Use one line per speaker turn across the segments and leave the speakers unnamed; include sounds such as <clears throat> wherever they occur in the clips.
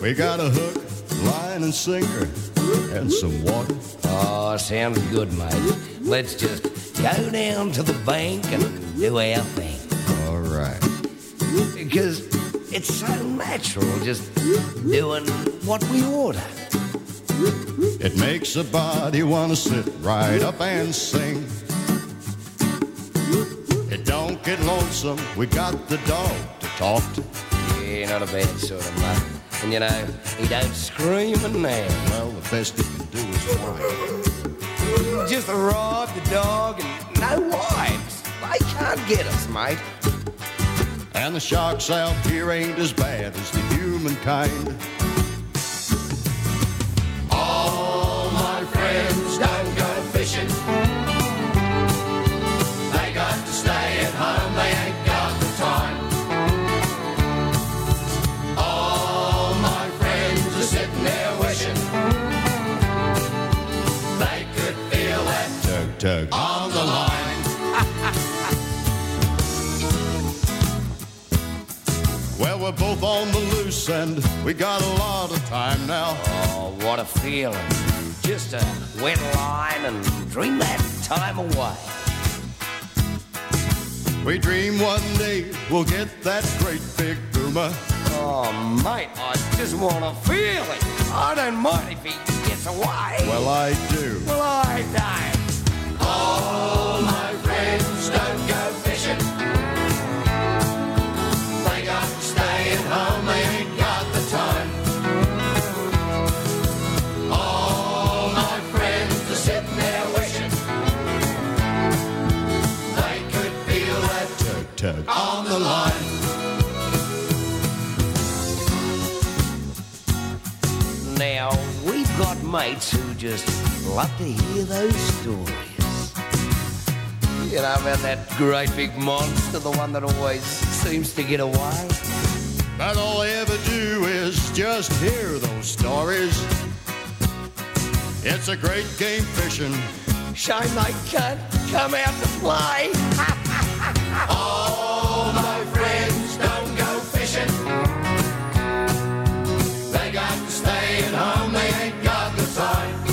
We got a hook, line, and sinker, and some water.
Oh, sounds good, mate. Let's just go down to the bank and do our thing.
All right.
Because it's so natural just doing what we order.
It makes a body want to sit right up and sing. It don't get lonesome. We got the dog to talk to.
Yeah, not a bad sort of mutt. And you know, he don't scream and nag.
Well, the best he can do is whine.
Just rob the dog and no wives. They can't get us, mate.
And the sharks out here ain't as bad as the humankind. All my friends don't go fishing. They got to stay at home. They ain't got the time. All my friends are sitting there wishing they could feel that tug tug on the line. Well, we're both on the loose and we got a lot of time now.
Oh, what a feeling. Just a wet line and dream that time away.
We dream one day we'll get that great big boomer.
Oh, mate, I just want to feel it. I don't mind if he gets away. Well,
Well, I do.
I don't.
All my friends don't go fishing. They got to stay at home, they ain't got the time. All my friends are sitting there wishing they could feel that tug tug on the line.
Now, we've got mates who just love to hear those stories. You know about that great big monster, the one that always seems to get away?
But all I ever do is just hear those stories. It's a great game fishing.
Shame they can't come out to play. <laughs>
All my friends don't go fishing. They got to stay at home, they ain't got the time.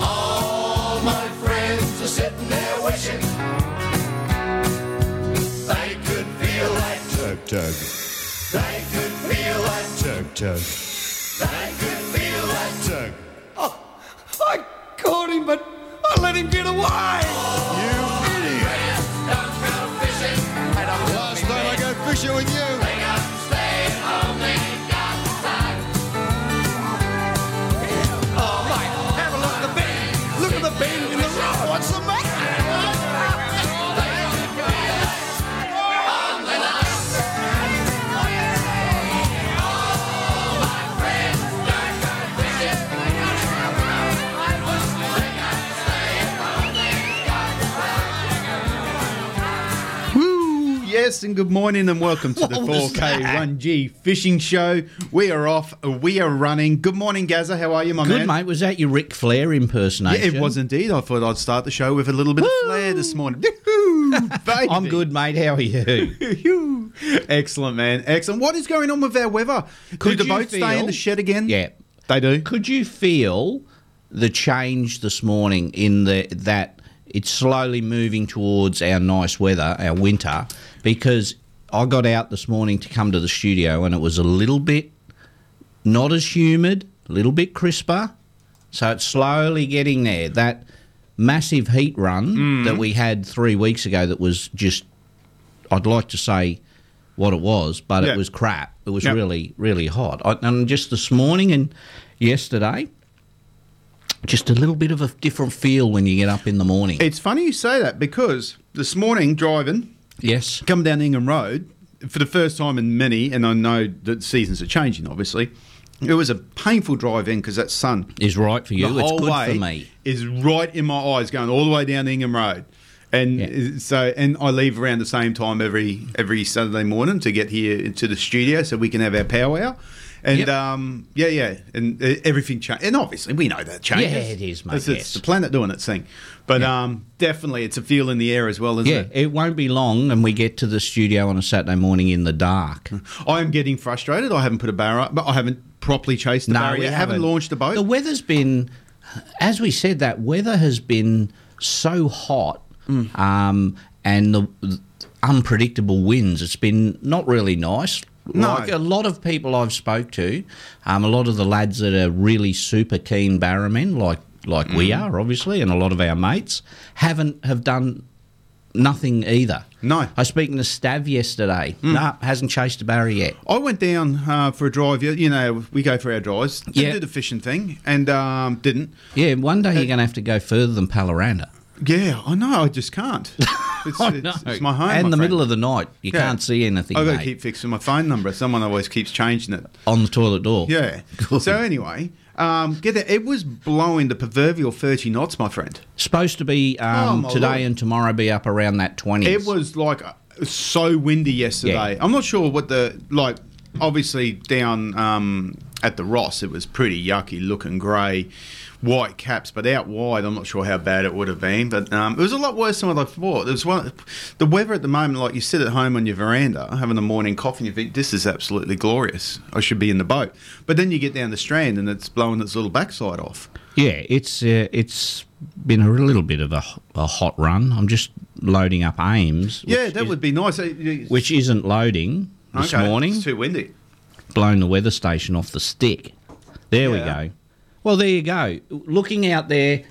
All my friends are sitting there wishing they could feel that tug tug. They could feel that tug tug. They could feel that tug.
Oh, I caught him, but I let him get away.
You idiot!
And I'm
Last night I got fishing with you.
Oh, mate, have a look at the bend. Look at the bend in the road. What's the
Woo! Yes, and good morning, and welcome to the
What was
4K1G Fishing Show. We are off. We are running. Good morning, Gaza. How are you, my
Good,
man?
mate. Was that your Ric Flair
Yeah,
impersonation?
it was indeed. I thought I'd start the show with a little bit of flair this morning. Yoo-hoo,
<laughs>
baby.
I'm good, mate. How are
<laughs>
you?
Yoo-hoo. Excellent, man. Excellent. What is going on with our weather?
Could
do the
you
boats stay in
feel-
the shed again?
yeah.
they do.
Could you feel the change this morning in the that it's slowly moving towards our nice weather, our winter? Because I got out this morning to come to the studio, and it was a little bit not as humid, a little bit crisper. So it's slowly getting there. That massive heat run
Mm.
that we had three weeks ago that was just, I'd like to say what it was, but
Yeah.
it was crap. It was
Yep.
really, really hot. I, and just this morning and yesterday, just a little bit of a different feel when you get up in the morning.
It's funny you say that because this morning driving,
yes.
come down Ingham Road for the first time in many, and I know that seasons are changing, obviously. It was a painful drive in because that sun
Is right for you.
the
it's
whole
good
way
for me.
is right in my eyes, going all the way down Ingham Road, and
Yeah.
so and I leave around the same time every every Saturday morning to get here into the studio so we can have our powwow. And
Yep.
um, yeah, yeah, and uh, everything changed. And obviously, we know that changes.
Yeah, it is, mate,
It's, it's
yes.
the planet doing its thing, but um, definitely, it's a feel in the air as well, isn't
Yeah,
it?
it won't be long, and we get to the studio on a Saturday morning in the dark.
I am getting frustrated. I haven't put a barrier up, but I haven't properly chased the barrier. yet. haven't. launched a boat.
The weather's been, as we said, that weather has been so hot,
Hmm.
um, and the the unpredictable winds. It's been not really nice.
No.
Like a lot of people I've spoke to, um, a lot of the lads that are really super keen barrowmen, like like we
Hmm.
are, obviously, and a lot of our mates haven't have done nothing either.
No. Hmm.
I was speaking to Stav yesterday. Nah, hasn't chased a barrier yet.
I went down uh, for a drive. You you know, we go for our drives. Didn't
Yeah.
do the fishing thing, and um, didn't.
Yeah, one day you're going to have to go further than Palaranda.
Yeah, I know. I just
<laughs>
can't. It's,
Oh,
it's, it's my home.
And
my
the middle
friend.
of the night, you
Yeah.
can't see anything.
I've got
mate,
to keep fixing my phone number. Someone always keeps changing it.
on the toilet door. <laughs>
Yeah. So anyway, um, get that. It was blowing the proverbial thirty knots, my friend.
supposed to be um,
Oh, my
today
lord.
and tomorrow be up around that twenty.
It was like uh, so windy yesterday.
Yeah.
I'm not sure what the like. Obviously, down um, at the Ross, it was pretty yucky, looking grey, white caps. But out wide, I'm not sure how bad it would have been. But um, it was a lot worse than what I thought. It was one. The weather at the moment, like you sit at home on your veranda having a morning coffee, and you think this is absolutely glorious. I should be in the boat. But then you get down the strand, and it's blowing its little backside off.
Yeah, it's uh, it's been a little bit of a, h- a hot run. I'm just loading up Ames. Which
yeah, that
is-
would be nice. This
which isn't loading this morning.
it's too windy.
blown the weather station off the stick. There
Yeah.
we go. Well, there you go. Looking out there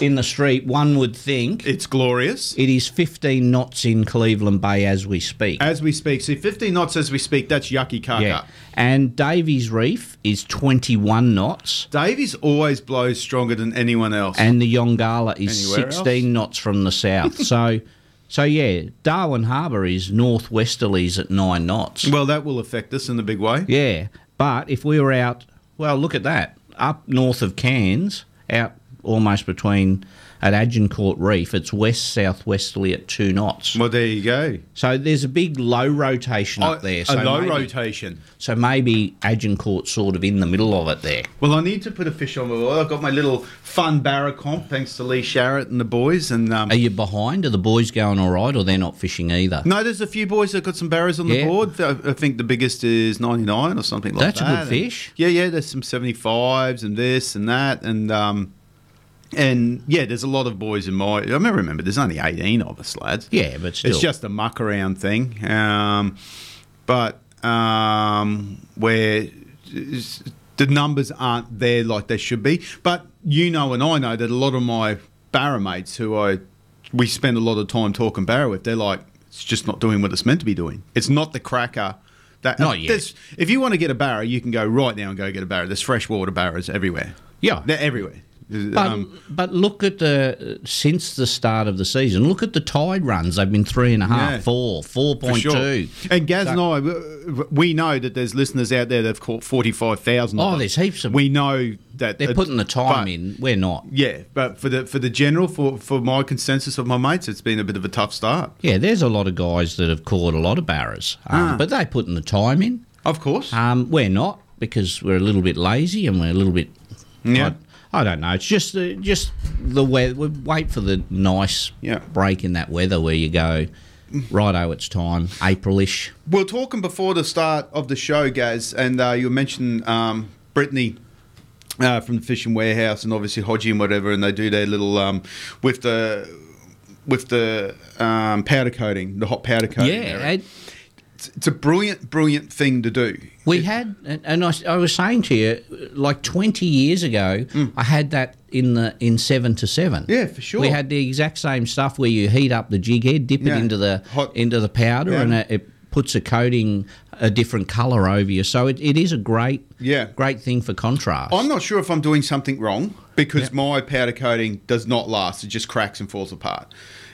in the street, one would think
It's glorious.
it is 15 knots in Cleveland Bay as we speak.
As we speak. See, 15 knots as we speak, that's yucky kaka.
Yeah. And Davies Reef is 21 knots,
Davies always blows stronger than anyone else.
and the Yongala is
Anywhere
16
else?
knots from the south. so, so yeah, Darwin Harbour is northwesterlies at nine knots.
well, that will affect us in a big way.
yeah. But if we were out, well, look at that. Up north of Cairns, out almost between at Agincourt Reef, it's west southwesterly at two knots.
Well, there you go.
So there's a big low rotation up
I-
there.
a
so
low
maybe,
rotation.
So maybe Agincourt's sort of in the middle of it there.
Well, I need to put a fish on my board. I've got my little fun barra comp, thanks to Lee Sharrett and the boys. And um,
Are you behind? Are the boys going all right, or they're not fishing either?
no, there's a few boys that got some barras on
Yeah.
the board. I I think the biggest is 99 or something like
That's a
that.
good
And-
fish.
yeah, yeah. There's some 75s and this and that and. Um, and yeah, there's a lot of boys in my. I mean, remember, there's only 18 of us lads.
Yeah, but still.
It's just a muck around thing. Um, but um, where s- the numbers aren't there like they should be. But you know, and I know that a lot of my barra mates who I we spend a lot of time talking barra with, they're like, it's just not doing what it's meant to be doing. It's not the cracker. That,
Not yet.
there's- If you want to get a barra, you can go right now and go get a barra. There's freshwater barras everywhere.
Yeah.
They're everywhere.
But,
Um,
but look at the since the start of the season. Look at the tide runs. They've been three and a half,
Yeah.
four, four
for
point two.
sure. And Gaz and I, w- we know that there's listeners out there that have caught 45,000.
Oh,
them.
there's heaps of-
We know that.
They're
it-
putting the time
but-
in. We're not.
Yeah, but for the for the general, for, for my consensus of my mates, it's been a bit of a tough start.
Yeah, there's a lot of guys that have caught a lot of barras, um,
Ah.
but they're putting the time in.
Of course.
Um, we're not because we're a little bit lazy and we're a little bit.
Yeah.
I, I don't know. It's just the just the weather. We wait for the nice
Yeah.
break in that weather where you go, righto, it's time, Aprilish.
we were talking before the start of the show, Gaz, and uh, you mentioned um, Brittany uh, from the Fishing Warehouse, and obviously Hodgie and whatever, and they do their little um, with the with the um, powder coating, the hot powder coating.
Yeah,
Eric.
and
it's, it's a brilliant, brilliant thing to do.
we had, and- and I, s- I was saying to you, like twenty years ago, I had that in the in seven to seven.
Mm. Yeah, for sure.
We had the exact same stuff where you heat up the jig head, dip
Yeah.
it into the
Hot-
into the powder,
Yeah.
and it, it puts a coating a different color over you. So it, it is a great
Yeah.
great thing for contrast.
I'm not sure if I'm doing something wrong because my powder coating does not last; it just cracks and falls apart.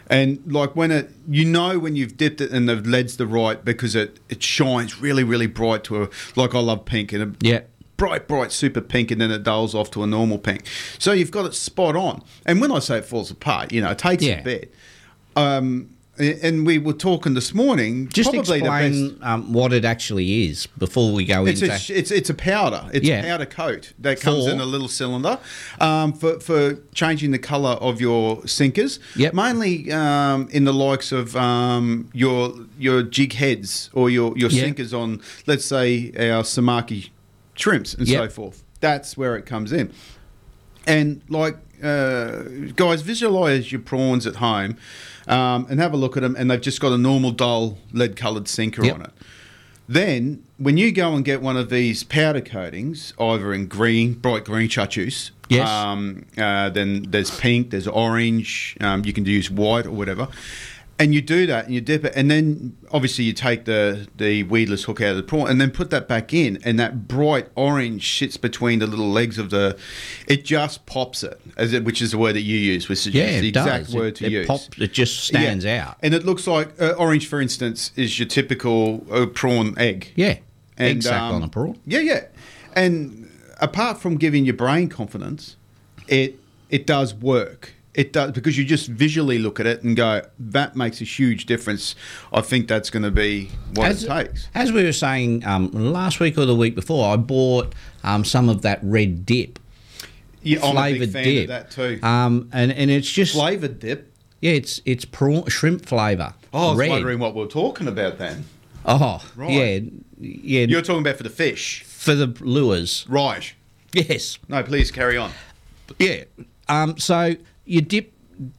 And like when it, you know, when you've dipped it and the lead's the right because it it shines really, really bright to a like I love pink and a
Yeah.
bright, bright, super pink, and then it dulls off to a normal pink. So you've got it spot on. And when I say it falls apart, you know, it takes
Yeah.
a bit Um, a- and we were talking this morning.
Just
probably the best.
explain um, what it actually is before we go
It's
into.
a sh- it's it's a powder. It's
Yeah.
a powder coat that comes
For-
in a little cylinder um, for for changing the color of your sinkers.
Yep.
Mainly um, in the likes of um, your your jig heads or your your
Yeah.
sinkers on let's say our samaki shrimps and so
Yep.
forth. That's where it comes in. And like uh, guys, visualize your prawns at home um, and have a look at them, and they've just got a normal dull lead coloured sinker
Yep.
on it. Then, when you go and get one of these powder coatings, either in green, bright green chartreuse,
Yes.
um, uh, then there's pink, there's orange, um, you can use white or whatever. And you do that and you dip it, and then obviously you take the, the weedless hook out of the prawn and then put that back in, and that bright orange sits between the little legs of the. It just pops it, as it, which is the word that you use, which is
yeah, it
the exact
does.
word
it,
to
it
use.
pops- it just stands
Yeah.
out.
And it looks like uh, orange, for instance, is your typical uh, prawn egg.
Yeah,
And,
egg sack
um,
on a prawn.
Yeah, yeah. And apart from giving your brain confidence, it it does work. It does because you just visually look at it and go, that makes a huge difference. I think that's going to be what it takes.
as we were saying um, last week or the week before, I bought um, some of that red dip,
Yeah, I'm a big
flavored
fan
dip.
of that too.
Um, and and it's just
Flavored dip.
yeah, it's it's prawn shrimp flavor.
Oh, I was
red.
wondering what we are talking about then.
Oh,
Right.
yeah, yeah.
You're talking about for the fish,
for the lures,
right?
yes.
No, please carry on.
Yeah. Um, so you dip.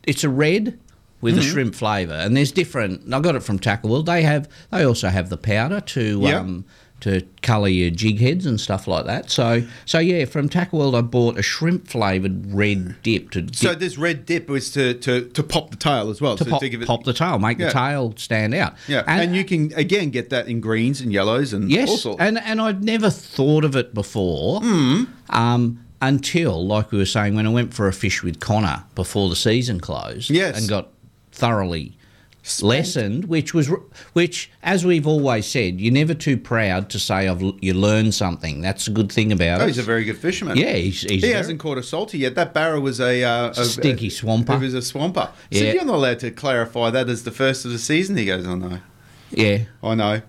It's a red with
Mm-hmm.
a shrimp flavour, and there's different. I got it from Tackle World. They have. They also have the powder to.
Yeah.
Um, to colour your jig heads and stuff like that. So, so yeah, from Tackle World, I bought a shrimp flavoured red dip to dip,
Mm. So this red dip was to, to, to pop the tail as well.
to
so
pop,
to give it,
pop the tail, make
Yeah.
the tail stand out.
Yeah, and, you can again get that in greens and yellows and
Yes,
all sorts. Hmm.
and and I'd never thought of it before. Um, until, like we were saying, when I went for a fish with Connor before the season closed,
Yes.
and got thoroughly lessened, which was r- which, as we've always said, you're never too proud to say I've l- you learned something. That's a good thing about
Oh,
it.
he's a very good fisherman.
Yeah, he's- he's
he
very-
hasn't caught a salty yet. That barrow was a, uh, a
Stinky swamper.
It was a swamper. So
Yeah.
you're not allowed to clarify that as the first of the season. He goes, "I know,
yeah.
I know."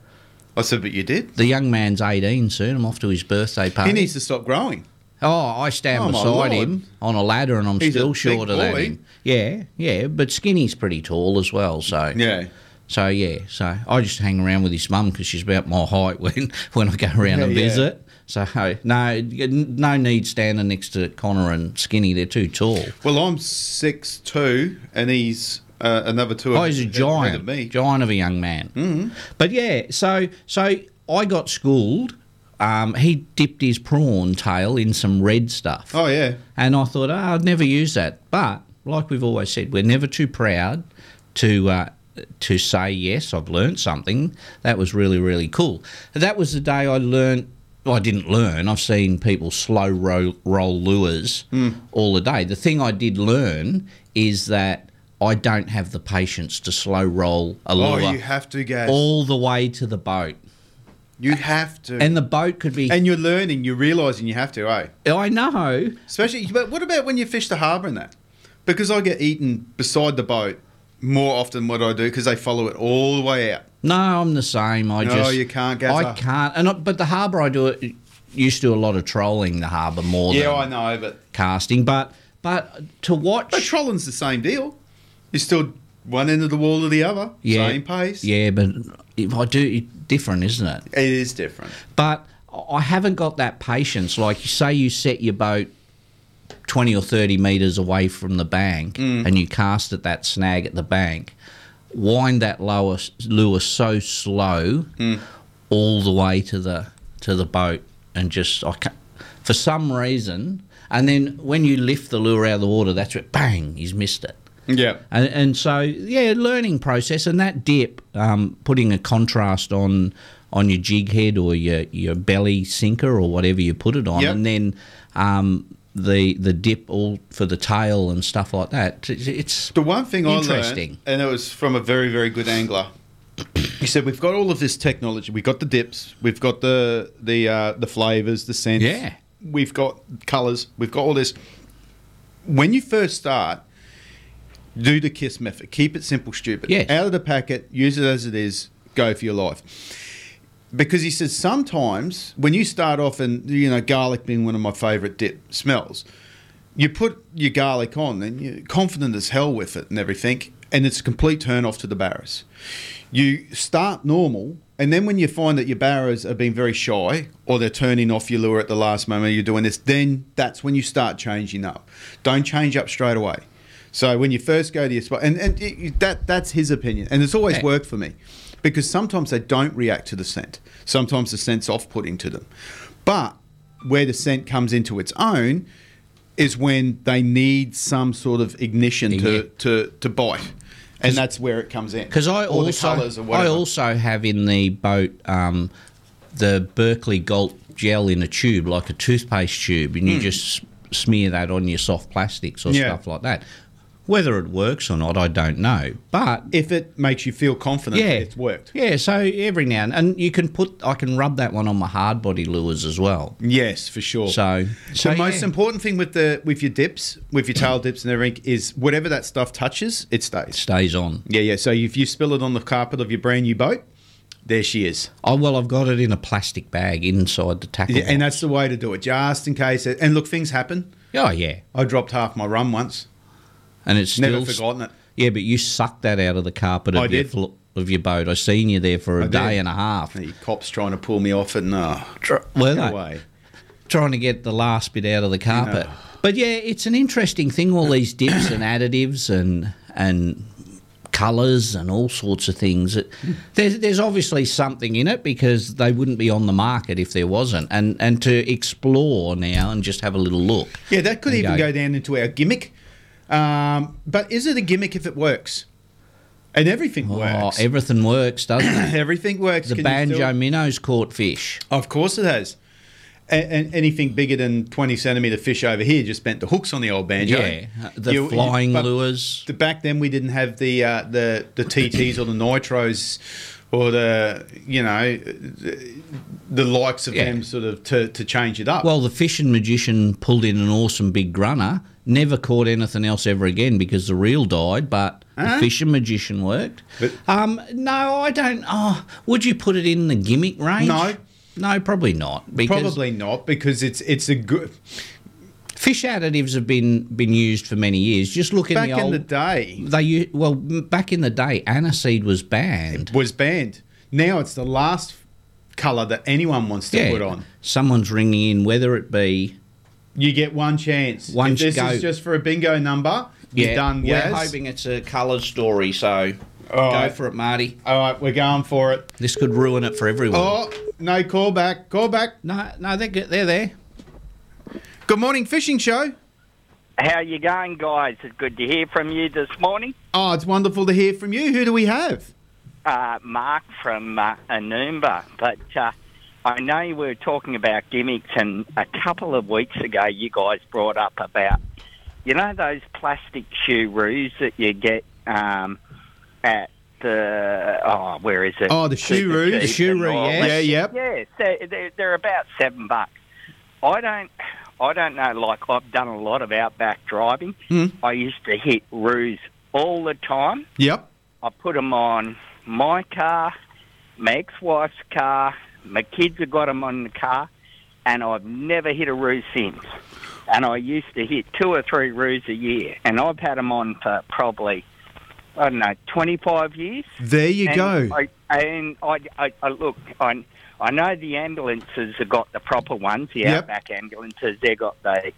I said, "But you did."
The young man's 18 soon. I'm off to his birthday party.
He needs to stop growing.
Oh, I stand
Oh, my
beside
Lord.
him on a ladder, and I'm
He's a
still
big
shorter than
boy.
him. Yeah, yeah, but Skinny's pretty tall as well. So
Yeah.
so yeah, so I just hang around with his mum because she's about my height <laughs> when when I go around
<laughs> Yeah,
and
yeah.
visit. So no, no need standing next to Connor and Skinny. They're too tall.
Well, I'm six two, and he's uh, another two.
Oh, he's a
ahead- ahead
giant,
of me. Mm-hmm.
giant of a young man. mm But yeah, so so I got schooled. Um, he dipped his prawn tail in some red stuff.
Oh yeah.
And I thought, oh, I'd never use that. But like we've always said, we're never too proud to uh, to say yes. I've learnt something. That was really really cool. That was the day I learnt. Well, I didn't learn. I've seen people slow roll, roll lures
Hmm.
all the day. The thing I did learn is that I don't have the patience to slow roll a
Oh,
lure
you have to, guys.
all the way to the boat.
you have to.
And the boat could be.
and you're learning. You're realizing you have to, eh?
I know.
Especially, but what about when you fish the harbour and that? Because I get eaten beside the boat more often than what I do because they follow it all the way out.
No, I'm the same. I
No,
just
you can't gas
I
up.
can't. And I, but the harbour, I do it. Used to do a lot of trolling the harbour more
Yeah,
than
I know, but
casting. But but Uh, to watch,
but trolling's the same deal. You're still one end of the wall or the other,
yeah,
same pace.
Yeah, but if I do, it's different, isn't it?
it is different.
But I haven't got that patience. Like you say, you set your boat twenty or thirty meters away from the bank,
Mm.
and you cast at that snag at the bank. Wind that lower s- lure so slow, all the way to the to the boat, and just I can for some reason. And then when you lift the lure out of the water, that's what bang, he's missed it.
Yeah,
And, and so, yeah, learning process and that dip, um, putting a contrast on on your jig head or your, your belly sinker or whatever you put it on,
Yep.
and then um, the the dip all for the tail and stuff like that. It's, it's
the one thing I learned,
Interesting.
and it was from a very very good angler. He said, "We've got all of this technology. We've got the dips. We've got the the uh, the flavors, the scents.
Yeah.
we've got colors. We've got all this. When you first start, do the kiss method. Keep it simple, stupid.
Yes.
Out of the packet, use it as it is, go for your life. Because he says sometimes when you start off and you know garlic being one of my favourite dip smells, you put your garlic on and you're confident as hell with it and everything, and it's a complete turn off to the barrows. You start normal, and then when you find that your barrows are being very shy or they're turning off your lure at the last moment, you're doing this, then that's when you start changing up. Don't change up straight away. So when you first go to your spot, and, and it- you- that that's his opinion, and it's always
Yeah.
worked for me, because sometimes they don't react to the scent. Sometimes the scent's off-putting to them, but where the scent comes into its own is when they need some sort of ignition
Yeah.
to, to, to bite, and that's where it comes in.
Because I
Or the
also
colours or
I
whatever.
also have in the boat um, the Berkeley Galt gel in a tube, like a toothpaste tube, and you just s- smear that on your soft plastics or
Hmm. Yeah.
stuff like that. Whether it works or not, I don't know. But
if it makes you feel confident,
yeah,
it's worked.
Yeah, so every now and and you can put I can rub that one on my hard body lures as well.
Yes, for sure.
So so
the most
yeah.
important thing with the with your dips, with your tail dips and everything, is whatever that stuff touches, it stays.
stays on.
Yeah, yeah. So if you spill it on the carpet of your brand new boat, there she is.
Oh well, I've got it in a plastic bag inside the tackle.
Yeah, and
box.
that's the way to do it, just in case. It, and look, things happen.
oh yeah,
I dropped half my rum once.
and it's still
Never forgotten it.
Yeah, but you sucked that out of the carpet of
I
your
did.
flo- of your boat. I seen you there for a
I did.
day and a half,
The cops trying to pull me off, and uh,
were they?
away.
trying to get the last bit out of the carpet. But yeah, it's an interesting thing. All these dips and additives and and colours and all sorts of things. It, there's there's obviously something in it because they wouldn't be on the market if there wasn't. And and to explore now and just have a little look.
Yeah, that could
There you
even
go.
go. down into our gimmick. Um, but is it a gimmick if it works? And everything works.
Oh, everything works, doesn't it?
everything works.
the
Can you still-
banjo minnows caught fish.
Of course it has. And, and anything bigger than 20 centimetre fish over here just bent the hooks on the old banjo.
Yeah, the
You- you-
flying
but
lures.
the- back then we didn't have the uh, the the TTs or the nitros or the you know the, the likes of
Yeah.
them sort of to, to change it up.
Well, the fishing magician pulled in an awesome big grunner. Never caught anything else ever again because the reel died, but the fishing magician worked.
But-
um, no, I don't. Oh, would you put it in the gimmick range?
No.
No, probably not. Because
probably not because it's it's a good
fish additives have been been used for many years. Just look in
back
the
in
old.
the day
they u- well m- back in the day, aniseed was banned.
was banned. Now it's the last color that anyone wants to
Yeah,
put on.
someone's ringing in, whether it be
You get one chance.
One
if this
go.
is just for a bingo number.
yeah,
You're done.
We're
Yaz.
hoping it's a coloured story, so go
right.
for it, Marty.
All right, we're going for it.
This could ruin it for everyone.
Oh, no callback. Callback.
No, no, they're good. They're there.
Good morning, fishing show.
How you going, guys? It's good to hear from you this morning.
Oh, it's wonderful to hear from you. Who do we have?
Uh, Mark from uh, Anoomba. But uh, I know you were talking about gimmicks, and a couple of weeks ago you guys brought up about, you know, those plastic shoe roos that you get um, at the, oh, where is it?
Oh, the shoe
Super
roo. The
Cheap
shoe
and
roo,
all
yes.
that.
Yeah, yep.
Yeah, so they're, they're about seven bucks. I don't, I don't know. Like I've done a lot of outback driving.
Hmm?
I used to hit roos all the time.
Yep.
I put them on my car, my ex-wife's car. My kids have got them on the car, and I've never hit a roo since. And I used to hit two or three roos a year, and I've had them on for probably. I don't know, 25 years.
There you
And
go.
I, and I, I, I look, I, I know the ambulances have got the proper ones, the
Yep.
outback ambulances, they've got the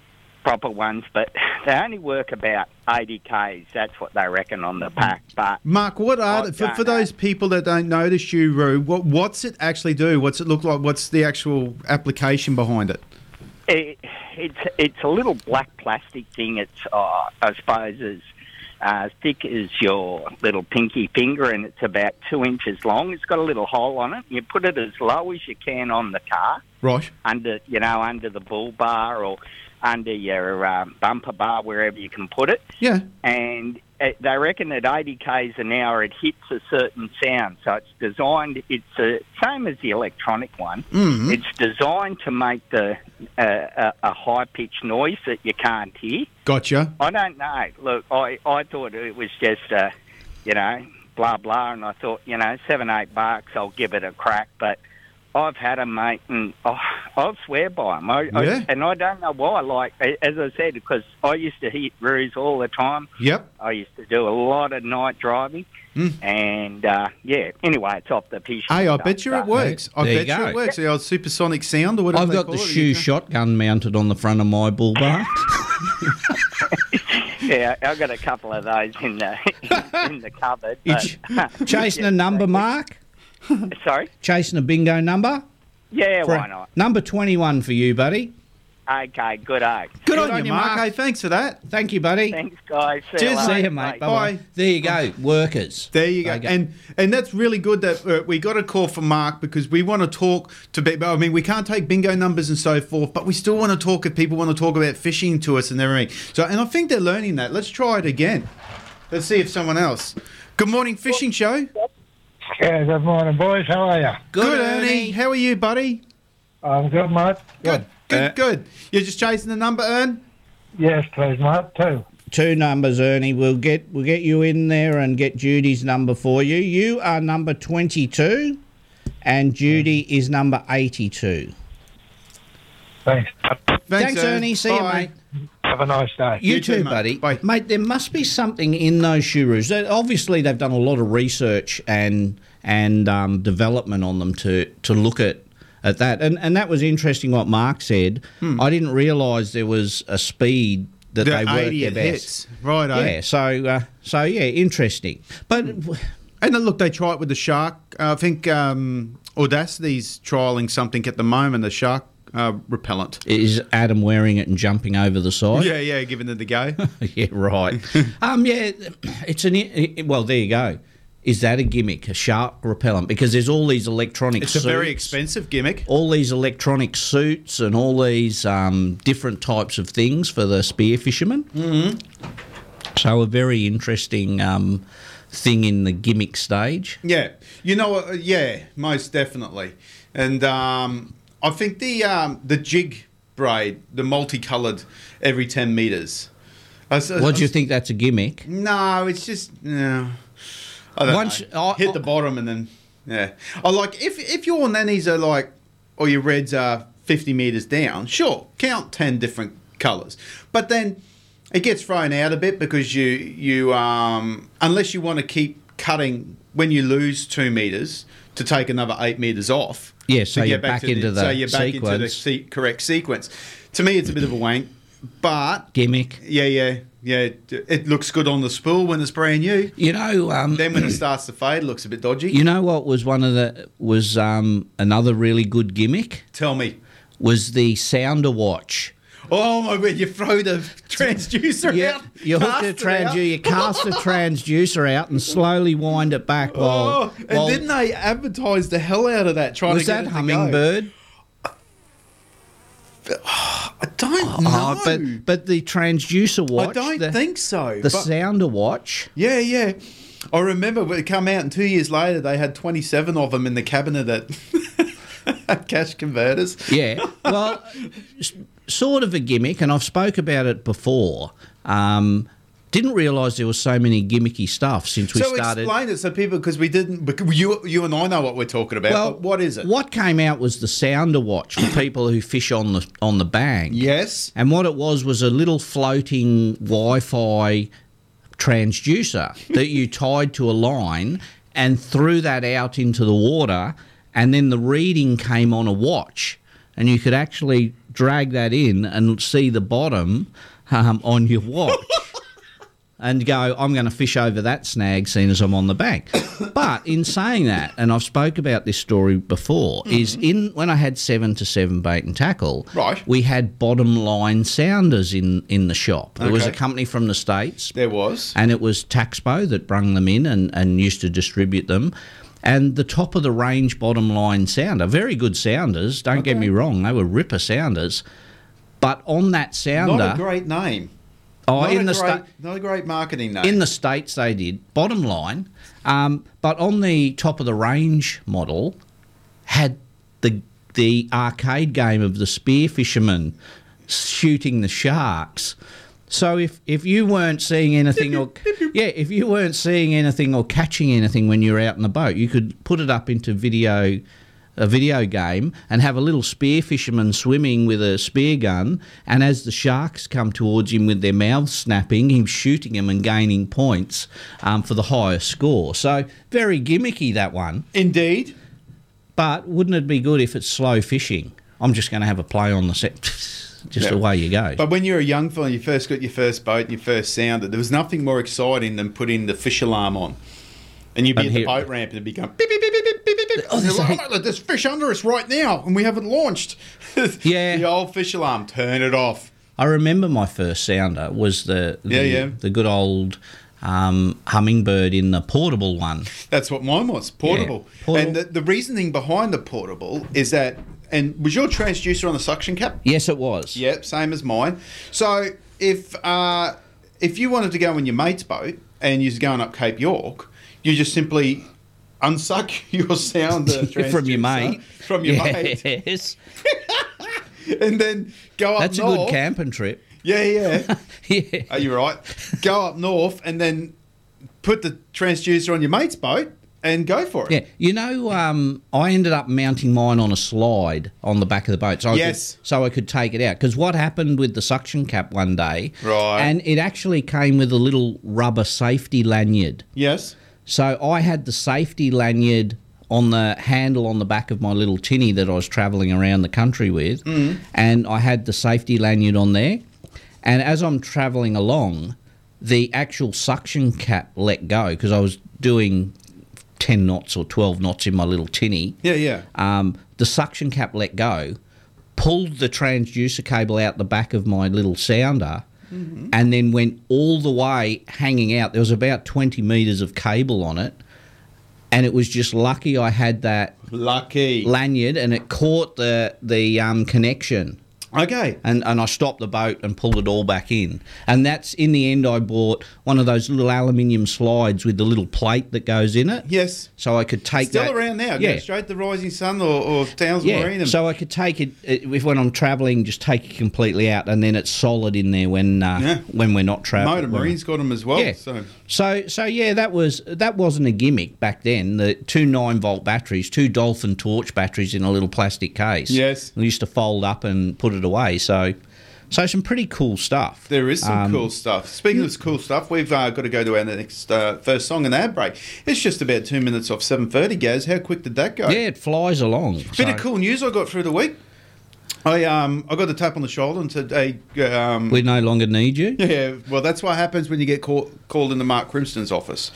proper ones, but <laughs> they only work about 80 Ks. That's what they reckon on the pack. But
Mark, what are
I
for,
don't
for those
know.
people that don't know the shoe roo? What what's it actually do? What's it look like? What's the actual application behind it?
it, it's, it's a little black plastic thing. It's, uh, I suppose, as uh, thick as your little pinky finger, and it's about two inches long. It's got a little hole on it. You put it as low as you can on the car.
Right.
under you know under the bull uh, bar or under your um, bumper bar wherever you can put it
Yeah.
and it, they reckon at 80 k's an hour it hits a certain sound. So it's designed. It's the same as the electronic one.
Hmm.
Mhm.
It's designed to make the uh, a, a high pitched noise that you can't hear.
Gotcha.
I don't know. Look, I, I thought it was just, uh, you know, blah, blah. And I thought, you know, seven, eight bucks, I'll give it a crack. But I've had 'em, mate, and oh, I'll swear by 'em. I,
Yeah.
I, and I don't know why. Like, a- as I said, because I used to hit roos all the time.
Yep.
I used to do a lot of night driving.
Mm.
And, uh, yeah, anyway, it's off the piece.
Hey, I bet you it
But-
works. I
There you
bet you,
go.
it works. The old supersonic sound or whatever.
I've
they
got
call
the
it. You
shoe
can-
shotgun mounted on the front of my bull
<laughs>
bar.
<laughs> Yeah, I've got a couple of those in the, <laughs> in the cupboard.
You
But, <laughs>
ch- chasing a number, Mark.
sorry?
Chasing a bingo number.
Yeah,
For-
why not?
Number 21 for you, buddy.
Okay, good oak.
Good, on, you, Mark. Hey, thanks for that.
Thank you, buddy.
Thanks, guys. See
Cheers,
you
See
later.
you,
Bye.
mate. Bye.
Bye.
There you go. Workers.
There you go.
Okay.
And and that's really good that uh, we got a call from Mark because we want to talk to people. I mean, we can't take bingo numbers and so forth, but we still want to talk if people want to talk about fishing to us and everything. So, and I think they're learning that. Let's try it again. Let's see if someone else. Good morning, fishing show.
Yeah, good morning, boys. How are you?
Good,
How are you, buddy?
I'm good, mate.
Good. Good.
Uh,
good. You're just chasing the number, Ern.
Yes, please, mate, too.
Two numbers, Ernie. We'll get we'll get you in there and get Judy's number for you. You are number 22, and Judy is number 82.
Thanks.
Thanks, Ernie. See
Bye.
you, mate.
Have a nice day.
You,
You
too,
too, mate.
buddy.
Bye.
Mate, there must be something in those shoe roofs. They- Obviously, they've done a lot of research and and um, development on them to to look at at that. And and that was interesting what Mark said. I didn't realise there was a speed that
Hmm. The
they worked
80
their
it
best.
hits. Right,
Yeah. So uh, so yeah, interesting. But
And then, look, they try it with the shark. Uh, I think um, Audacity's trialing something at the moment, the shark uh, repellent.
is Adam wearing it and jumping over the side?
Yeah, yeah, giving it a go.
<laughs> yeah,
<laughs>
right. um, yeah, it's an i- i- well. There you go. Is that a gimmick, a shark repellent? Because there's all these electronic.
It's a very
suits,
expensive gimmick.
All these electronic suits and all these um, different types of things for the spear fishermen. Mm-hmm. So a very interesting um, thing in the gimmick stage.
Yeah, you know, uh, yeah, most definitely. And um, I think the um, the jig braid, the multicolored, every ten meters.
What do you think? That's a gimmick.
No, it's just no. I don't
Once-
know.
I-
hit
I-
the bottom and then yeah. I like if if your nannies are like or your reds are fifty meters down, sure, count ten different colours. But then it gets thrown out a bit because you you um unless you want to keep cutting when you lose two meters to take another eight meters off.
Yeah,
to
so
get
you're back
to
into the
so you're back into the
sequence.
se- correct sequence. To me, it's a bit of a wank, but
Gimmick.
yeah, yeah, yeah. It, it looks good on the spool when it's brand new.
You know. Um,
Then when it starts to fade, it looks a bit dodgy.
you know what was one of the was um, another really good gimmick.
Tell me.
was the sounder watch.
Oh my word! You throw the transducer
You,
out.
you hook the
cast it out. <laughs>
transducer, you cast the transducer out, and slowly wind it back. While,
Oh, and
while-
didn't they advertise the hell out of that? Trying
was
to get
that
it to go?
hummingbird?
I don't know.
Ah, but but the transducer watch.
I don't
the,
think so.
the
but- <laughs>
sounder watch.
yeah, yeah. I remember when it come out, and two years later, they had twenty-seven of them in the cabinet at, at Cash Converters.
Yeah. Well, s- sort of a gimmick, and I've spoke about it before. Um, didn't realise there was so many gimmicky stuff since we
so
started.
explain it so people, because we didn't. bec- You, you and I know what we're talking about. but what is it?
What came out was the sounder watch for people who fish on the on the bank.
Yes.
And what it was was a little floating Wi Fi transducer that
<laughs>
you tied to a line and threw that out into the water. And then the reading came on a watch, and you could actually drag that in and see the bottom um, on your
<laughs>
watch. And go. I'm going to fish over that snag, seeing as I'm on the
<coughs>
bank. But in saying that, and I've spoke about this story before, is in when I had seven to seven bait and tackle,
Mm-hmm. Right.
we had bottom line sounders in in the shop. There was a
Okay.
company from the states,
There was.
and it was Taxpo that brung them in and and used to distribute them. And the top of the range bottom line sounder, very good sounders. Don't get me wrong, they were ripper sounders. But on that sounder,
Not a great name.
Oh,
Not a
in the
great,
sta-
not a great marketing name.
in the states they did. Bottom line, um, but on the top of the range model had the the arcade game of the spear fisherman shooting the sharks. So if, if you weren't seeing anything or yeah, if you weren't seeing anything or catching anything when you were out in the boat, you could put it up into video a video game and have a little spear fisherman swimming with a spear gun and as the sharks come towards him with their mouths snapping, him shooting them and gaining points um, for the highest score. So very gimmicky that one.
Indeed.
But wouldn't it be good if it's slow fishing? I'm just going to have a play on the set. <laughs> Just
Yeah.
away you go.
But when you're a young fella and you first got your first boat and you first sounded, there was nothing more exciting than putting the fish alarm on. And you'd be
And
at the
here-
boat ramp and it'd be going beep, beep, beep, beep, beep, beep, beep, beep.
Oh,
And you're
there's a
like,
heap-
"Oh, look, there's fish under us right now and we haven't launched.
Yeah.
<laughs> The old fish alarm, turn it off.
I remember my first sounder was the the,
Yeah, yeah.
the good old um, hummingbird in the portable one.
That's what mine was, portable.
portable.
And the, the reasoning behind the portable is that, and was your transducer on the suction cap?
Yes, it was.
Yep, same as mine. So if uh, if you wanted to go in your mate's boat and you're going up Cape York, you just simply unsuck <laughs> your sound uh,
<laughs> from your mate.
from
<laughs>
your
yes.
mate, and then go up.
That's a
north.
good camping trip.
Yeah, yeah.
<laughs> Yeah.
Are you right? Go up north and then put the transducer on your mate's boat and go for it.
Yeah, you know, um, I ended up mounting mine on a slide on the back of the boat, so I
Yes.
could, so I could take it out. Because what happened with the suction cap one day,
Right.
And it actually came with a little rubber safety lanyard.
Yes.
So I had the safety lanyard on the handle on the back of my little tinny that I was travelling around the country with, Mm-hmm. and I had the safety lanyard on there. And as I'm travelling along, the actual suction cap let go because I was doing 10 knots or 12 knots in my little tinny.
Yeah, yeah.
Um, the suction cap let go, pulled the transducer cable out the back of my little sounder,
Mm-hmm.
and then went all the way hanging out. There was about 20 meters of cable on it, and it was just lucky I had that
Lucky.
lanyard and it caught the, the um, connection.
okay.
And, and I stopped the boat and pulled it all back in. And that's in the end, I bought one of those little aluminium slides with the little plate that goes in it.
Yes.
So I could take
Still
that-
around now.
Yeah.
Go straight to Rising Sun or, or Towns
Yeah,
Marine. and-
so I could take it uh, if when I'm travelling, just take it completely out, and then it's solid in there when uh,
Yeah.
when we're not traveling.
Motor Marine's got them as well.
yeah.
So
so so yeah, that was that wasn't a gimmick back then. The two nine volt batteries, two Dolphin Torch batteries in a little plastic case.
Yes.
we used to fold up and put it away. So so some pretty cool stuff.
there is some
Um,
cool stuff. Speaking of cool stuff, we've uh, got to go to our next uh, first song and ad break. It's just about two minutes off seven thirty, Gaz. How quick did that go?
Yeah, it flies along.
Bit
so-
of cool news I got through the week. I um I got a tap on the shoulder and said, "Hey, um, <laughs>
We no longer need you.
yeah." Well, that's what happens when you get call- called into Mark Crimston's office.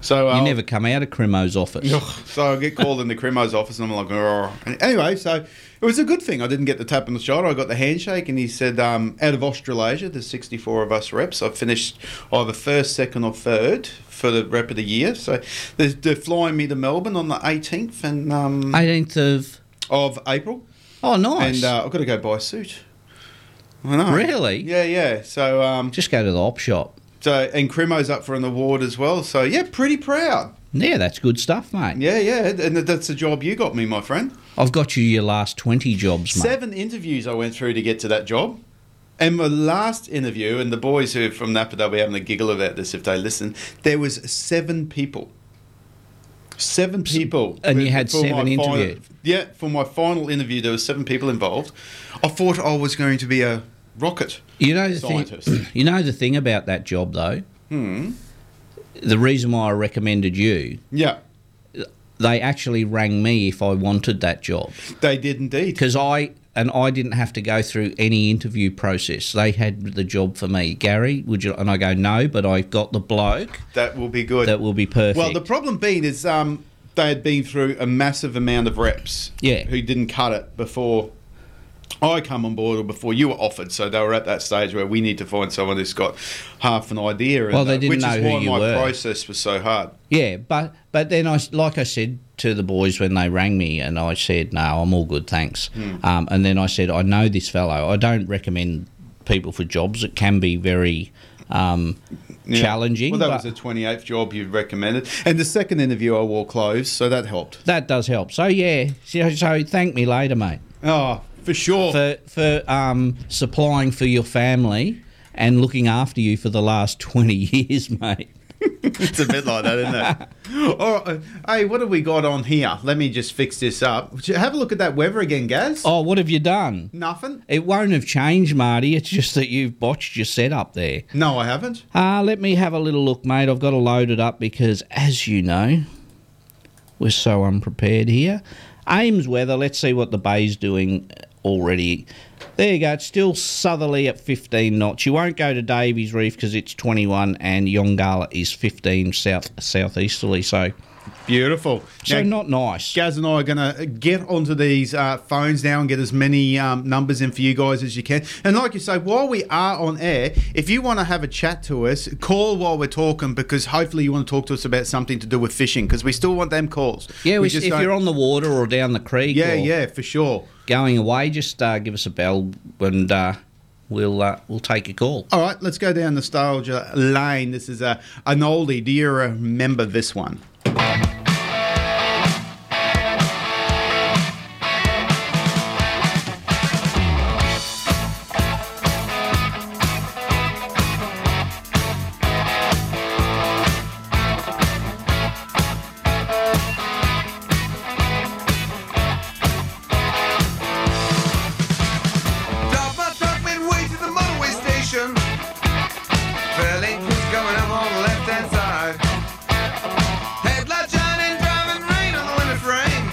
So uh,
You never come out of Crimo's office.
<laughs> So I get called in the Crimo's office and I'm like, oh. anyway, so it was a good thing. I didn't get the tap on the shoulder. I got the handshake and he said, um, out of Australasia, there's 64 of us reps. I've finished either first, second, or third for the rep of the year. So they're, they're flying me to Melbourne on the 18th and um,
18th of
of April.
oh nice.
And uh, I've got to go buy a suit. I know.
Really?
Yeah, yeah. So, um,
just go to the op shop.
so and Crimo's up for an award as well. So yeah, pretty proud.
Yeah, that's good stuff, mate.
Yeah, yeah. And that's the job you got me, my friend.
I've got you your last 20 jobs, mate.
Seven interviews I went through to get to that job. And my last interview, and the boys who are from Napa, they'll be having a giggle about this if they listen. There was seven people. Seven people.
and you
For-
had
for my
seven
final-
interviews.
yeah, for my final interview, there were seven people involved. I thought I was going to be a rocket.
You know the thing, <clears throat>
Scientist. Hmm.
You know the thing about that job though. The reason why I recommended you,
Yeah,
they actually rang me if I wanted that job
they did indeed.
because I and I didn't have to go through any interview process. They had the job for me. Gary, would you? And I go no, but I got the bloke
That will be good.
that will be perfect.
Well, the problem being is um, they had been through a massive amount of reps.
Yeah.
Who didn't cut it before I come on board or before you were offered. So they were at that stage where we need to find someone who's got half an idea. and
Well, they
that,
didn't
which
know
is
who
why
you
my
were.
process was so hard.
Yeah, but but then I s- like I said to the boys when they rang me and I said no, I'm all good, thanks.
Hmm.
Um, and then I said I know this fellow. I don't recommend people for jobs. It can be very um,
Yeah.
challenging.
Well, that
but-
was the 28th job you recommended. And the second interview, I wore clothes, so
<laughs>
that helped.
that does help. So yeah, so, so thank me later, mate,
Oh, for sure.
for for um, supplying for your family and looking after you for the last twenty <laughs> years, mate.
it's a bit like that, isn't it? <laughs> All right. Hey, what have we got on here? Let me just fix this up. Would you Have a look at that weather again, Gaz.
Oh, what have you done?
Nothing?
It won't have changed, Marty. It's just that you've botched your setup there.
No, I haven't.
Uh, let me have a little look, mate. I've got to load it up because, as you know, we're so unprepared here. Ames weather. Let's see what the bay's doing already. There you go. It's still southerly at 15 knots. You won't go to Davies Reef because it's 21, and Yongala is 15 south southeasterly. So,
Beautiful.
so
Now,
not nice.
Gaz and I are going to get onto these uh, phones now and get as many um, numbers in for you guys as you can. And like you say, while we are on air, if you want to have a chat to us, call while we're talking because hopefully you want to talk to us about something to do with fishing because we still want them calls.
Yeah, we
just
if
don't-
you're on the water or down the creek,
Yeah,
or
yeah, for sure.
going away, just uh, give us a bell and uh, we'll uh, we'll take your call.
All right, let's go down nostalgia lane. This is a, an oldie. Do you remember this one?
Drop my truck midway to the motorway station. Fairlane crews coming up on the left hand side. Headlight shining, driving rain on the window frame.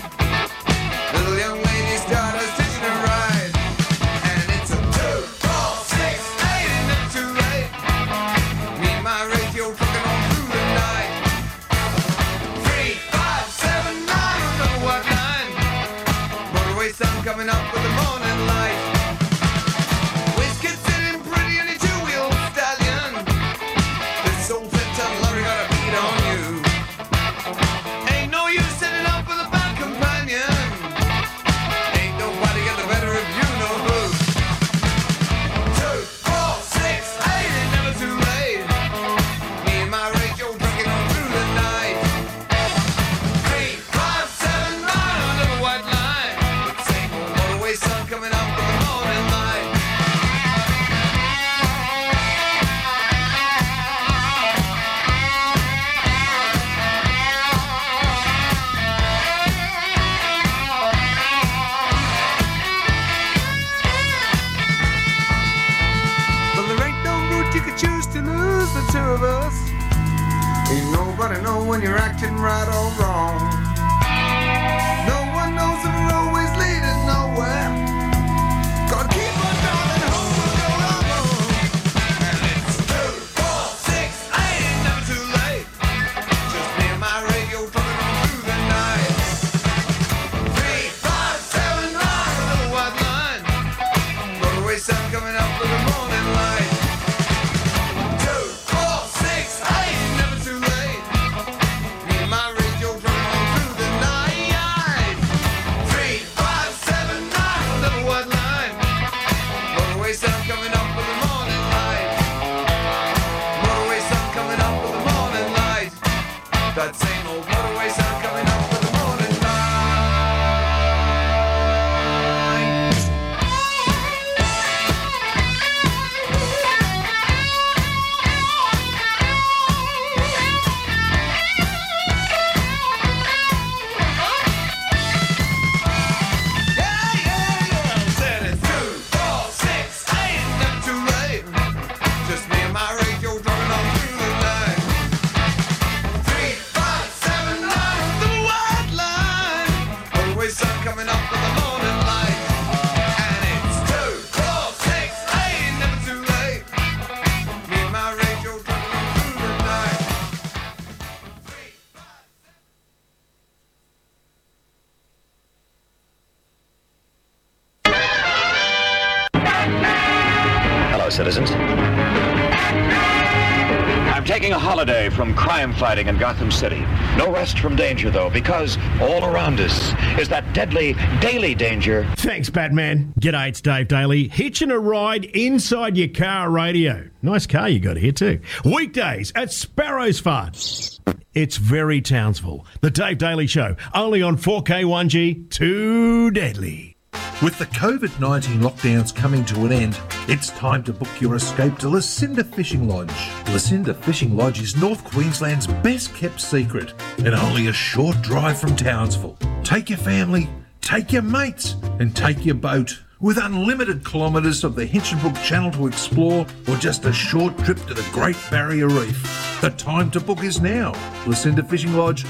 Little young lady started stitching her ride. And it's a two, four, six, eight, and it's too late. Me and my radio rocking on through the night. Three, five, seven, nine, I don't know what nine. Motorway sun coming up with the morning light. Whiskers sitting pretty in a two-wheel stallion. This old phantom lorry got a beat on you. Ain't no use sitting up with a bad companion. Ain't nobody got the better of you, no who. Two, four, six, eight, it's never too late. Me and my radio drinking on through the night. Three, five, seven, nine, I never white line. But same old motorway sun coming up with the morning light. But there ain't no route you could choose to lose the two of us. Ain't nobody know when you're acting right or wrong. No one knows the road always leading nowhere. God keep on driving home we'll go alone. And it's two, four, six, eight, it's never too late. Just me and my radio pumping on through the night. Three, five, seven, nine, a little white line. Motorway sun coming up with the morning light. Two, four, six, eight, never too late. Me and my radio running on through the night. Three, five, seven, nine, never what line. Motorway sun coming up with the morning light. Motorway sun coming up with the morning light. That same old motorway sun coming up with the morning light. Yeah, yeah, yeah. I said it's two, four, six, eight. Not too late. Just me and my radio drumming on through the night. Three, five, seven, nine. The white line. Always sun coming up with the morning light. And it's two, four, six, eight. Never too late. Me and my radio drumming on through the night.
Hello, citizens. I'm
taking a holiday from crime fighting in Gotham City. No rest from danger, though, because all around us is that deadly daily danger.
Thanks, Batman. G'day, it's Dave Daly. Hitching a ride inside your car radio. Nice car you got here, too. Weekdays at Sparrow's Farm. It's very Townsville. The Dave Daly Show, only on 4K1G, too deadly.
With the COVID 19 lockdowns coming to an end, it's time to book your escape to Lucinda Fishing Lodge. Lucinda Fishing Lodge is North Queensland's best kept secret and only a short drive from Townsville. Take your family, take your mates, and take your boat. With unlimited kilometres of the Hinchinbrook Channel to explore, or just a short trip to the Great Barrier Reef, the time to book is now. Lucinda Fishing Lodge,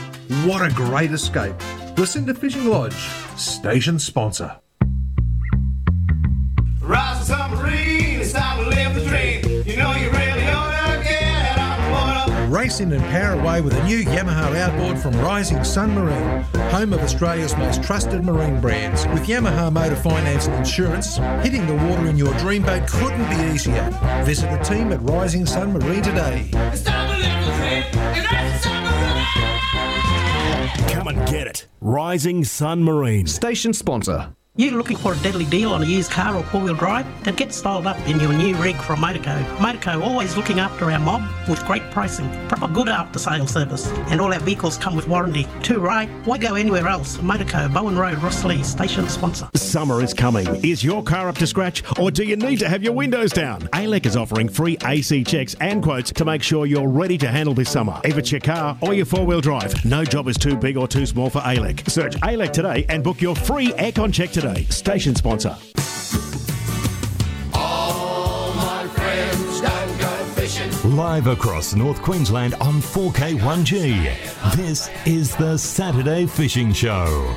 what a great escape! Lucinda Fishing Lodge, station sponsor.
Rise to submarine, it's time to live the dream. You know you really ought to get out of water.
Race in and power away with a new Yamaha outboard from Rising Sun Marine, home of Australia's most trusted marine brands. With Yamaha Motor Finance and Insurance, hitting the water in your dream boat couldn't be easier. Visit the team at Rising Sun Marine today.
Come and get it. Rising Sun Marine.
Station sponsor. You're looking for a deadly deal on a used car or four-wheel drive? Then get styled up in your new rig from Motorco. Motorco always looking after our mob with great pricing, proper good after-sale service, and all our vehicles come with warranty. Too right? Why go anywhere else? Motorco, Bowen Road, Rosslea, station sponsor.
Summer is coming. Is your car up to scratch or do you need to have your windows down? ALEC is offering free AC checks and quotes to make sure you're ready to handle this summer. If it's your car or your four wheel drive, no job is too big or too small for ALEC. Search ALEC today and book your free aircon check today. Station sponsor.
All my friends don't go fishing.
Live across North Queensland on 4K1G. This is the Saturday Fishing Show.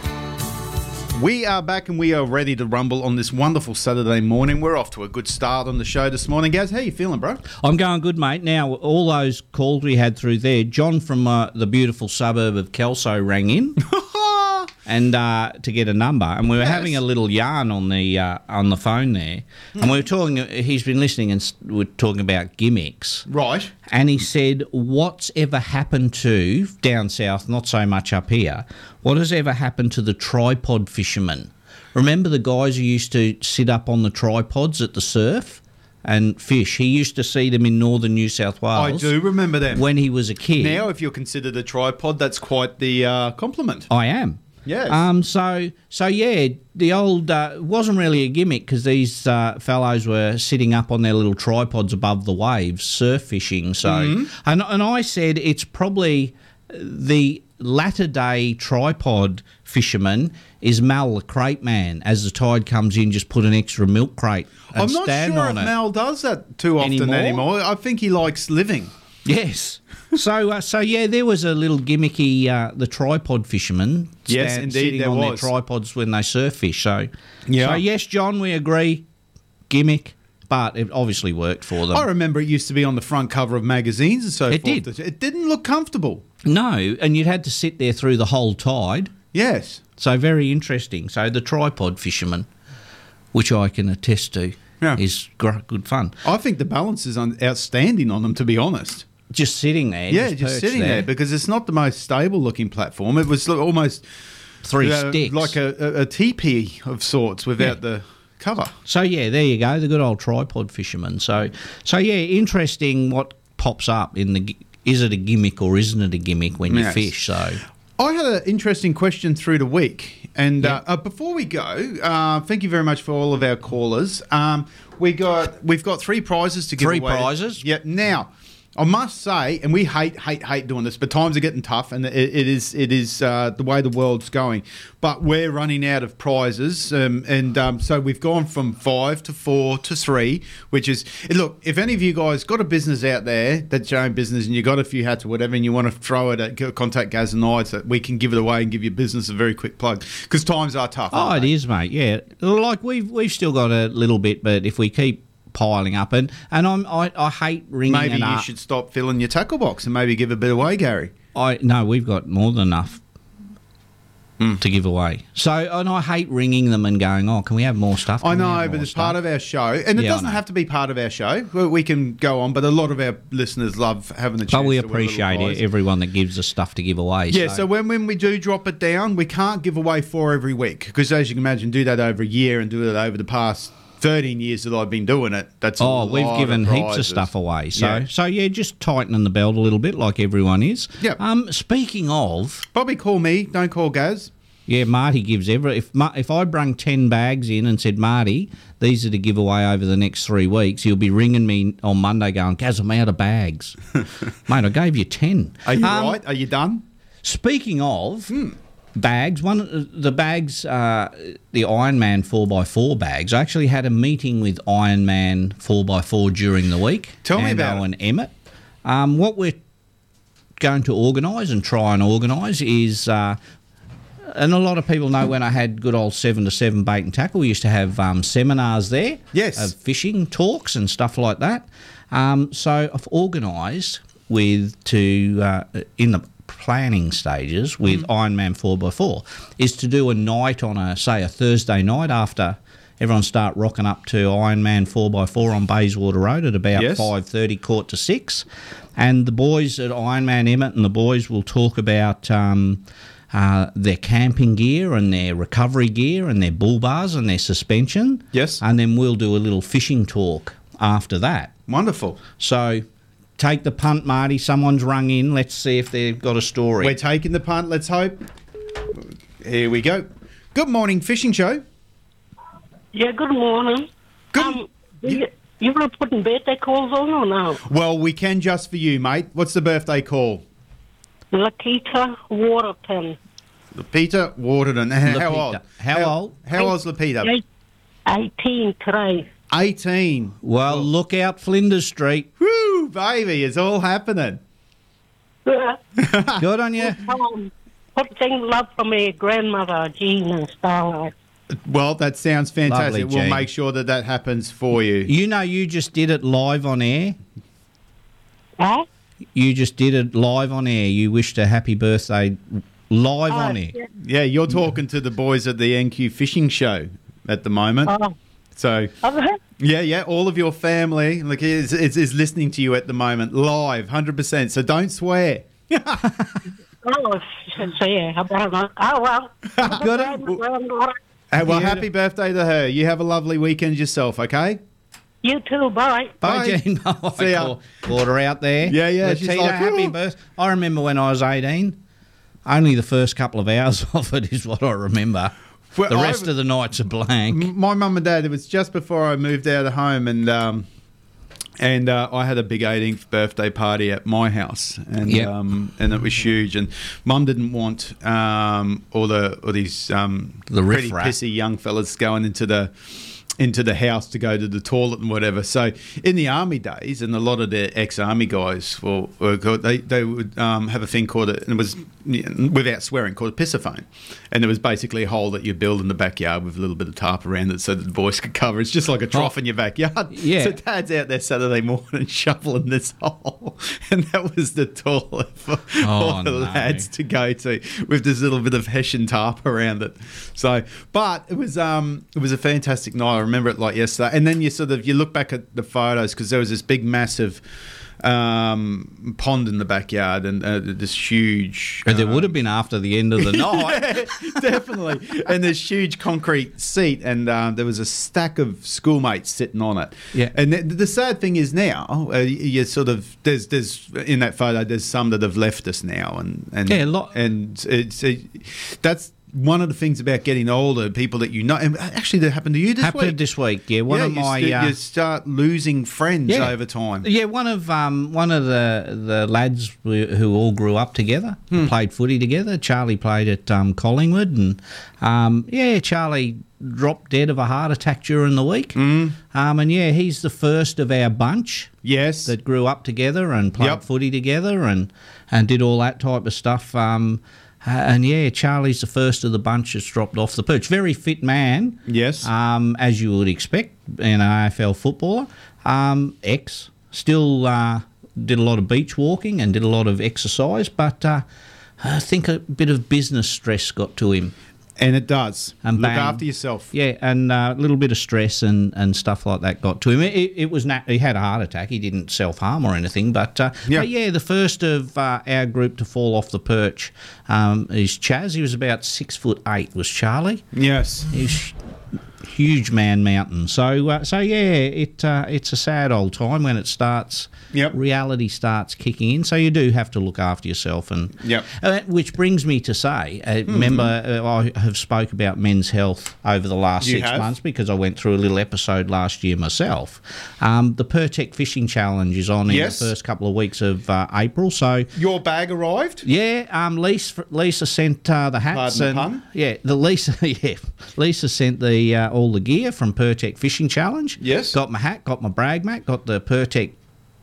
We are back and we are ready to rumble on this wonderful Saturday morning. We're off to a good start on the show this morning, guys. How you feeling, bro?
I'm going good, mate. Now, all those calls we had through there, John from uh, the beautiful suburb of Kelso rang in. And uh, to get a number, and we were having a little yarn on the uh, on the phone there, and we were talking. He's been listening, and s- we're talking about gimmicks,
right?
And he said, "What's ever happened to down south? Not so much up here. What has ever happened to the tripod fisherman? Remember the guys who used to sit up on the tripods at the surf and fish? He used to see them in northern New South
I
Wales.
do remember them.
when he was a kid.
Now, if you're considered a tripod, that's quite the uh, compliment.
I am.
Yes.
Um. So so yeah, the old uh, wasn't really a gimmick because these uh, fellows were sitting up on their little tripods above the waves, surf fishing. So
Mm-hmm.
Mhm.
and and I said it's probably the latter day tripod fisherman is Mal the crate man. As the tide comes in, just put an extra milk crate and
I'm not
stand
sure
on
if
it.
Mal does that too often
Anymore?
anymore. I think he likes living.
Yes. so uh, so yeah, there was a little gimmicky uh, the tripod fisherman.
Yes, indeed,
sitting
there
on
was.
their tripods when they surf fish. So
Yeah.
So yes, John, we agree, gimmick, but it obviously worked for them.
I remember it used to be on the front cover of magazines and so
It
forth.
did.
It didn't look comfortable.
No, and you'd had to sit there through the whole tide.
Yes.
So very interesting. So the tripod fisherman, which I can attest to, is gr- good fun.
I think the balance is un- outstanding on them, to be honest.
Just sitting there.
Yeah,
just
just,
perched
sitting there.
there.
because it's not the most stable looking platform. It was lo- almost
Three
uh,
sticks.
like a, a, a teepee of sorts without the cover.
So yeah, there you go, the good old tripod fisherman. So so yeah, interesting what pops up in the gi- is it a gimmick or isn't it a gimmick when
Yes.
you fish? So
I had an interesting question through the week, and uh, uh, before we go, uh, thank you very much for all of our callers. Um, we got we've got three prizes to give
Three
away.
prizes?
Yep. Now, I must say, and we hate hate hate doing this, but times are getting tough, and it, it is it is uh, the way the world's going. But we're running out of prizes, um, and um, so we've gone from five to four to three, which is and look. If any of you guys got a business out there that's your own business, and you got a few hats or whatever, and you want to throw it at go- contact Gaz and I, so that we can give it away and give your business a very quick plug because times are <laughs> tough.
Oh, it is, mate. Yeah, like we've we've still got a little bit, but if we keep piling up, and and I'm I, I hate ringing.
Maybe
and
you
ar-
should stop filling your tackle box and maybe give a bit away, Gary.
I no, we've got more than enough.
Hmm.
to give away. So, and I hate ringing them and going, "Oh, can we have more stuff?"
I
Can we
know,
have
but
more
it's
stuff?"
part of our show, and it
Yeah, I
doesn't
know.
have to be part of our show. We we can go on, but a lot of our listeners love having the chance.
But we
to win little
appreciate
prize.
it, everyone that gives us stuff to give away.
Yeah, so, when, when we do drop it down, we can't give away four every week because, as you can imagine, do that over a year and do that over the past 13 years that I've been doing it. That's a
oh, we've
lot
given heaps of
prizes.
stuff away. So,
Yeah.
so yeah, just tightening the belt a little bit, like everyone is. Yeah. Um, speaking of,
probably call me. Don't call Gaz.
Yeah, Marty gives every. If Ma- if I brung ten bags in and said, Marty, these are to give away over the next three weeks, you'll be ringing me on Monday, going, Gaz, I'm out of
<laughs>
bags, mate. I gave you ten. Um,
Are you right? Are you done? Hmm.
Speaking of bags, one of the bags, uh, the Iron Man 4x4 bags, I actually had a meeting with Iron Man 4x4 during the week. Tell
me about it.
Owen uh, Emmett. Um, what we're going to organise and try and organise is. Uh, and a lot of people know when I had good old seven to seven bait and tackle, we used to have um, seminars there. Yes. Of fishing talks and stuff like that. Um, so I've organised with to uh, in the planning stages with
Mm-hmm.
Ironman 4x4 is to do a night on a say a Thursday night after everyone start rocking up to Ironman 4x4 on Bayswater Road at about
Yes.
5.30 quarter to 6 and the boys at Ironman Emmett and the boys will talk about um, uh, their camping gear and their recovery gear and their bull bars and their suspension yes and then we'll do a little fishing talk after that
wonderful
so take the punt Marty someone's rung in let's see if they've got a story
We're taking the punt. Let's hope. Here we go. Good morning, fishing show.
Yeah, good morning.
Good.
Um, you, you were putting birthday calls on or no?
Well, we can just for you, mate. What's the birthday call?
Lakita Waterton.
Lupita Waterton. <laughs> How
Lupita.
old?
How, old?
How old's Lupita?
Eight- 18 today.
18.
Well, look out, Flinders Street.
Woo, baby, it's all happening.
Good on you.
Um, putting love from her grandmother, Jean and Starlight.
Well, that sounds fantastic.
Lovely,
we'll
Jean.
make sure that that happens <laughs> for you.
You know, you just did it live on air.
Huh?
You just did it live on air. You wished a happy birthday live on air.
Yeah, you're talking to the boys at the NQ Fishing Show at the moment.
Oh.
So, yeah, yeah, all of your family like is, is, is listening to you at the moment, live, 100%. So don't swear.
Oh, so yeah, I better not. Oh, well.
Good.
Granddaughter.
Uh, well, happy birthday to her. You have a lovely weekend yourself, okay?
You too, bye.
Bye, Jean. <laughs>
See ya.
Caught- Caught her out there.
Yeah, yeah, she's
Letitia,
like,
happy
"Ooh."
birth. I remember when I was 18, only the first couple of hours <laughs> of it is what I remember.
Well,
the
I-
rest of the nights are blank.
M- My mum and dad. It was just before I moved out of home, and um, and uh, I had a big 18th birthday party at my house, and
Yep.
um, and it was huge. And mum didn't want um, all the all these um,
The
pretty
riffraff.
pissy young fellas going into the into the house to go to the toilet and whatever. So in the army days, and a lot of the ex-army guys, well, they they would um, have a thing called it, and it was without swearing called a pissophone, and it was basically a hole that you build in the backyard with a little bit of tarp around it so that the boys could cover. It's just like a trough in your backyard.
Yeah.
<laughs> So dad's out there Saturday morning <laughs> shoveling this hole, <laughs> and that was the toilet <laughs> for all the
Oh, no.
lads to go to with this little bit of Hessian tarp around it. So, but it was um it was a fantastic night. I remember it like yesterday. And then you sort of you look back at the photos because there was this big massive um pond in the backyard and uh, this huge um,
And Oh, there would have been after the end
<laughs>
of the night.
Yeah, <laughs> definitely. And this huge concrete seat, and um, there was a stack of schoolmates sitting on it.
Yeah.
And the, the sad thing is now, uh, you sort of there's there's in that photo there's some that have left us now, and and
Yeah, a lot.
and it's it, that's. One of the things about getting older, people that you know, and uh, actually that happened to you this
Happened
week.
this week, yeah. One
Yeah,
of
you
my
st-
uh,
you start losing friends
Yeah.
over time.
Yeah, one of um, one of the the lads who who all grew up together,
Hmm.
played footy together. Charlie played at um, Collingwood, and um, yeah, Charlie dropped dead of a heart attack during the week.
Hmm.
Mm. Um, and yeah, he's the first of our bunch.
Yes,
that grew up together and played footy together and and did all that type of stuff. Um, uh, and yeah, Charlie's the first of the bunch that's dropped off the perch. Very fit man.
Yes.
Um, as you would expect, an AFL footballer. Um, ex. Still uh, did a lot of beach walking and did a lot of exercise, but uh, I think a bit of business stress got to him.
And it does.
And
Look
bang.
after yourself.
Yeah, and uh, a little bit of stress and, and stuff like that got to him. It, it, it was nat- he had a heart attack. He didn't self harm or anything, but uh, but yeah, the first of uh, our group to fall off the perch um, is Chaz. He was about six foot eight. Was Charlie?
Yes,
he's huge man mountain. So uh, so yeah, it uh, it's a sad old time when it starts. Yep. reality starts kicking in. So you do have to look after yourself and
Yep. Hmm.
uh, which brings me to say, uh, remember uh, I have spoke about men's health over the last
You
six
have?
months because I went through a little episode last year myself. Um, the Pertec fishing challenge is on in
Yes.
the first couple of weeks of uh, April, so
Your bag arrived.
yeah, um, Lisa, Lisa sent uh, the hats
Pardon the
and
pun?
yeah, the Lisa <laughs> yeah, Lisa sent the uh, all the gear from Pertec Fishing Challenge. Yes, got my hat, got my brag mat, got the Pertec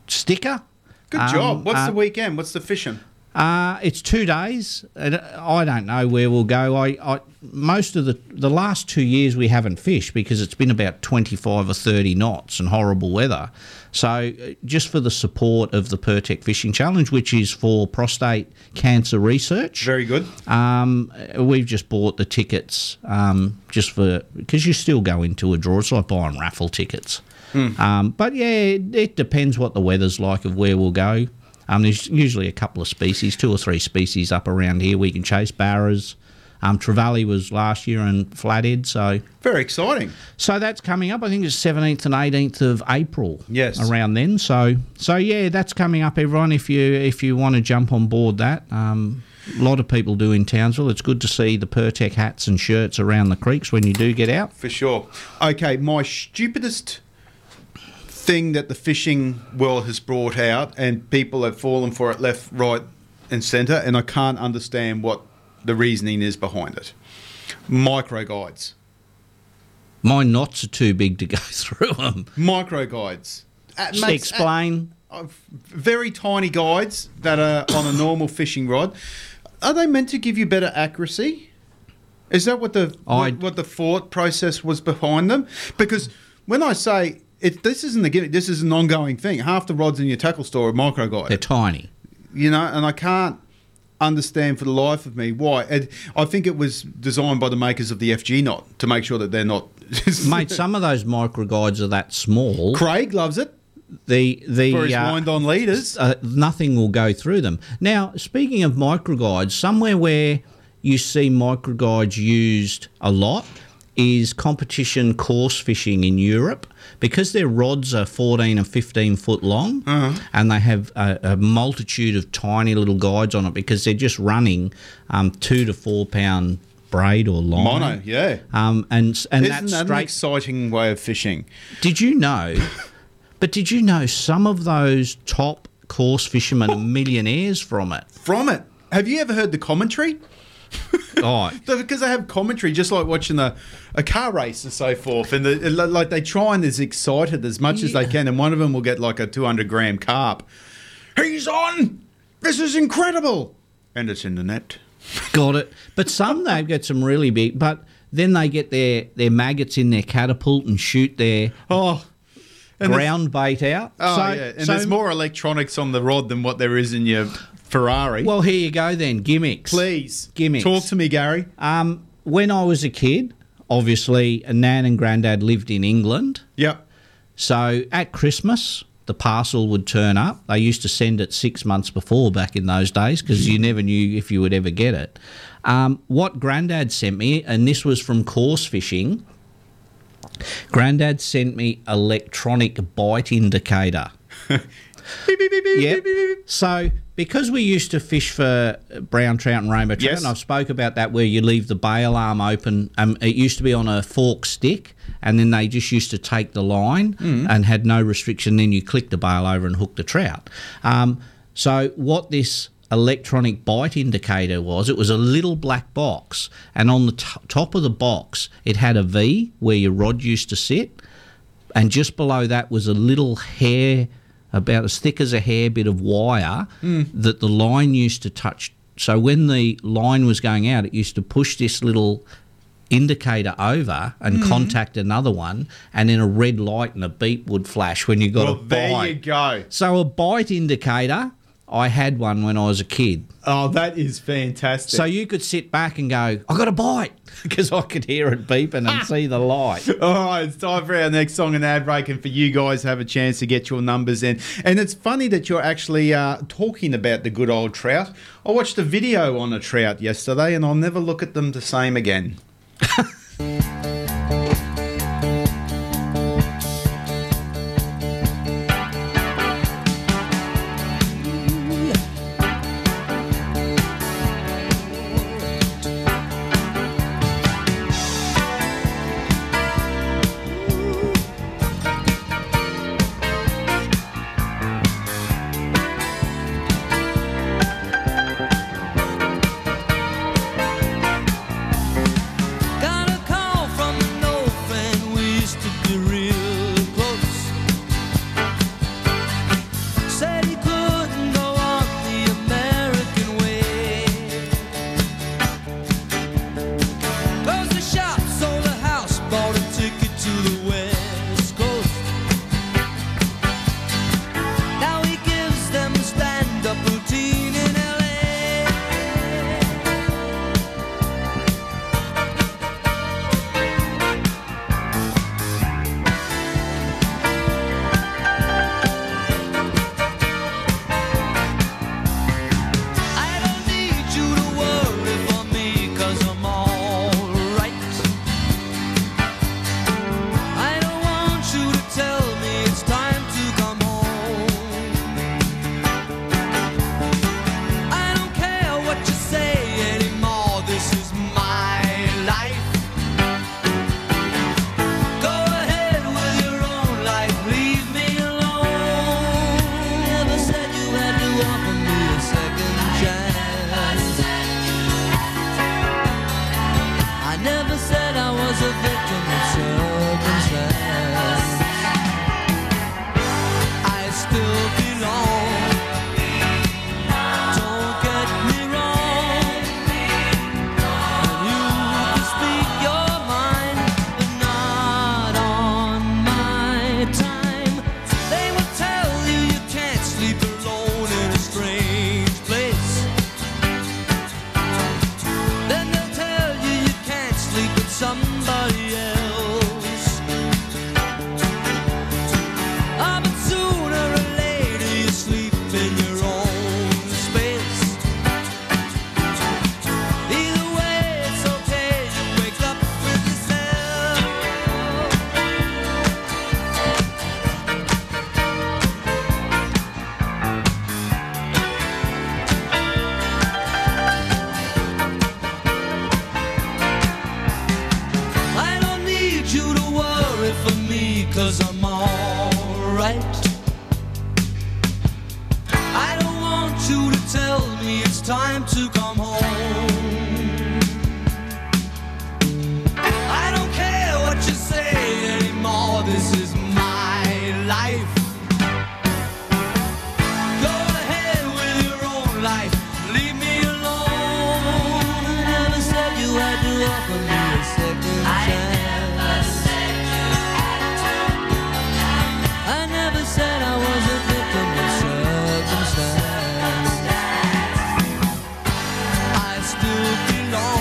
sticker.
Good
Um,
job. What's
uh,
the weekend? What's the fishing?
uh, it's two days. and I don't know where we'll go. I, I most of the the last two years we haven't fished because it's been about twenty five or thirty knots and horrible weather. So uh, just for the support of the Pertec Fishing Challenge, which is for prostate cancer research.
Very good.
Um, uh, we've just bought the tickets um, just for because you still go into a draw. It's like buying raffle tickets. Um, but yeah, it, it depends what the weather's like of where we'll go. Um, there's usually a couple of species, two or three species up around here we can chase. Barras, um, trevally was last year and flathead, so
very exciting.
So that's coming up. I think it's seventeenth and eighteenth of April.
Yes.
around then. So so yeah, that's coming up, everyone. If you if you want to jump on board that, um, a lot of people do in Townsville. It's good to see the Pertec hats and shirts around the creeks when you do get out.
For sure. Okay, my stupidest thing that the fishing world has brought out, and people have fallen for it left, right, and centre, and I can't understand what the reasoning is behind it. Micro guides.
My knots are too big to go <laughs> through them.
Micro guides. At-
Just
mates, at-
explain.
uh, very tiny guides that are on a normal fishing rod. Are they meant to give you better accuracy? Is that what the
I-
what the thought process was behind them? Because when I say it, this isn't a gimmick. This is an ongoing thing. Half the rods in your tackle store are micro guide. They're
tiny,
you know, and I can't understand for the life of me why. And I think it was designed by the makers of the FG knot to make sure that they're not.
<laughs> Mate, some of those micro guides are that small.
Craig loves it.
The the
For his wind on leaders,
uh, nothing will go through them. Now, speaking of micro guides, somewhere where you see micro guides used a lot is competition course fishing in Europe because their rods are 14 and 15 foot long
Uh-huh.
and they have a, a multitude of tiny little guides on it because they're just running um, two to four pound braid or line
Mono, yeah.
um, and and
Isn't
that's
that an
straight
exciting way of fishing.
Did you
<laughs>
know? but did you know some of those top course fishermen are millionaires from it?
From it. Have you ever heard the commentary?
Oh,
So because they have commentary, just like watching a, a car race and so forth, and the, like they try and is excited as much as they can, and one of them will get like a two hundred gram carp. He's on. This is incredible. And it's in the net.
Got it. But some they've got some really big. But then they get their their maggots in their catapult and shoot their
oh and there's-
ground bait out.
Oh
So-
yeah, and
so-
there's more electronics on the rod than what there is in your Ferrari.
Well, here you go then. Gimmicks.
Please.
Gimmicks.
Talk to me, Gary.
Um, when I was a kid, obviously, Nan and Grandad lived in England.
Yep.
So at Christmas, the parcel would turn up. They used to send it six months before back in those days because you never knew if you would ever get it. Um, what Grandad sent me, and this was from course fishing, Grandad sent me electronic bite
<laughs>
indicator. Yep. So because we used to fish for brown trout and rainbow trout,
Yes.
and I've spoke about that where you leave the bail arm open. Um, it used to be on a fork stick, and then they just used to take the line
Mm.
and had no restriction. Then you click the bail over and hook the trout. Um, so what this electronic bite indicator was, it was a little black box, and on the t- top of the box, it had a V where your rod used to sit and just below that was a little hair about as thick as a hair bit of wire
Hmm.
that the line used to touch so when the line was going out it used to push this little indicator over and
Mm.
contact another one and then a red light and a beep would flash when you got
Well,
a bite
there you go.
so a bite indicator I had one when I was a kid.
Oh, that is fantastic.
So you could sit back and go, I got a bite, <laughs> because I could hear it beeping
Ah.
and see the light.
<laughs> All right, it's time for our next song and ad break, and for you guys to have a chance to get your numbers in. And it's funny that you're actually uh, talking about the good old trout. I watched a video on a trout yesterday, and I'll never look at them the same again.
Got a call from an old friend. We used to be real close. Said he couldn't go on the American way. 'Cause the shop sold a house, bought a ticket to the West Coast. Now he gives them a stand-up routine in L.A. I don't need you to worry for me, cause I'm alright. I don't want you to tell me it's time to come home. I don't care what you say anymore, this is my life. Go ahead with your own life, leave me alone. Never said you had to offer me a second chance. I never said I was a victim of circumstance. I still belong. Don't get me wrong. And you can speak your mind, but not on my time. They will tell you you can't sleep alone in a strange place. Then they'll tell you you can't sleep with somebody else. Ah, but sooner or later you sleep in your own space. Either way, it's okay. You wake up with yourself. I don't need you to worry for me, cause I'm alright. I don't want you to tell me it's time to come home. I don't care what you say anymore, this is my life. Go ahead with your own life, leave me alone. Never said you had to offer me a second chance. I never said I was a victim of circumstance. I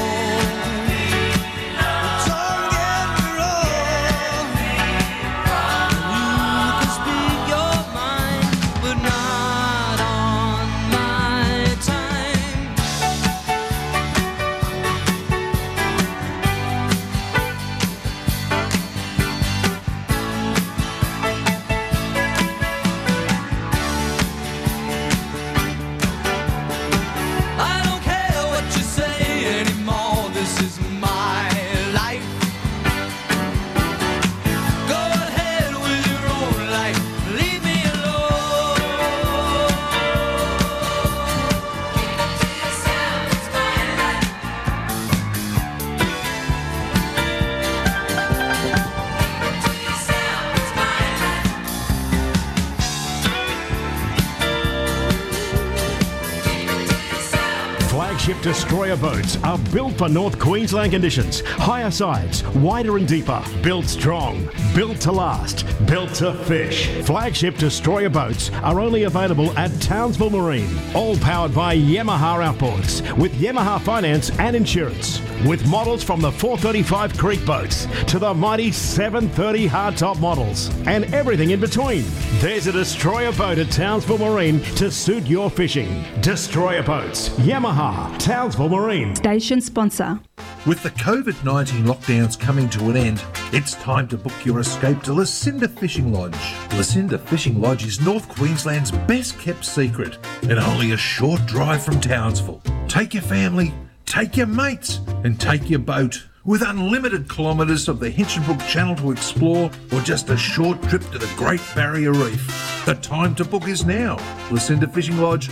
Ship Destroyer boats are built for North Queensland conditions. Higher sides, wider and deeper. Built strong, built to last, built to fish. Flagship Destroyer boats are only available at Townsville Marine. All powered by Yamaha outboards with Yamaha finance and insurance. With models from the 435 Creek boats to the mighty 730 hardtop models and everything in between. There's a destroyer boat at Townsville Marine to suit your fishing. Destroyer boats, Yamaha, Townsville Marine.
Station sponsor.
With the COVID 19 lockdowns coming to an end, it's time to book your escape to Lucinda Fishing Lodge. Lucinda Fishing Lodge is North Queensland's best kept secret and only a short drive from Townsville. Take your family, take your mates, and take your boat. With unlimited kilometres of the Hinchinbrook Channel to explore, or just a short trip to the Great Barrier Reef, the time to book is now. Lucinda Fishing Lodge,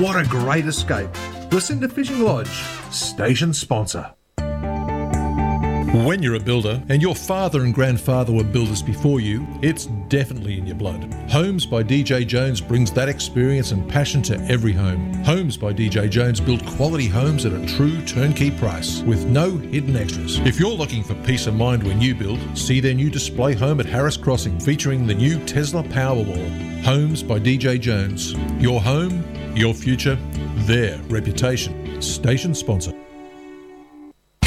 what a great escape! Lucinda Fishing Lodge, station sponsor.
When you're a builder, and your father and grandfather were builders before you, it's definitely in your blood. Homes by DJ Jones brings that experience and passion to every home. Homes by DJ Jones build quality homes at a true turnkey price with no hidden extras. If you're looking for peace of mind when you build, see their new display home at Harris Crossing featuring the new Tesla Powerwall. Homes by DJ Jones. Your home, your future, their reputation. Station sponsor.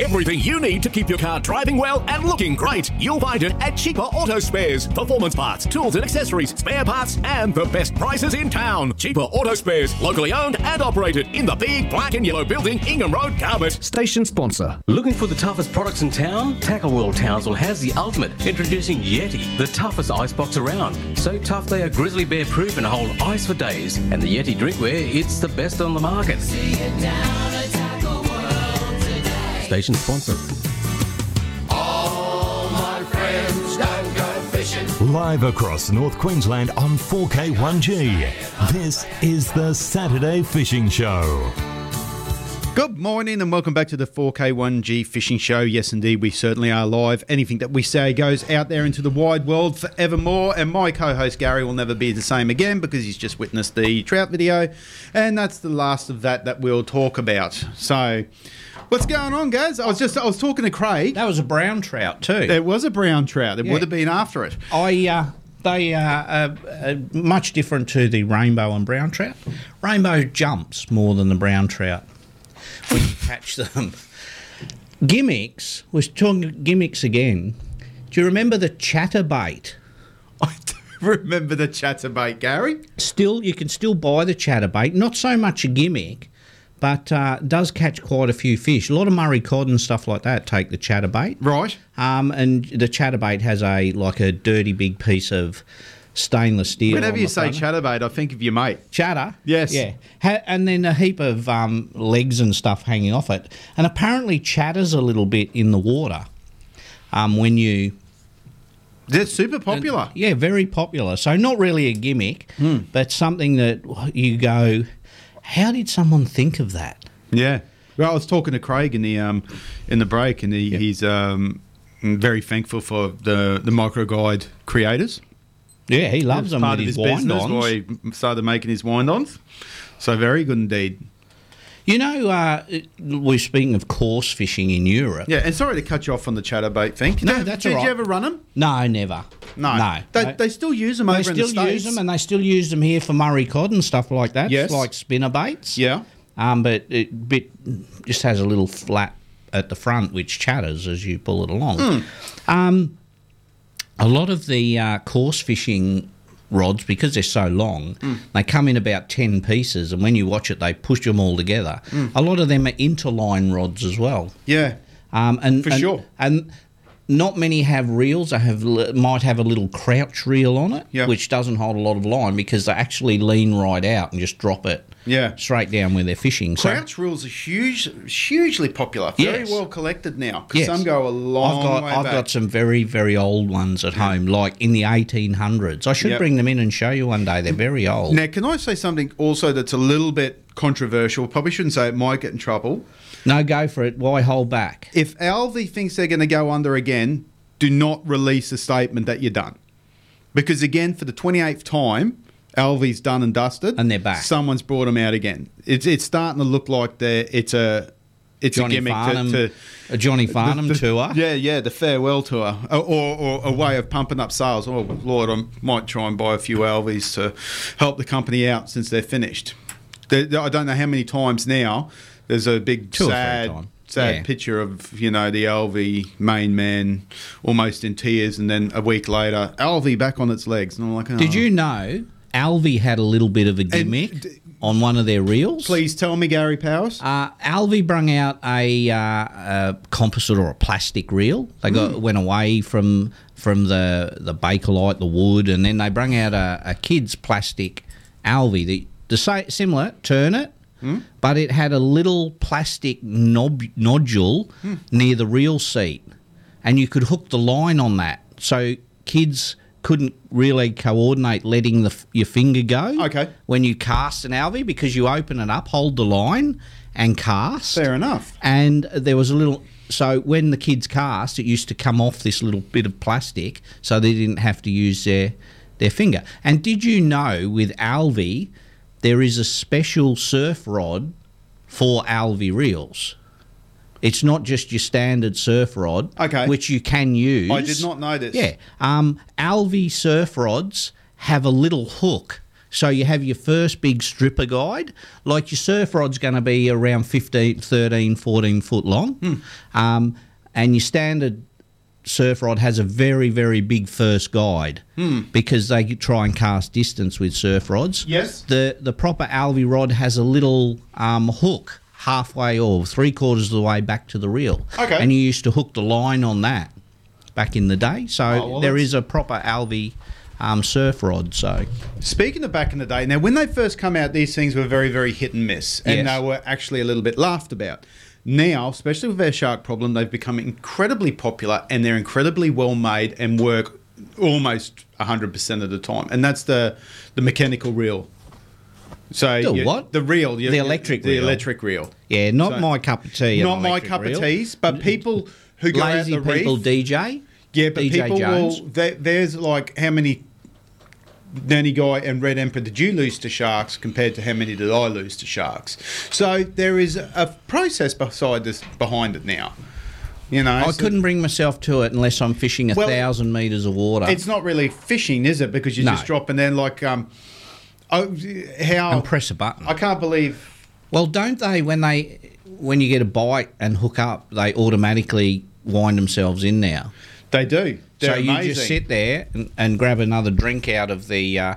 Everything you need to keep your car driving well and looking great, you'll find it at Cheaper Auto Spares. Performance parts, tools and accessories, spare parts, and the best prices in town. Cheaper Auto Spares, locally owned and operated in the big black and yellow building, Ingham Road, Carpet.
Station sponsor. Looking for the toughest products in town? Tackle World Townsville has the ultimate. Introducing Yeti, the toughest icebox around. So tough they are grizzly bear proof and hold ice for days. And the Yeti drinkware, it's the best on the market. Station sponsor.
All my friends don't go fishing.
Live across North Queensland on 4K1G. This is the Saturday Fishing Show.
Good morning and welcome back to the 4K1G Fishing Show. Yes, indeed, we certainly are live. Anything that we say goes out there into the wide world forevermore. And my co host Gary will never be the same again because he's just witnessed the trout video. And that's the last of that that we'll talk about. So. What's going on, guys? I was just I was talking to Craig. That
was a brown trout too.
It was a brown trout. It
Yeah.
would have been after it.
I uh, they are uh, uh, much different to the rainbow and brown trout. Rainbow jumps more than the brown trout when you catch them. gimmicks was talking gimmicks again. Do you remember the
<laughs>
chatterbait?
Remember the chatterbait, Gary?
Still, you can still buy the chatterbait. Not so much a gimmick, but uh, does catch quite a few fish. A lot of Murray cod and stuff like that take the chatterbait.
Right.
Um, and the chatterbait has a like a dirty big piece of stainless steel.
Whenever
on
you
the
say
front.
chatterbait, I think of your mate.
Chatter.
Yes.
Yeah. Ha- and then a heap of um, legs and stuff hanging off it. And apparently chatters a little bit in the water um, when you.
They're super popular. Hmm.
yeah, very popular. So not really a gimmick, but something that you go, how did someone think of that?
Yeah. Well, I was talking to Craig in the um, in the break, and he, he's um, very thankful for the the micro guide creators.
Yeah, he loves
It's
them
part
with
of
his
business,
wind-ons.
Why he started making his wind ons. So very good indeed.
You know, uh, it- we're speaking of coarse fishing in Europe.
Yeah, and sorry to cut you off on the chatterbait thing.
No,
Did-
that's
Did
all right.
you ever run them?
No, never.
No.
No.
They, they still use them over
they
in the
still use
States.
them, and they still use them here for Murray cod and stuff like that.
Yes.
like spinner baits.
Yeah,
um, but it bit just has a little flap at the front which chatters as you pull it along.
Hmm.
Um, a lot of the uh, coarse fishing rods, because they're so long,
Mm.
they come in about ten pieces, and when you watch it, they push them all together.
Mm.
A lot of them are interline rods as well.
Yeah,
um, and
For
and-
sure.
and. Not many have reels. They have li- might have a little crouch reel on it, which doesn't hold a lot of line because they actually lean right out and just drop it
yeah.
straight down where they're fishing. So-
Crouch reels are huge, hugely popular. Very
Yes.
well collected now.
Yes.
Because some go a long
I've got
way
I've
back.
got some very very old ones at home, like in the 1800s. I should
Yep.
bring them in and show you one day. They're very old.
Now, can I say something also that's a little bit controversial? Probably shouldn't say it, might get in trouble.
No, go for it. Why hold back?
If Alvey thinks they're going to go under again, do not release a statement that you're done. Because, again, for the 28th time, Alvy's done and dusted, and
they're back.
Someone's brought them out again. It's it's starting to look like they're it's a it's
Johnny
a gimmick
Farnham-
to, to
a Johnny
the-
Farnham
the-
tour.
Yeah, yeah, the farewell tour, or, or, or a way of pumping up sales. Oh Lord, I might try and buy a few Alvies to help the company out since they're finished. They- they- I don't know how many times now. There's a big
Two or three
sad
times.
sad
Yeah.
picture of you know the Alvy main man almost in tears, and then a week later Alvy back on its legs, and I'm like, oh.
Did you know Alvy had a little bit of a gimmick on one of their reels?
Please tell me, Gary Powers.
Uh, Alvy brung out a, uh, a composite or a plastic reel. They got
Mm.
went away from from the the bakelite, the wood, and then they brung out a, a kids plastic Alvy. The the sa- similar turn it,
Hmm?
but it had a little plastic knob nodule near the reel seat, and you could hook the line on that. So kids couldn't really coordinate letting the, f- your finger go. Okay. When you cast an alvey, because you open it up, hold the line, and cast. Fair
enough.
And there was a little. So when the kids cast, it used to come off this little bit of plastic, so they didn't have to use their their finger. And did you know with alvey, there is a special surf rod for alvey reels. It's not just your standard surf rod, okay. which you can use.
I did not know this.
Yeah, um, Alvey surf rods have a little hook, so you have your first big stripper guide. Like your surf rod's going to be around 15, 13, 14 foot long,
Hmm.
um, and your standard surf rod has a very, very big first guide
Hmm.
because they try and cast distance with surf rods.
Yes.
The the proper Alvey rod has a little um, hook halfway or three quarters of the way back to the reel.
Okay.
And you used to hook the line on that back in the day. So
Oh, well,
there
that's-
is a proper Alvey um, surf rod. So
Speaking of back in the day, now when they first come out, these things were very, very hit and miss, and
Yes.
they were actually a little bit laughed about. Now, especially with their shark problem, they've become incredibly popular, and they're incredibly well made and work almost hundred percent of the time. And that's the the mechanical reel. So
The
you-
what?
The reel, you-
The electric
the
reel.
electric reel.
yeah, not
So-
my cup of tea. an
Not my
electric
cup
reel.
of teas, but people who go
Lazy
out the
people
reef,
DJ.
yeah, but
DJ
people
Jones.
will. There, there's like how many Nanny Guy and Red Emperor did you lose to sharks compared to how many did I lose to sharks? So there is a process beside this, behind it now. You know,
I
so-
couldn't bring myself to it unless I'm fishing a
Well,
thousand meters of water.
It's not really fishing, is it? Because you're
No.
just dropping then like um, oh, how
and press a button.
I can't believe.
Well, don't they when they when you get a bite and hook up, they automatically wind themselves in now.
They do. They're
so you just
amazing.
sit there and, and grab another drink out of the uh,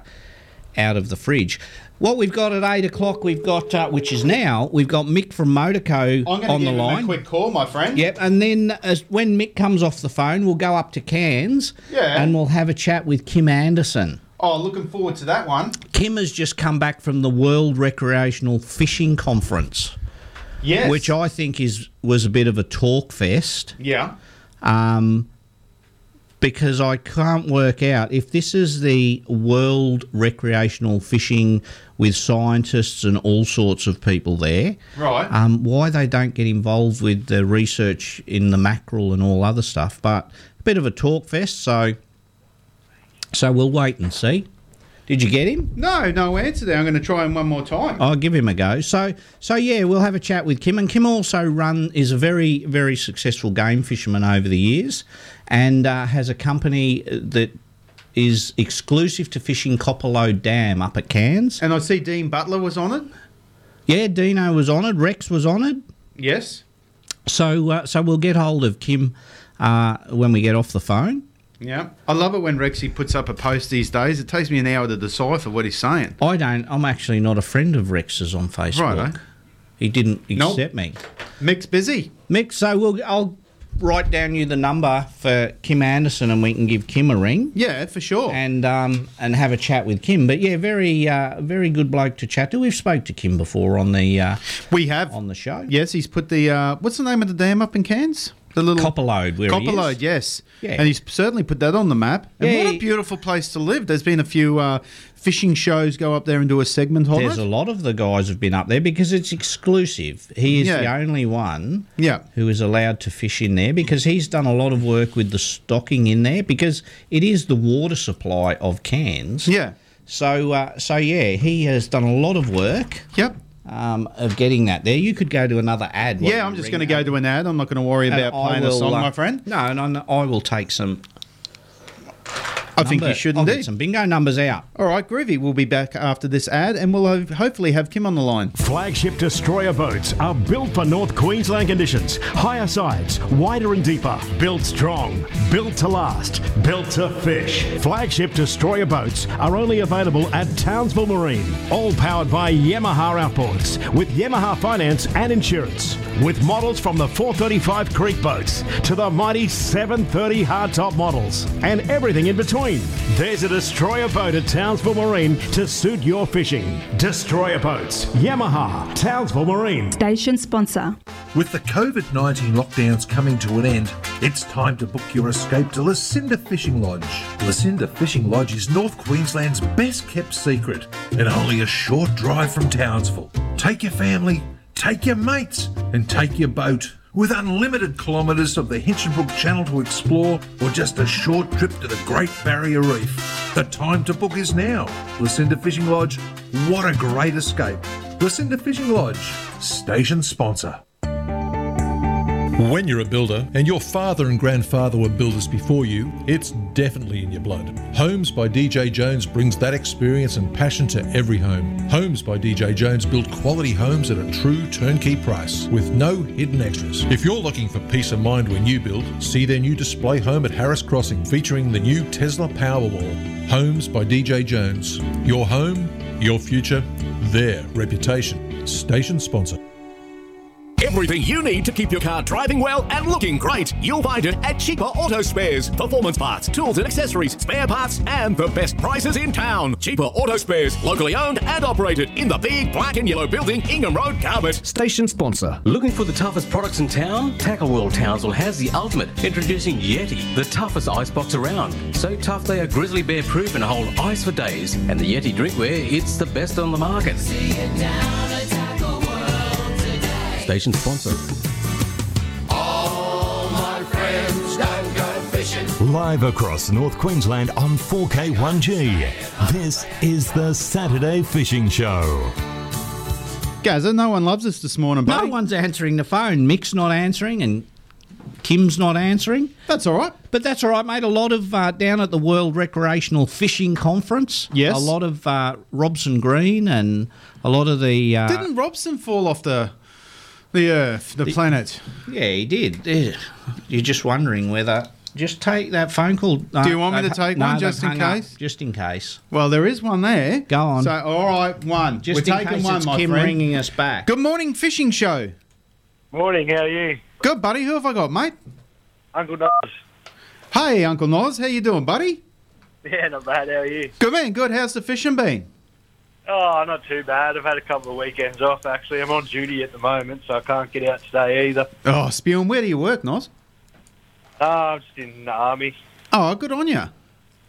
out of the fridge. What we've got at eight o'clock, we've got uh, which is now we've got Mick from Motorco
I'm going to
on
give
the
him
line.
a quick call, my friend.
Yep, and then as, when Mick comes off the phone, we'll go up to Cairns
Yeah.
and we'll have a chat with Kim Anderson.
Oh, looking forward to that one.
Kim has just come back from the World Recreational Fishing Conference.
Yes.
Which I think is was a bit of a talk fest.
Yeah.
Um, because I can't work out if this is the world recreational fishing with scientists and all sorts of people there.
Right.
Um, why they don't get involved with the research in the mackerel and all other stuff, but a bit of a talk fest, so so we'll wait and see. Did you get him?
No, no answer there. I'm going to try him one more time.
I'll give him a go. So, so yeah, we'll have a chat with Kim, and Kim also run is a very, very successful game fisherman over the years, and uh, has a company uh, that is exclusive to fishing Copperlow Dam up at Cairns.
And I see Dean Butler was on it.
Yeah, Dino was honoured. Rex was honoured.
Yes.
So, uh, so we'll get hold of Kim uh, when we get off the phone.
Yeah. I love it when Rexy puts up a post these days. It takes me an hour to decipher what he's saying.
I don't. I'm actually not a friend of Rex's on Facebook.
Righto.
He didn't
Nope.
accept me.
Mick's busy.
Mick, so we'll I'll write down you the number for Kim Anderson, and we can give Kim a ring.
Yeah, for sure.
And um and have a chat with Kim. But yeah, very uh, very good bloke to chat to. We've spoke to Kim before on the uh,
we have
on the show.
Yes, he's put the uh, what's the name of the dam up in Cairns? The little
Copperload, where he is.
Copperload, yes.
Yeah.
And he's certainly put that on the map. And
Yeah,
what
he-
a beautiful place to live. There's been a few uh, fishing shows go up there and do a segment on
There's
it.
a lot of the guys have been up there because it's exclusive. He is the
Yeah.
only one who is allowed to fish in there because he's done a lot of work with the stocking in there because it is the water supply of Cairns.
Yeah.
So, uh, so yeah, he has done a lot of work.
Yep.
Um, of getting that there, you could go to another ad. while
yeah, I'm
you
just
ring
going to
up.
go to an ad. I'm not going to worry
And
about
I
playing a
will,
song,
uh,
my friend.
No, and I, I will take some.
I think you
number-
shouldn't
I'll
do.
get some bingo numbers out.
All right, groovy. We'll be back after this ad, and we'll have, hopefully have Kim on the line.
Flagship destroyer boats are built for North Queensland conditions. Higher sides, wider and deeper. Built strong, built to last, built to fish. Flagship destroyer boats are only available at Townsville Marine. All powered by Yamaha outboards with Yamaha finance and insurance. With models from the 435 Creek boats to the mighty 730 hardtop models and everything in between. There's a destroyer boat at Townsville Marine to suit your fishing. Destroyer boats, Yamaha, Townsville Marine.
Station sponsor.
With the COVID 19 lockdowns coming to an end, it's time to book your escape to Lucinda Fishing Lodge. Lucinda Fishing Lodge is North Queensland's best kept secret and only a short drive from Townsville. Take your family, take your mates, and take your boat. With unlimited kilometres of the Hinchinbrook Channel to explore, or just a short trip to the Great Barrier Reef, the time to book is now. Lucinda Fishing Lodge, what a great escape! Lucinda Fishing Lodge, station sponsor.
When you're a builder and your father and grandfather were builders before you, it's definitely in your blood. Homes by DJ Jones brings that experience and passion to every home. Homes by DJ Jones build quality homes at a true turnkey price with no hidden extras. If you're looking for peace of mind when you build, see their new display home at Harris Crossing featuring the new Tesla Powerwall. Homes by DJ Jones. Your home, your future, their reputation. Station sponsor.
Everything you need to keep your car driving well and looking great, you'll find it at Cheaper Auto Spares. Performance parts, tools and accessories, spare parts, and the best prices in town. Cheaper Auto Spares, locally owned and operated in the big black and yellow building, Ingham Road, Carpet.
Station sponsor. Looking for the toughest products in town? Tackle World Townsville has the ultimate. Introducing Yeti, the toughest icebox around. So tough they are grizzly bear proof and hold ice for days. And the Yeti drinkware, it's the best on the market. Station sponsor.
All my friends don't go fishing.
Live across North Queensland on 4K1G. This is the Saturday Fishing Show.
Gazza, no one loves us this morning, buddy.
No one's answering the phone. Mick's not answering, and Kim's not answering.
That's all right.
But that's all right, mate. A lot of uh, down at the World Recreational Fishing Conference.
Yes.
A lot of uh, Robson Green and a lot of the. Uh,
Didn't Robson fall off the the Earth, the, planet?
Yeah, he did. Eh, You're just wondering whether. Just take that phone call.
Do you want me
they've
to
hu-
take
no,
one
they've
just in
hung up,
case?
just in case.
Well, there is one there. Go
on.
So, all right, one.
Just
We're
in
taking
case
one,
it's
my
Kim
friend.
ringing us back.
Good morning, fishing show.
Morning, how are you?
Good, buddy. Who have I got, mate?
Uncle Nos.
Hey, Uncle Noz. How you doing, buddy?
Yeah, not bad, how are you?
Good man. Good. How's the fishing been?
Oh, not too bad. I've had a couple of weekends off, actually. I'm on duty at the moment, so I can't get out today either.
Oh, spewing. Where do you work, Noz?
Uh, I'm just in the army.
Oh, good on you.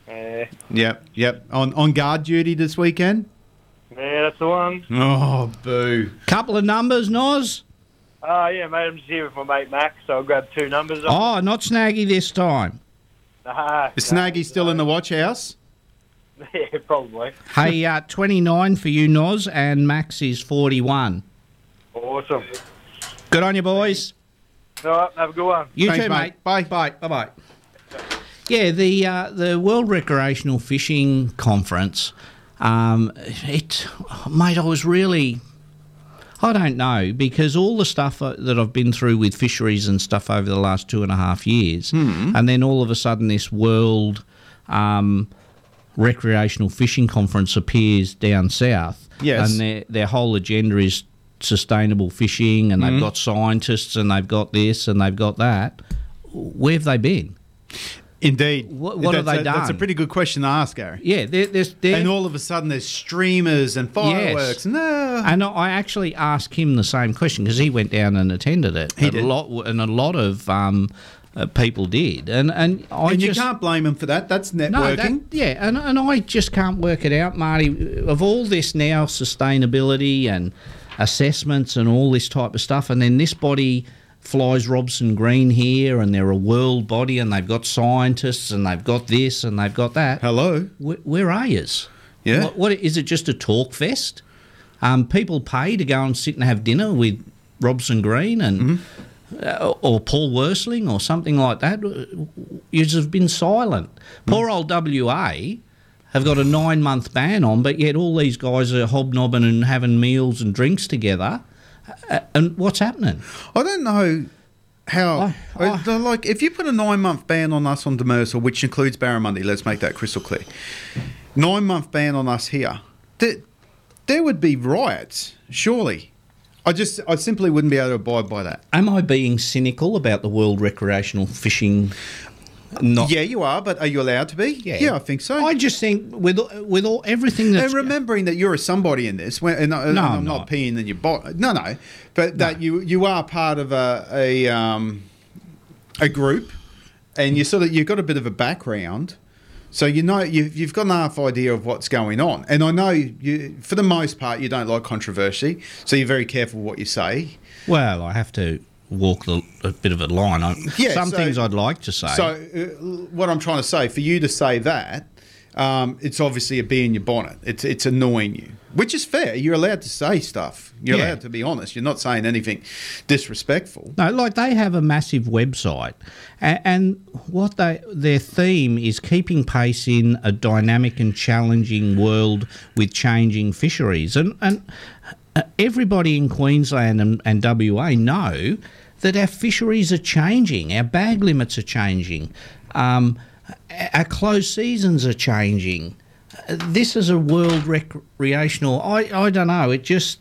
Yeah,
Yep, yep. On on guard duty this weekend.
yeah that's the one.
Oh, boo.
Couple of numbers, Noz.
Oh, yeah, mate, I'm just here with my mate Max, so I'll grab two numbers.
Oh, not Snaggy this time.
Nah,
Is Snaggy still in the watch house?
<laughs> yeah, probably.
hey, uh, 29 for you, Noz, and Max is 41.
Awesome.
Good on you, boys.
All right, have a good one.
You too, mate. Bye. Bye. Bye. Bye. Yeah, the uh, the World Recreational Fishing Conference. Um, it, mate, I was really, I don't know, because all the stuff uh, that I've been through with fisheries and stuff over the last two and a half years,
Hmm.
and then all of a sudden this World um, Recreational Fishing Conference appears down south.
Yes.
and their their whole agenda is sustainable fishing, and
Mhm.
they've got scientists, and they've got this, and they've got that. Where have they been?
Indeed.
What, what have
That's
they
a-
done?
That's a pretty good question to ask, Gary.
Yeah, there, there's there.
And all of a sudden, there's streamers and fireworks. and No.
And I- I actually asked him the same question because he went down and attended it.
He
a
did.
lot, and a lot of um, uh, people did. And and I
and
just,
you can't blame them for that. That's networking.
No, that, yeah, and, and I just can't work it out, Marty. Of all this now, sustainability and assessments and all this type of stuff, and then this body flies Robson Green here, and they're a world body, and they've got scientists, and they've got this, and they've got that.
Hello,
where, where are yous?
Yeah.
What, what is it? Just a talk fest? Um, people pay to go and sit and have dinner with Robson Green and
Mm-hmm.
uh, or Paul Worsling or something like that. You just have been silent.
Mm.
Poor old WA have got a nine month ban on, but yet all these guys are hobnobbing and having meals and drinks together. Uh, and what's happening?
I don't know how. Uh, they're like, if you put a nine month ban on us on Demersal, which includes Barramundi, let's make that crystal clear. Nine month ban on us here. There, there would be riots, surely. I just, I simply wouldn't be able to abide by that.
Am I being cynical about the World Recreational Fishing? Not
yeah, you are, but are you allowed to be? Yeah, I think so. I
just think with with all everything that's
and remembering that you're a somebody in this, when, and, I, and
No,
I'm
I'm
not peeing in your bot. No, no, but that you you are part of a a, um, a group, and you sort of you've got a bit of a background, so you know you've you've got an half idea of what's going on. And I know you, for the most part, you don't like controversy, so you're very careful what you say.
Well, I have to walk the, a bit of a line. I,
Yeah,
some
so-
things I'd like to say.
So, uh, l- what I'm trying to say for you to say that, um, it's obviously a bee in your bonnet. It's it's annoying you, which is fair. You're allowed to say stuff. You're
Yeah.
allowed to be honest. You're not saying anything disrespectful.
No, like they have a massive website, and, and what they their theme is keeping pace in a dynamic and challenging world with changing fisheries, and and uh, everybody in Queensland and, and WA know that our fisheries are changing, our bag limits are changing, um, a- our closed seasons are changing. Uh, This is a world recreational. I I don't know. It just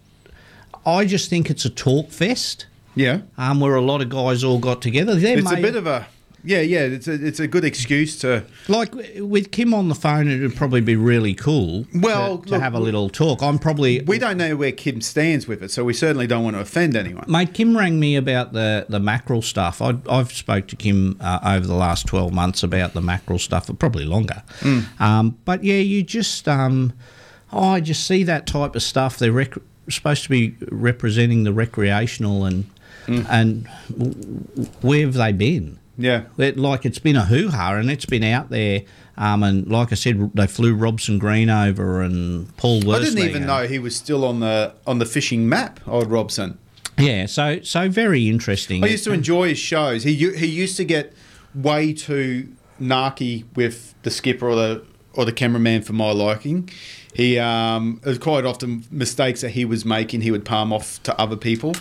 I just think it's a talk fest.
Yeah.
Um, where a lot of guys all got together. There
it's
may,
a bit of a yeah, yeah. It's a it's a good excuse to
like w- with Kim on the phone. It would probably be really cool.
Well,
to, to
look,
have a little talk. I'm probably
we don't know where Kim stands with it, so we certainly don't want to offend anyone.
Mate, Kim rang me about the, the mackerel stuff. I, I've spoke to Kim uh, over the last 12 months about the mackerel stuff, or probably longer. Um, but yeah, you just, um, I just see that type of stuff. They're rec- supposed to be representing the recreational and, and w- w- where have they been?
Mm. Yeah.
It, like it's been a hoo ha and it's been out there. Um, and like I said, they flew Robson Green over and Paul Worsley.
I didn't even
and-
know he was still on the on the fishing map, old Robson.
Yeah, so so very interesting.
I used to enjoy his shows. He u- he used to get way too narky with the skipper or the or the cameraman for my liking. He um, it was quite often mistakes that he was making. He would palm off to other people.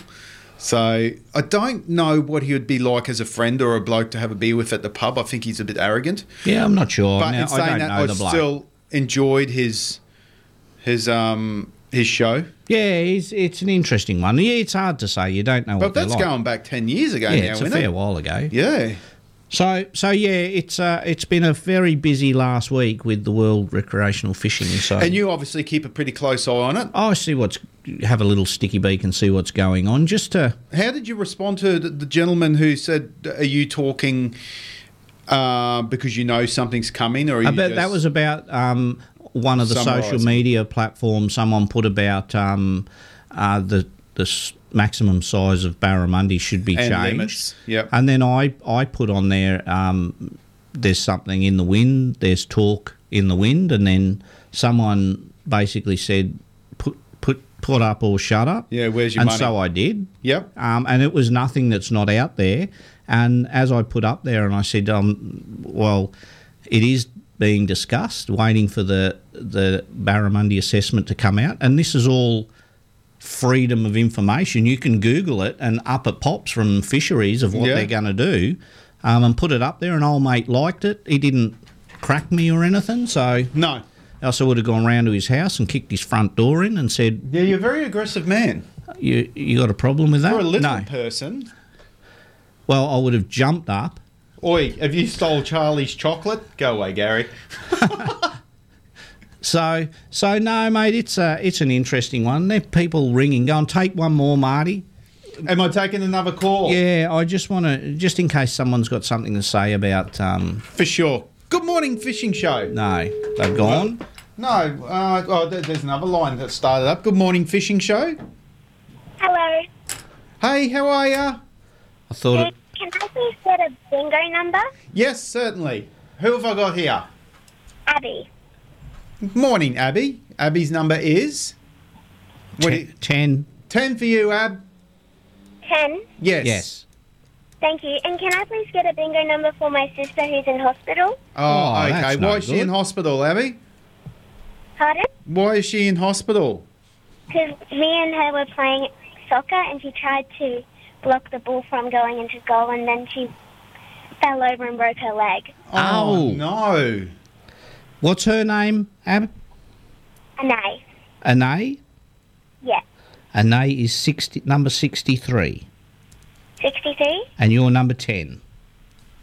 So I don't know what he would be like as a friend or a bloke to have a beer with at the pub. I think he's a bit arrogant.
Yeah, I'm not sure.
But
Now,
in
I
saying
don't
that,
know
I
the bloke.
still enjoyed his his um his show.
Yeah, it's, it's an interesting one. Yeah, it's hard to say. You don't know
But
what they're
that's
like.
going back ten years ago.
yeah,
now,
it's a
isn't
fair
it?
while ago.
Yeah.
So so yeah, it's uh, it's been a very busy last week with the World Recreational Fishing. So
And you obviously keep a pretty close eye on it.
Oh, I see what's have a little sticky beak and see what's going on just to
How did you respond to the, the gentleman who said, "Are you talking uh, because you know something's coming?" Or are you
I bet that
just-
was about um, one of the social
Summarising.
media platforms. Someone put about um, uh, the the s- maximum size of barramundi should be
And
changed.
limits, yep.
And then I I put on there. Um, there's something in the wind. There's talk in the wind, and then someone basically said, put put put up or shut up.
Yeah, where's your
and
money?
so I did.
Yep.
Um, and it was nothing that's not out there. And as I put up there, and I said, um, well, it is being discussed, waiting for the the Barramundi assessment to come out. And this is all freedom of information. You can Google it, and up it pops from fisheries of what
Yeah.
they're going to do, um, and put it up there. And old mate liked it. He didn't crack me or anything. So
no.
Else I would have gone round to his house and kicked his front door in and said,
"Yeah, you're a very aggressive man.
You you got a problem with that?
You're a little
no.
person.
Well, I would have jumped up.
Oi, have you stole Charlie's chocolate? Go away, Gary.
So, so no, mate. It's a, it's an interesting one. There are people ringing, going, take one more, Marty.
Am I taking another call?
Yeah, I just want to, just in case someone's got something to say about. Um,
For sure. Good morning, fishing show.
No, they've gone.
No. Uh, oh, there, there's another line that started up. Good morning, fishing show.
Hello.
Hey, how are ya?
I thought it.
Can I please get a bingo number?
Yes, certainly. Who have I got here?
Abby.
Morning, Abby. Abby's number is
Ten- ten.
Ten for you, Ab.
Ten.
Yes.
Yes.
Thank you. And can I please get a bingo number for my sister who's in hospital?
Oh,
Oh,
okay.
that's no
Why is she in
good.
hospital, Abby?
Pardon?
Why is she in hospital?
Because me and her were playing soccer and she tried to block the ball from going into goal and then she fell over and broke her leg.
Oh,
no.
What's her name, Ab?
And I,
Anay?
yeah,
Anay is 60, number 63,
63?
and you're number 10.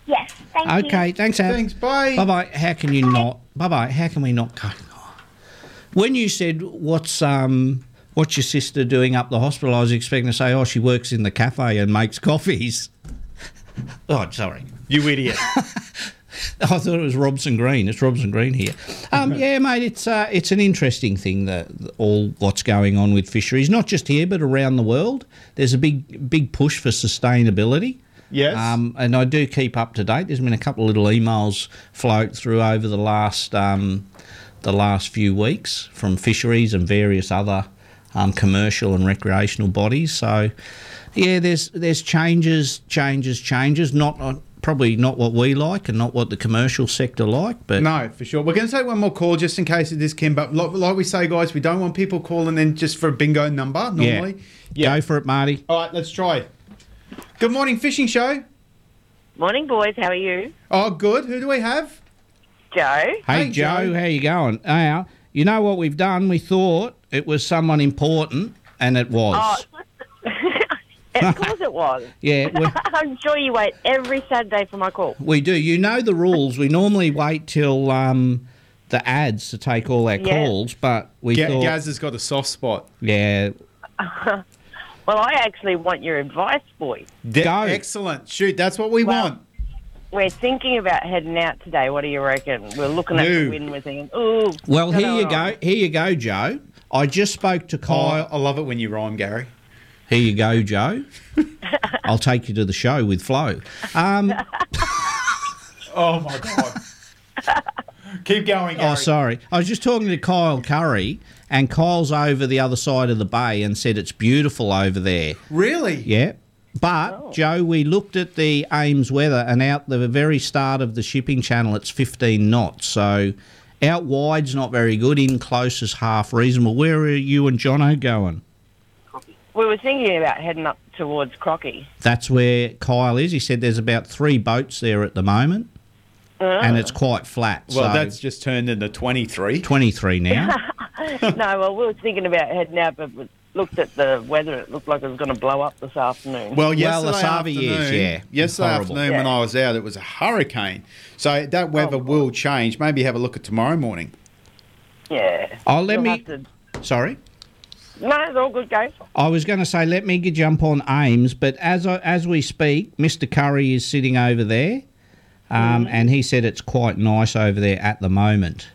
Yes. Thank you.
okay, thanks, Ab.
bye.
Bye bye. How can you not? Bye bye. How can we not? go- When you said, what's. um. What's your sister doing up the hospital? I was expecting to say, "Oh, she works in the cafe and makes coffees." <laughs> oh, sorry,
you idiot!
<laughs> I thought it was Robson Green. It's Robson Green here.
<laughs>
Um, yeah, mate, it's uh, it's an interesting thing that all what's going on with fisheries, not just here but around the world. There's a big big push for sustainability.
Yes.
Um, and I do keep up to date. There's been a couple of little emails float through over the last um, the last few weeks from fisheries and various other um, commercial and recreational bodies. So, yeah, there's there's changes, changes, changes. Not uh, probably not what we like and not what the commercial sector like, but
No, for sure. We're going to take one more call just in case of this, Kim. But like, like we say, guys, we don't want people calling in just for a bingo number normally.
yeah, go for it, Marty.
All right, let's try. Good morning, fishing show.
Morning, boys. How are you?
Oh, good. Who do we have?
Joe.
Hey, Joe, how you going? Now, you know what we've done? We thought it was someone important, and it was.
Oh,
Oh, <laughs> of course it <laughs> was.
Yeah, we-
I'm sure you wait every Saturday for my call. <laughs>
We do. You know the rules. We normally wait till um, the ads to take all our
Yeah.
calls, but we
Ga-
thought,
Gaz has got a soft spot.
yeah,
well, I actually want your advice, boys.
De- Excellent. Shoot, that's what we want.
We're thinking about heading out today. What do you reckon? We're looking at the
No.
wind. We're thinking, ooh.
Well,
don't
here
know
you
what I-
go. Here you go, Joe. I just spoke to Kyle.
Oh, I love it when you rhyme, Gary.
Here you go, Joe. <laughs> I'll take you to the show with Flo. Um,
<laughs> Oh my god. Keep going,
oh, sorry. I was just talking to Kyle Curry, and Kyle's over the other side of the bay and said it's beautiful over there.
Really?
Yeah. But, Joe, we looked at the Ames weather, and out the very start of the shipping channel, it's 15 knots. So out wide's not very good, in close is half reasonable. Where are you and Jono going?
We were thinking about heading up towards Crocky.
That's where Kyle is. He said there's about three boats there at the moment, and
Ah.
it's quite flat.
Well,
so
that's just turned into 23.
<laughs>
23 now.
<laughs> no, well, we were thinking about heading out, but we looked at the weather. It looked like it was going to blow up this afternoon.
Well, yesterday afternoon, yesterday afternoon when I was out, it was a hurricane. So that weather will change. Maybe have a look at tomorrow morning.
Yeah.
Oh, let
You'll
me-
have to-
Sorry?
No, it's all good, guys.
I was going to say, let me g- jump on Ames, but as I, as we speak, Mr. Curry is sitting over there, um, and he said it's quite nice over there at the moment.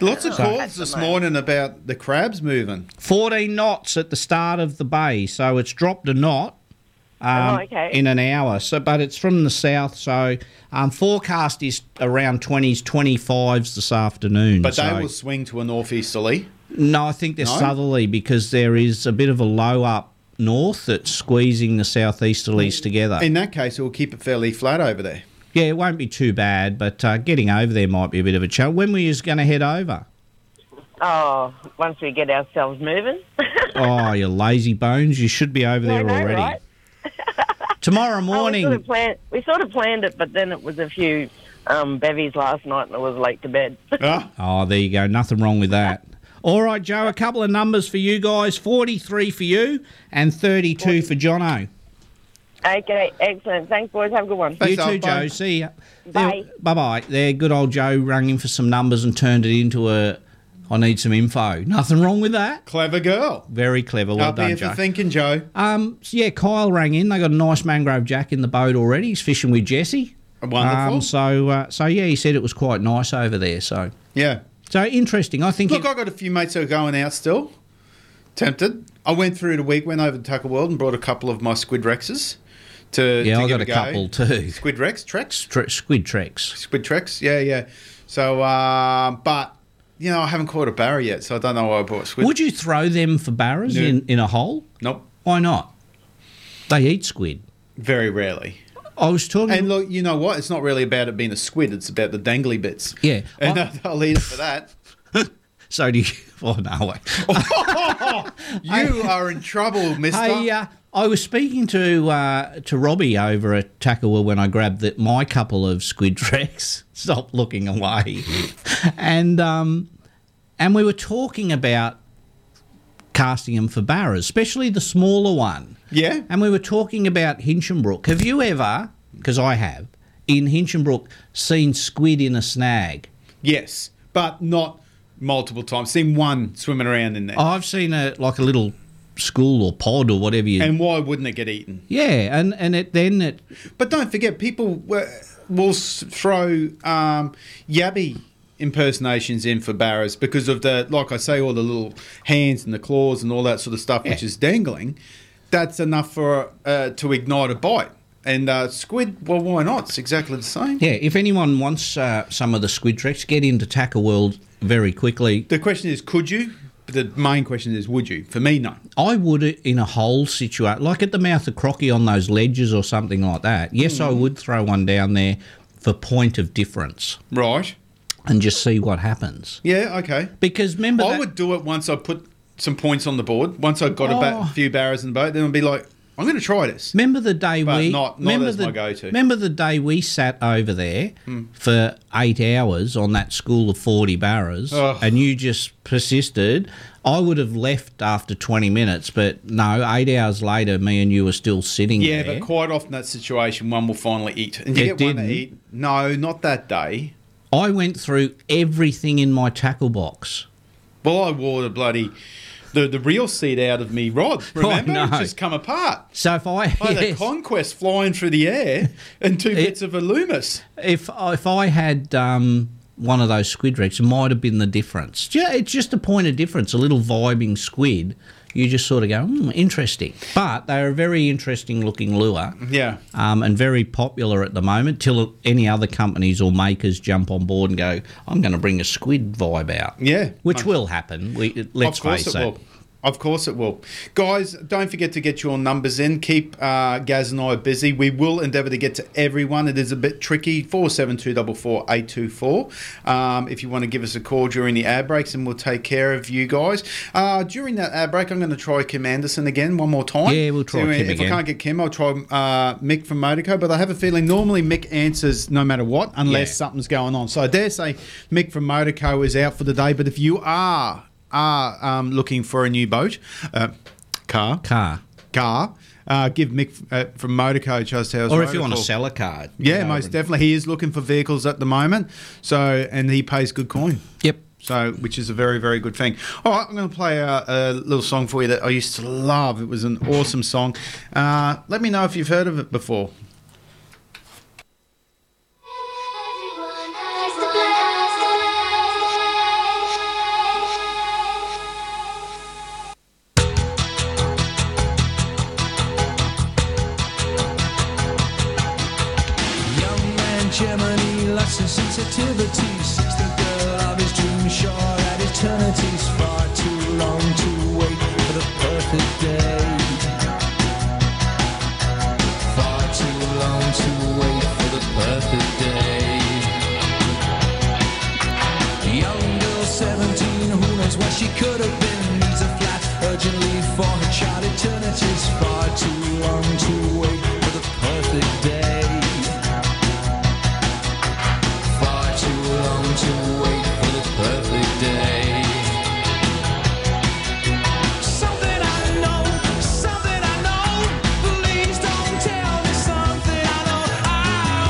Lots of
So-
calls this morning about the crabs moving.
14 knots at the start of the bay, so it's dropped a knot. Um,
Oh, okay.
In an hour, so but it's from the south, so um, forecast is around twenties, twenty fives this afternoon.
But
so-
they will swing to a northeasterly.
Mm, No, I think they're
No?
southerly because there is a bit of a low up north that's squeezing the southeasterlies together.
Mm. In that case, it will keep it fairly flat over there.
yeah, it won't be too bad, but uh, getting over there might be a bit of a challenge. When were you going to head
<laughs>
over?
Oh, once we get ourselves moving. <laughs>
oh, you lazy bones! You should be over there
I know,
already.
right? <laughs>
Tomorrow
Oh, we, sort of
<laughs> morning.
plan- we sort of planned it, but then it was a few um, bevies last night and I was late to bed. <laughs>
Oh, there you go. Nothing wrong with that. All right, Joe. A couple of numbers for you guys: forty-three for you and thirty-two for Jono.
okay, excellent. Thanks, boys. Have a good one.
You too, Joe. See ya.
Bye.
Bye bye. There, good old Joe rang in for some numbers and turned it into a. I need some info. Nothing wrong with that.
Clever girl.
Very clever. Well
Up
done,
here
Joe.
for thinking, Joe.
Um, so yeah, Kyle rang in. They got a nice mangrove jack in the boat already. He's fishing with Jesse.
Wonderful.
Um, so, uh, so yeah, he said it was quite nice over there. So,
Yeah.
so interesting. I think.
Look, I got a few mates who are going out still. Tempted. I went through the week, went over to Tucker World and brought a couple of my squid rexes. To,
Yeah,
to
I
give
got a
go.
couple too.
Squid rex, treks,
Tre- squid treks.
squid treks. Yeah, yeah. So, uh, but you know, I haven't caught a barra yet, so I don't know why I bought squid.
Would you throw them for barras
No.
in, in a hole?
Nope.
Why not? They eat squid.
Very rarely.
I was talking.
And look, you know what? It's not really about it being a squid. It's about the dangly bits.
Yeah.
And <laughs> I, will eat it
<laughs>
for that.
<laughs> So do you. <laughs> Oh, no way.
you are in trouble, mister.
Hey, uh, I was speaking to uh, to Robbie over at Takawa when I grabbed the, my couple of squid <laughs> tracks. Stop looking away, <laughs> and um, and we were talking about casting them for barras, especially the smaller one.
Yeah.
And we were talking about Hinchinbrook. Have you ever? Because I have in Hinchinbrook seen squid in a snag.
Yes, but not multiple times. Seen one swimming around in there.
I've seen a like a little school or pod or whatever you.
And why wouldn't it get eaten?
yeah, and and it then it
But don't forget, people w- will s- throw um, yabby impersonations in for barras because of the, like I say, all the little hands and the claws and all that sort of stuff, which is dangling. That's enough for uh, to ignite a bite. And uh, squid, well, why not? It's exactly the same.
Yeah, if anyone wants uh, some of the squid tricks, get into Tacker World very quickly.
The question is, could you? The main question is, would you? For me, no.
I would in a hole situation, like at the mouth of Crocky on those ledges or something like that. Yes, I
Hmm.
would throw one down there for point of difference.
Right.
And just see what happens.
Yeah, okay.
Because remember,
I would do it once I put some points on the board. Once I got a, ba-
Oh.
few barras in the boat, then I'd be like, I'm going to try this.
Remember the day
but
we
not not
remember
as
the,
my go-to. Hmm.
Remember the day we sat over there for eight hours on that school of forty barras,
Ugh.
and you just persisted. I would have left after twenty minutes, but no, eight hours later, me and you were still sitting
yeah,
there.
but quite often that situation, one will finally eat, and you
It
get one
didn't.
to eat. No, not that day.
I went through everything in my tackle box.
Well, I wore the bloody the the real seed out of
<laughs>
me rod. Remember,
Oh, no.
It's just come apart.
So if I,
I had a
yes.
conquest flying through the
<laughs>
air and two bits of a loomis.
if uh, if I had um, one of those squid wrecks, it might have been the difference. Ju- It's just a point of difference. A little vibing squid, you just sort of go, hmm, interesting. But they're a very interesting looking lure.
Yeah.
Um, and very popular at the moment. Till any other companies or makers jump on board and go, I'm going to bring a squid vibe out.
Yeah,
which will happen. We let's
of course
face
it,
it.
will. Of course it will. Guys, don't forget to get your numbers in. Keep uh, Gaz and I busy. We will endeavour to get to everyone. It is a bit tricky. 472444824 um, if you want to give us a call during the ad breaks and we'll take care of you guys. Uh, during that ad break, I'm going to try Kim Anderson again one more time.
Yeah, we'll try
See,
Kim
If
again.
I can't get Kim, I'll try uh, Mick from Motorco. But I have a feeling normally Mick answers no matter what unless
Yeah.
something's going on. So I dare say Mick from Motorco is out for the day. But if you are are um, looking for a new boat, uh, car,
car,
car, uh, give Mick uh, from Motorco Chasthouse.
Or if you want to
Motorco.
sell a card.
Yeah, most definitely. He is looking for vehicles at the moment. So, and he pays good coin.
Yep.
So, which is a very, very good thing. All right, I'm going to play a, a little song for you that I used to love. It was an awesome song. Uh, let me know if you've heard of it before.
Young man Gemini lacks a sensitivity. Seeks the girl of his dream, sure that eternity's far too long to wait for the perfect day. Far too long to wait for the perfect day. Young girl, 17, who knows what she could have been? Needs a flat urgently for her child. Eternity's far too long to wait for the perfect day. Far too long to wait for the perfect day. Something I know, something I know. Please don't tell me something I don't. I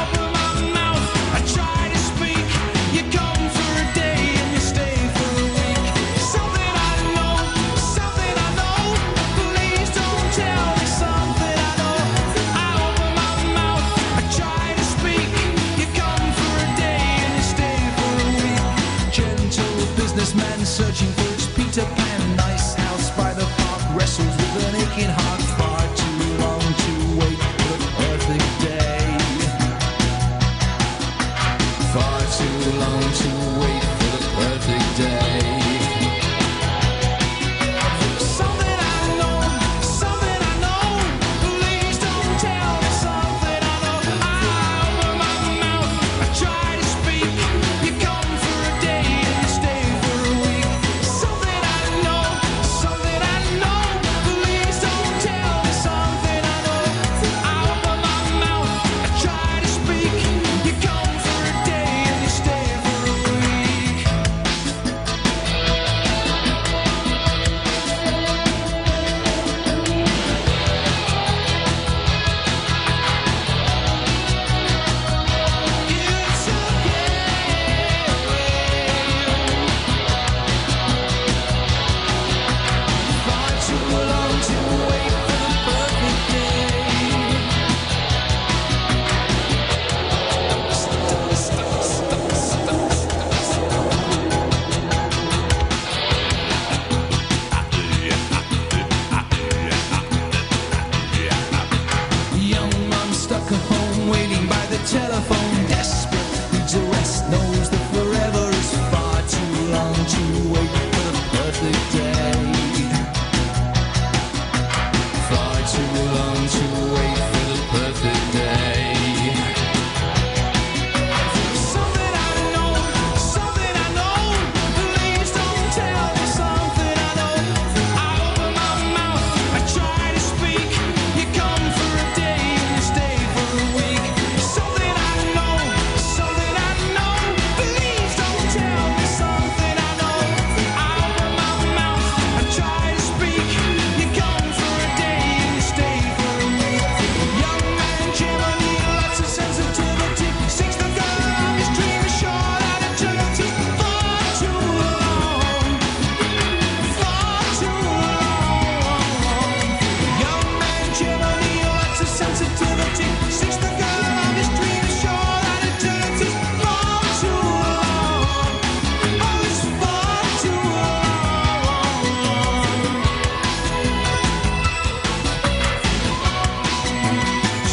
open my mouth, I try to speak. You come for a day and you stay for a week. Something I know, something I know. Please don't tell me something I don't. I open my mouth, I try to speak. You come for a day and you stay for a week. Gentle businessman searching for his Peter Pan. Nice house by the park wrestles with an aching heart. Far too long to wait for the perfect day. Far too long to wait for the this perfect day. Something I know, something I know. Please don't tell me something I know. I open my mouth, I try to speak. You come for a day and you stay for a week. Something I know, something I know. Please don't tell me something I know. I open my mouth, I try to speak. You come for a day and you stay for a week. Far too long to wait for the perfect day. Young mum stuck at home waiting by the telephone, desperate needs a rest, knows that forever is far too long to wait for the perfect day. Far too long to wait for the perfect day. Something I know, something I know. Please don't tell me something I know. I open my mouth, I try to speak. You come for a day and you stay for a week. Something I know, something I know. Please don't tell me something I know. I open my mouth, I try to speak. You come for a day and you stay for a week. Young man Jiminy, lots of sensitivity. Six the girl, his dream is short and eternity. Far too long, far too long. Young man Jiminy, lots of sensitivity. Six the girl, his dream is short and eternity. Far too long, oh, it's far too long.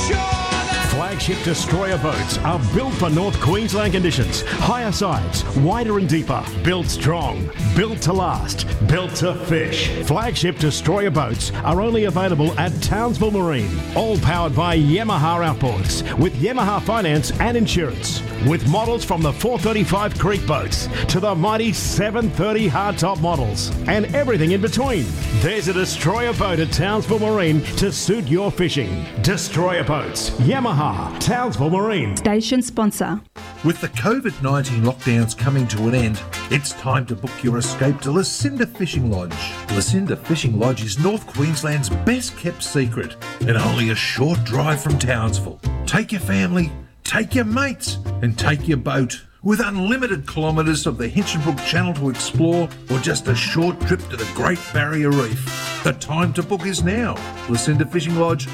Flagship destroyer boats are built for North Queensland conditions. Higher sides, wider and deeper. Built strong, built to last, built to fish. Flagship destroyer boats are only available at Townsville Marine. All powered by Yamaha outboards with Yamaha finance and insurance. With models from the 435 Creek boats to the mighty 730 hardtop models and everything in between. There's a destroyer boat at Townsville Marine to suit your fishing. Destroyer boats, Yamaha, Townsville Marine.
Station sponsor.
With the COVID 19 lockdowns coming to an end, it's time to book your escape to Lucinda Fishing Lodge. Lucinda Fishing Lodge is North Queensland's best kept secret and only a short drive from Townsville. Take your family, take your mates, and take your boat. With unlimited kilometres of the Hinchinbrook Channel to explore or just a short trip to the Great Barrier Reef, the time to book is now. Lucinda Fishing Lodge,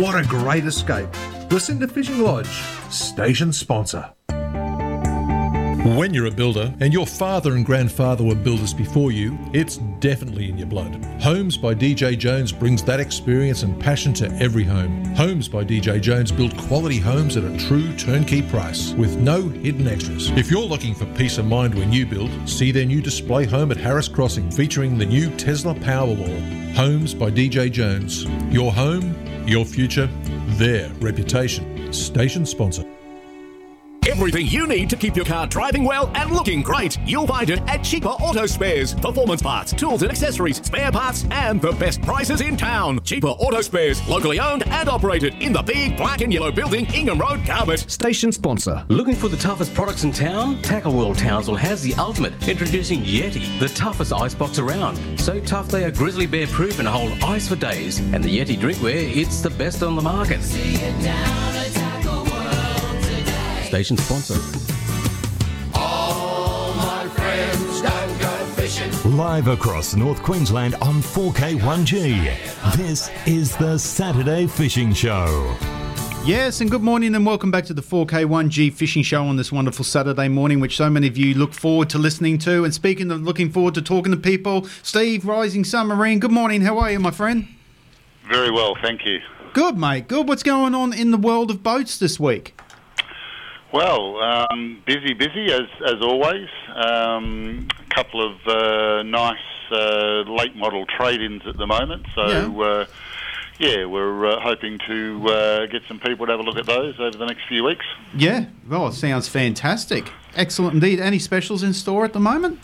what a great escape! Lucinda Fishing Lodge, station sponsor.
When you're a builder and your father and grandfather were builders before you, it's definitely in your blood. Homes by DJ Jones brings that experience and passion to every home. Homes by DJ Jones build quality homes at a true turnkey price with no hidden extras. If you're looking for peace of mind when you build, see their new display home at Harris Crossing featuring the new Tesla Powerwall. Homes by DJ Jones. Your home, your future, their reputation. Station sponsor.
Everything you need to keep your car driving well and looking great, you'll find it at Cheaper Auto Spares. Performance parts, tools and accessories, spare parts, and the best prices in town. Cheaper Auto Spares, locally owned and operated in the big black and yellow building, Ingham Road, Carpet.
Station sponsor. Looking for the toughest products in town? Tackle World Townsville has the ultimate. Introducing Yeti, the toughest icebox around. So tough they are grizzly bear proof and hold ice for days. And the Yeti drinkware, it's the best on the market. Station sponsor.
All my friends don't go fishing.
Live across North Queensland on 4K1G. This is the Saturday Fishing Show.
Yes, and good morning, and welcome back to the 4K1G Fishing Show on this wonderful Saturday morning, which so many of you look forward to listening to. And speaking of looking forward to talking to people, Steve, Rising Submarine, good morning. How are you, my friend?
Very well, thank you.
Good, mate. Good. What's going on in the world of boats this week?
Well, um, busy, busy as as always. A um, couple of uh, nice uh, late model trade-ins at the moment, so. Uh, yeah, we're uh, hoping to uh, get some people to have a look at those over the next few weeks.
Yeah, well, it sounds fantastic. Excellent indeed. Any specials in store at the moment?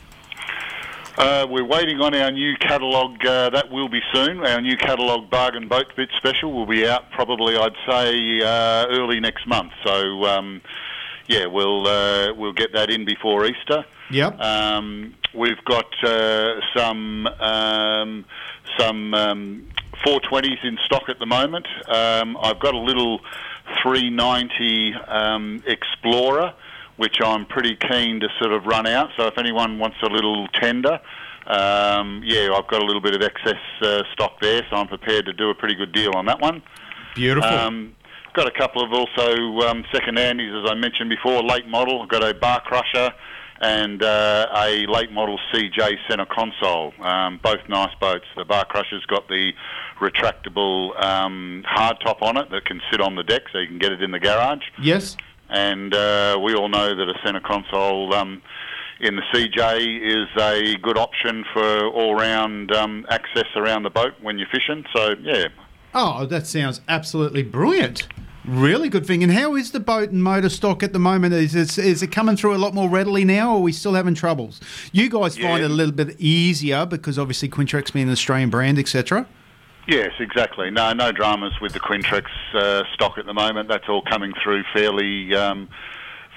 Uh, we're waiting on our new catalogue. Uh, that will be soon. Our new catalogue bargain boat bit special will be out probably, I'd say, uh, early next month. So, um, yeah, we'll uh, we'll get that in before Easter.
Yep.
Um, we've got uh, some um, some um, 420s in stock at the moment. Um, I've got a little 390 um, Explorer, which I'm pretty keen to sort of run out. So if anyone wants a little tender. Um, yeah, I've got a little bit of excess uh, stock there, so I'm prepared to do a pretty good deal on that one.
Beautiful.
Um, got a couple of also um, second handies, as I mentioned before, late model. I've got a bar crusher and uh, a late model CJ center console. Um, both nice boats. The bar crusher's got the retractable um, hard top on it that can sit on the deck, so you can get it in the garage.
yes.
And uh, we all know that a center console um, in the CJ is a good option for all-round um, access around the boat when you're fishing. So yeah,
Oh, that sounds absolutely brilliant. Really good thing. And how is the boat and motor stock at the moment? Is it, is it coming through a lot more readily now, or are we still having troubles? You guys find it a little bit easier because obviously Quintrex being an Australian brand, etc.
Yes, exactly. No, no dramas with the Quintrex uh, stock at the moment. That's all coming through fairly, um,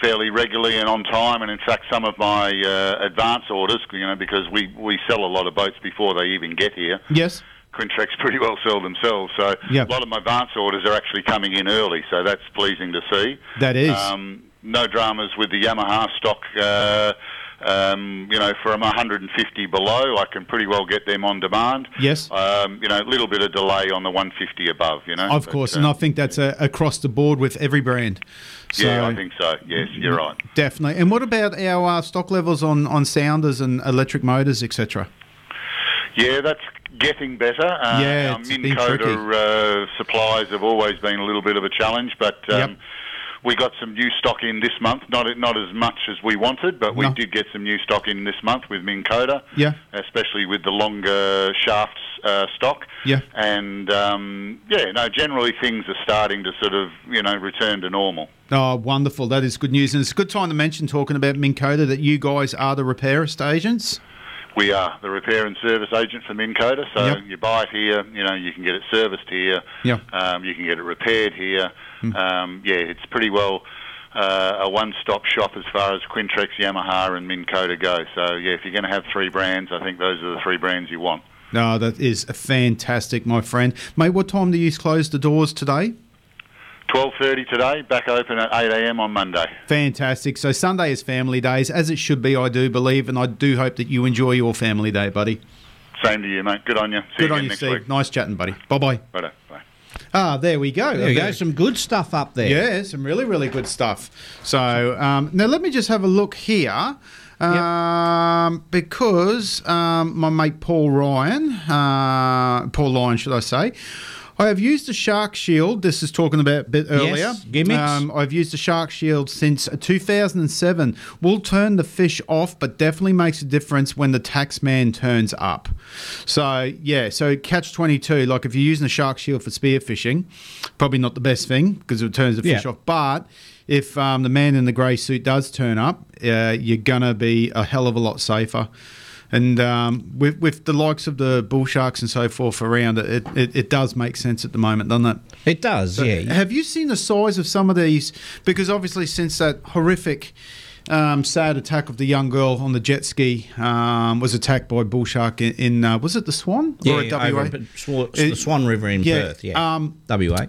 fairly regularly and on time. And in fact, some of my uh, advance orders, you know, because we we sell a lot of boats before they even get here.
Yes.
Quintrex pretty well sell themselves, so
Yep.
a lot of my advance orders are actually coming in early. So that's pleasing to see.
That is.
Um, no dramas with the Yamaha stock. Uh, um, you know, from 150 below, I can pretty well get them on demand.
Yes.
Um, you know, a little bit of delay on the 150 above. You know.
of
But,
course,
uh,
and I think that's uh across the board with every brand. So,
yeah, I think so. Yes, you're right.
Definitely. And what about our uh, stock levels on, on sounders and electric motors, etc.?
Yeah, that's getting better. Uh,
Yeah,
our
it's
Min
been tricky.
Coda uh, supplies have always been a little bit of a challenge, but um, we got some new stock in this month. Not not as much as we wanted, but we
No.
did get some new stock in this month with Min Coda,
Yeah.
especially with the longer shafts uh, stock.
Yeah.
And um, yeah, no, generally things are starting to sort of you know return to normal.
Oh, wonderful. That is good news. And it's a good time to mention, talking about Minn Kota, that you guys are the repairist agents.
We are the repair and service agent for Min Coda, so
Yep.
you buy it here, you know, you can get it serviced here.
Yeah.
Um, you can get it repaired here.
Hmm.
Um, yeah, it's pretty well uh, a one-stop shop as far as Quintrex, Yamaha, and Minn Kota go. So yeah, if you're going to have three brands, I think those are the three brands you want.
No, that is fantastic, my friend. Mate, what time do you close the doors today?
12:30 today, back open at 8 a.m. on Monday.
Fantastic. So Sunday is family days, as it should be, I do believe, and I do hope that you enjoy your family day, buddy.
Same to you, mate. Good on you. See
good
you
on
again
you,
next
Steve.
week.
Nice chatting, buddy. Bye bye.
Righto. Bye.
Ah, there we go.
There we go. Some good stuff up there.
Yeah, some really, really good stuff. So um, now let me just have a look here. Um, Because um, my mate Paul Ryan, uh, Paul Lyon, should I say, I have used a shark shield. This is talking about a bit
Yes,
earlier.
gimmicks.
Um, I've used a shark shield since 2007. Will turn the fish off, but definitely makes a difference when the tax man turns up. So yeah, so catch 22. Like if you're using a shark shield for spear fishing, probably not the best thing because it turns the fish
Yeah.
off. But if um, the man in the grey suit does turn up, uh, you're gonna be a hell of a lot safer. And um, with, with the likes of the bull sharks and so forth around, it, it, it does make sense at the moment, doesn't it?
It does, yeah.
Have you seen the size of some of these? Because obviously, since that horrific, um, sad attack of the young girl on the jet ski, um, was attacked by bull shark in, in uh, was it the Swan
Yeah,
or at WA?
over in P- Swan- the Swan River in Perth, yeah.
Um,
WA.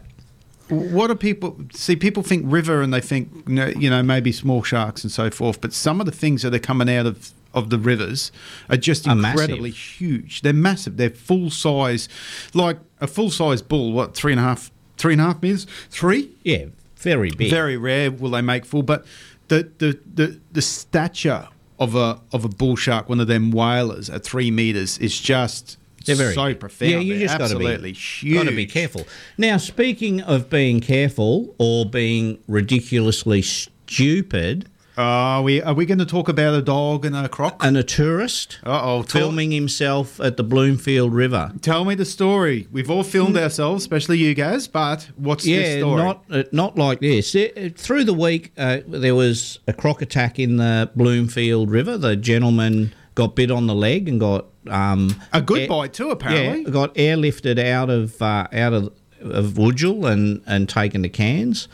What are people see? People think river, and they think you know, you know maybe small sharks and so forth. But some of the things that are coming out of of the rivers are just
Are massive.
incredibly huge. They're massive. They're full size, like a full size bull. What three and a half, three and a half meters, three?
Yeah, very big.
Very rare will they make full, but the the the, the stature of a of a bull shark, one of them whalers at three meters, is just
They're very
so
big.
profound.
Yeah, you
They're
just got to
absolutely
be Got to be
huge.
careful. Now, speaking of being careful or being ridiculously s- stupid.
Are Uh, we are we going to talk about a dog and a croc
and a tourist?
Uh oh,
filming himself at the Bloomfield River.
Tell me the story. We've all filmed ourselves, especially you guys. But what's
Hmm. yeah,
the story?
not uh, not like this. It- it- through the week, uh, there was a croc attack in the Bloomfield River. The gentleman got bit on the leg and got um,
a good
air-
bite too, apparently.
Yeah, got airlifted out of uh, out of of Woodgill and and taken to Cairns.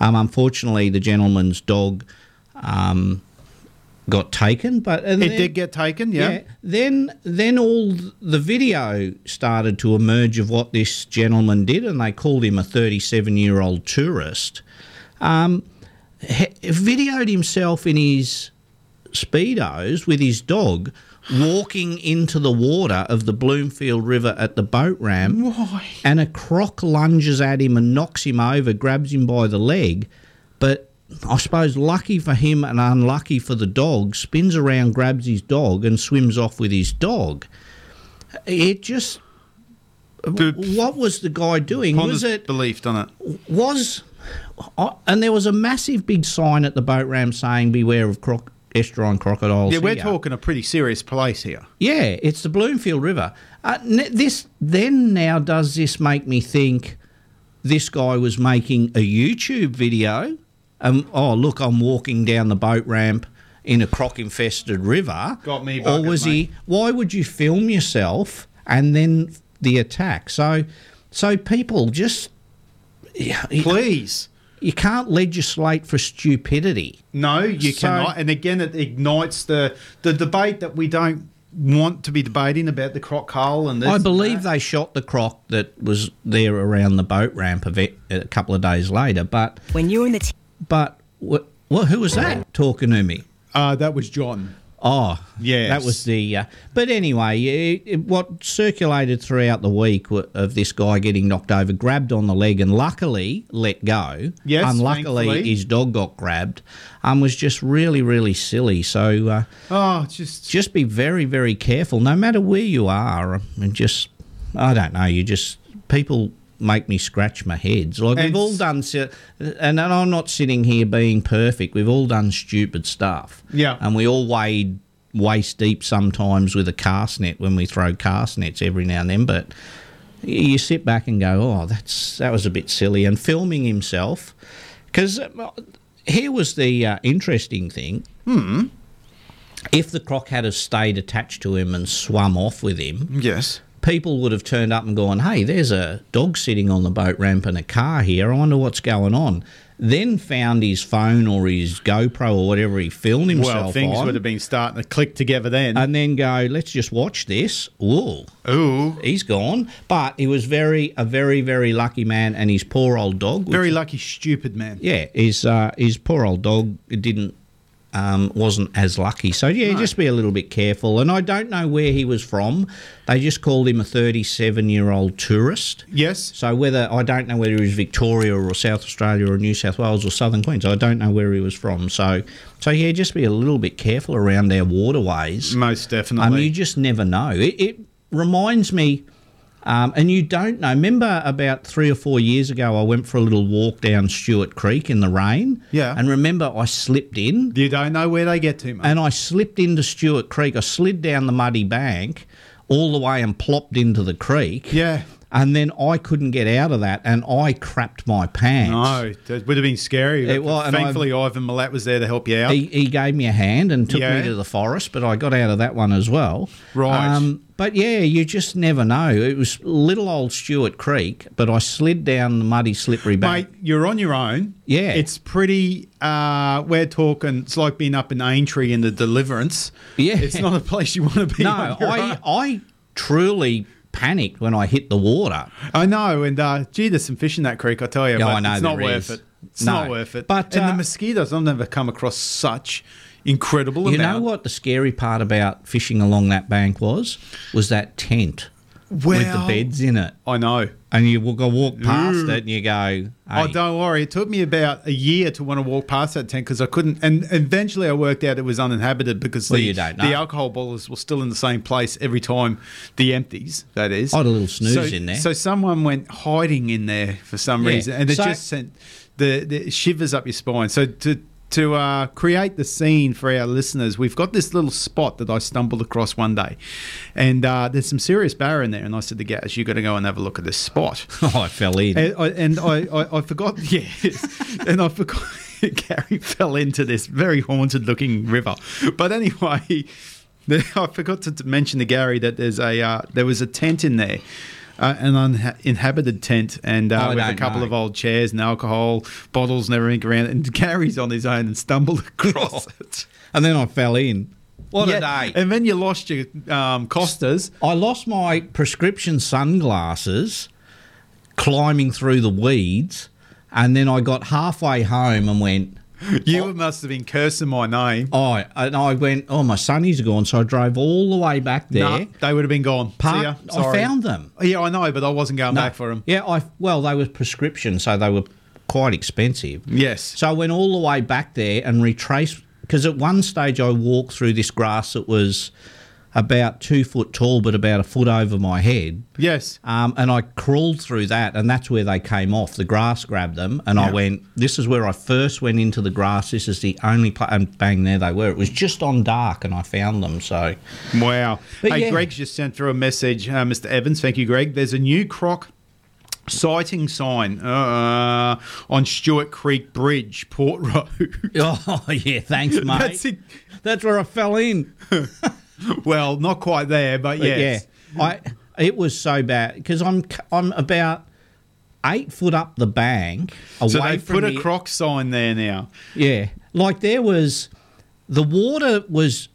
Um, unfortunately, the gentleman's dog um, got taken, but and
it
then-
did get taken. Yeah.
Then then all th- the video started to emerge of what this gentleman did, and they called him a 37 year old tourist. Um, he- videoed himself in his speedos with his dog walking into the water of the Bloomfield River at the boat ramp.
Why?
And a croc lunges at him and knocks him over, grabs him by the leg, but I suppose lucky for him and unlucky for the dog, spins around, grabs his dog, and swims off with his dog. It just. what was the guy doing?
Ponder's
Was it
belief, done it?
was, I- and there was a massive big sign at the boat ramp saying "Beware of croc, estuarine crocodiles."
Yeah, we're
here."
talking a pretty serious place here.
Yeah, it's the Bloomfield River. Uh, n- this then now does this make me think this guy was making a YouTube video? Um, oh look, I'm walking down the boat ramp in a croc-infested river.
Got me
Or
buggers,
was
mate.
he? Why would you film yourself and then the attack? So, so people just
please.
You can't legislate for stupidity.
No, you
So-
cannot. And again, it ignites the the debate that we don't want to be debating about the croc hull and this.
I believe they shot the croc that was there around the boat ramp of it a couple of days later. But
when you were in the, t-
but wh- well, who was that talking to me?
Uh, that was John.
Oh,
Yes.
that was the. Uh, but anyway, it, it- what circulated throughout the week w- of this guy getting knocked over, grabbed on the leg, and luckily let go.
Yes,
unluckily
thankfully.
his dog got grabbed. Um, was just really really silly. So. Uh,
oh, just
just be very very careful no matter where you are um, and just i don't know you just people make me scratch my heads like
And
we've all done si- and, and i'm not sitting here being perfect we've all done stupid stuff
Yeah.
and we all wade waist deep sometimes with a cast net when we throw cast nets every now and then but y- you sit back and go oh that's that was a bit silly and filming himself uh, because here was the uh, interesting thing
Hmm.
if the croc had have stayed attached to him and swum off with him,
yes,
people would have turned up and gone, "Hey, there's a dog sitting on the boat ramp and a car here. I wonder what's going on." Then found his phone or his GoPro or whatever he filmed himself
Well, things
on,
would have been starting to click together then.
and then go, "Let's just watch this." Ooh, ooh, he's gone. But he was very a very very lucky man, and his poor old dog. which-
Very lucky, stupid man.
yeah, his uh, his poor old dog didn't um, wasn't as lucky. So yeah, just be a little bit careful. And I don't know where he was from. They just called him a 37 year old tourist.
Yes.
So whether I don't know whether he was Victoria or South Australia or New South Wales or Southern Queens, I don't know where he was from. So so yeah, just be a little bit careful around our waterways.
Most definitely.
Um, you just never know. It, it reminds me. Um, and you don't know. Remember about three or four years ago, I went for a little walk down Stewart Creek in the rain.
Yeah.
And remember, I slipped in.
You don't know where they get to, mate.
And I slipped into Stewart Creek. I slid down the muddy bank all the way and plopped into the creek.
Yeah.
And then I couldn't get out of that, and I crapped my pants.
No, that would have been scary.
It wa- and I-
Thankfully, Ivan Milat was there to help you out.
He, he gave me a hand and took
Yeah.
me to the forest, but I got out of that one as well.
Right.
Um, but yeah, you just never know. It was little old Stewart Creek, but I slid down the muddy, slippery bank.
Mate, you're on your own.
Yeah.
It's pretty, uh, we're talking, it's like being up in Aintree in the Deliverance.
Yeah.
It's not a place you want to be.
no,
on your
I,
own.
I truly panicked when I hit the water.
I know, and uh, gee, there's some fish in that creek. I tell you,
Yeah,
but
I know
it's not
there
worth
is.
it. It's
No.
not worth it.
But,
and
uh,
the mosquitoes, I've never come across such incredible
You know
amount.
what the scary part about fishing along that bank was? Was that tent with the
Well-
beds in it.
I know.
And you will go walk past
Ooh.
it and you go,
Oh,
"Hey,
don't worry. It took me about a year to want to walk past that tent because I couldn't. And eventually, I worked out it was uninhabited because
Well,
the,
you don't
the
know.
alcohol bottles were still in the same place every time the empties. That is,
I had a little snooze
So-
in there.
So someone went hiding in there for some
Yeah.
reason, and it
So-
just sent the, the shivers up your spine. So to to uh, create the scene for our listeners, we've got this little spot that I stumbled across one day, and uh, there's some serious barra in there. And I said to Gaz, "You got to go and have a look at
<laughs>
this spot."
Oh, I fell in.
And I, and I, I, I forgot, <laughs> yes, and I forgot <laughs> Gary fell into this very haunted looking river. But anyway, <laughs> the- I forgot to to mention to Gary that there's a uh, there was a tent in there. Uh, an uninhabited tent, and uh,
Oh, I
with a
don't
couple
know.
of old chairs and alcohol bottles and everything around. And <laughs> Gary's on his own and stumbled <laughs> across it.
And then I fell in. What a
day! And then you lost your um, Costas.
I lost my prescription sunglasses climbing through the weeds, and then I got halfway home and went.
You must have been cursing my name.
Oh, and I went. Oh, my sunnies are gone. So I drove all the way back there.
No, they would have been gone.
Park-
See ya.
I
Sorry.
found them.
Yeah, I know, but I wasn't going
No.
back for them.
Yeah, I well, they were prescription, so they were quite expensive.
Yes.
So I went all the way back there and retraced because at one stage I walked through this grass that was about two foot tall, but about a foot over my head.
Yes.
Um, and I crawled through that, and that's where they came off. The grass grabbed them, and I
Yeah.
went. This is where I first went into the grass. This is the only place. And bang, there they were. It was just on dark, and I found them. So,
wow.
But
hey,
yeah.
Greg's just sent through a message, uh, Mr. Evans. Thank you, Greg. There's a new croc sighting sign uh, on Stewart Creek Bridge, Port <laughs> Road.
<laughs> Oh yeah, thanks, mate.
<laughs> That's, it.
That's where I fell in. <laughs>
well, not quite there, but,
But
yes.
yeah, I it was so bad because I'm c- I'm about eight foot up the bank away
so they
from
put a
the-
croc sign there now.
Yeah, like there was the water was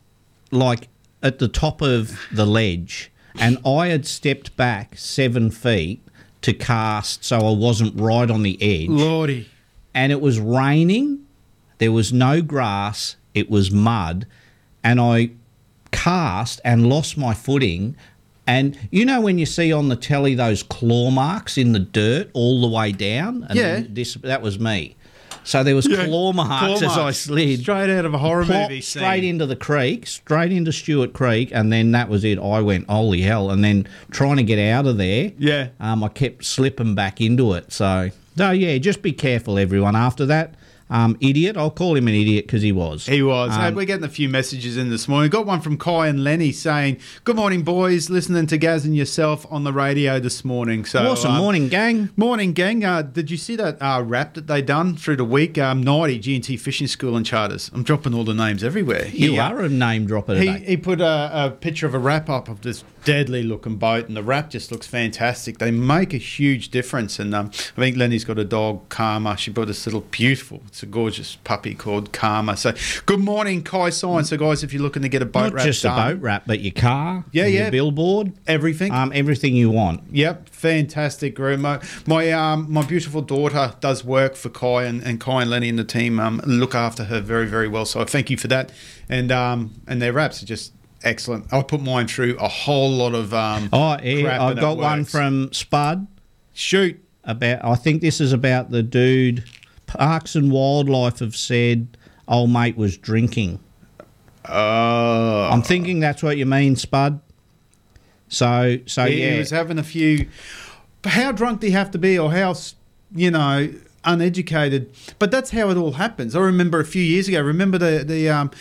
like at the top of the ledge, and I had stepped back seven feet to cast, so I wasn't right on the edge.
Lordy,
and it was raining. There was no grass. It was mud, and I cast and lost my footing. And you know when you see on the telly those claw marks in the dirt all the way down, and
Yeah.
this that was me. So there was claw marks
Claw
as I
marks.
slid
Straight out of a horror
plopped
movie scene.
straight into the creek, straight into Stewart Creek, and then that was it. I went holy hell, and then trying to get out of there,
yeah,
um, I kept slipping back into it. So, so yeah, just be careful, everyone. After that, um, idiot, I'll call him an idiot because he was.
He was. Hey,
Um,
we're getting a few messages in this morning. Got one from Kai and Lenny saying, "Good morning, boys. Listening to Gaz and yourself on the radio this morning." So uh,
Awesome. Morning, gang.
Morning, gang. Uh, did you see that uh, rap that they done through the week? Um, Nighty G&T Fishing School and Charters. I'm dropping all the names everywhere.
you
Here.
are a name dropper
He,
today.
he put a, a picture of a wrap up of this deadly looking boat, and the wrap just looks fantastic. They make a huge difference. And um, I think Lenny's got a dog, Karma. She bought this little beautiful, it's a gorgeous puppy called Karma. So, good morning, Kai Sign. So, guys, if you're looking to get a boat
Not
wrap
just
done,
a boat wrap, but your car,
Yeah,
your
yeah.
billboard,
everything,
um, everything you want.
Yep, fantastic room. My my, um, my beautiful daughter does work for Kai, and, and Kai and Lenny and the team um, look after her very very well. So I thank you for that, and um, and their wraps are just excellent. I put mine through a whole lot of um.
Oh, yeah,
crap
I've
and it
got one
works.
from Spud.
Shoot.
About I think this is about the dude Parks and Wildlife have said old mate was drinking.
Oh.
I'm thinking that's what you mean, Spud. So so
he,
yeah.
he was having a few. but How drunk do you have to be, or how s- you know uneducated? But that's how it all happens. I remember a few years ago. Remember the the um,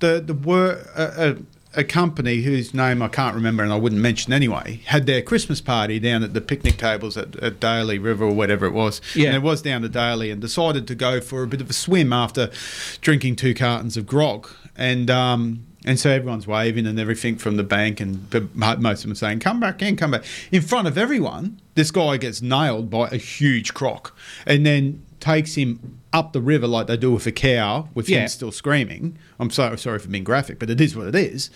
the the were a, a, a company whose name I can't remember, and I wouldn't mention anyway, had their Christmas party down at the picnic tables at, at Daly River or whatever it was.
Yeah.
and it was down to Daly, and decided to go for a bit of a swim after drinking two cartons of grog, and um, and so everyone's waving and everything from the bank, and b- mo- most of them saying, "Come back in, come back." In front of everyone, this guy gets nailed by a huge croc, and then takes him up the river like they do with a cow, with
Yeah.
him still screaming. I'm so sorry for being graphic, but it is what it is.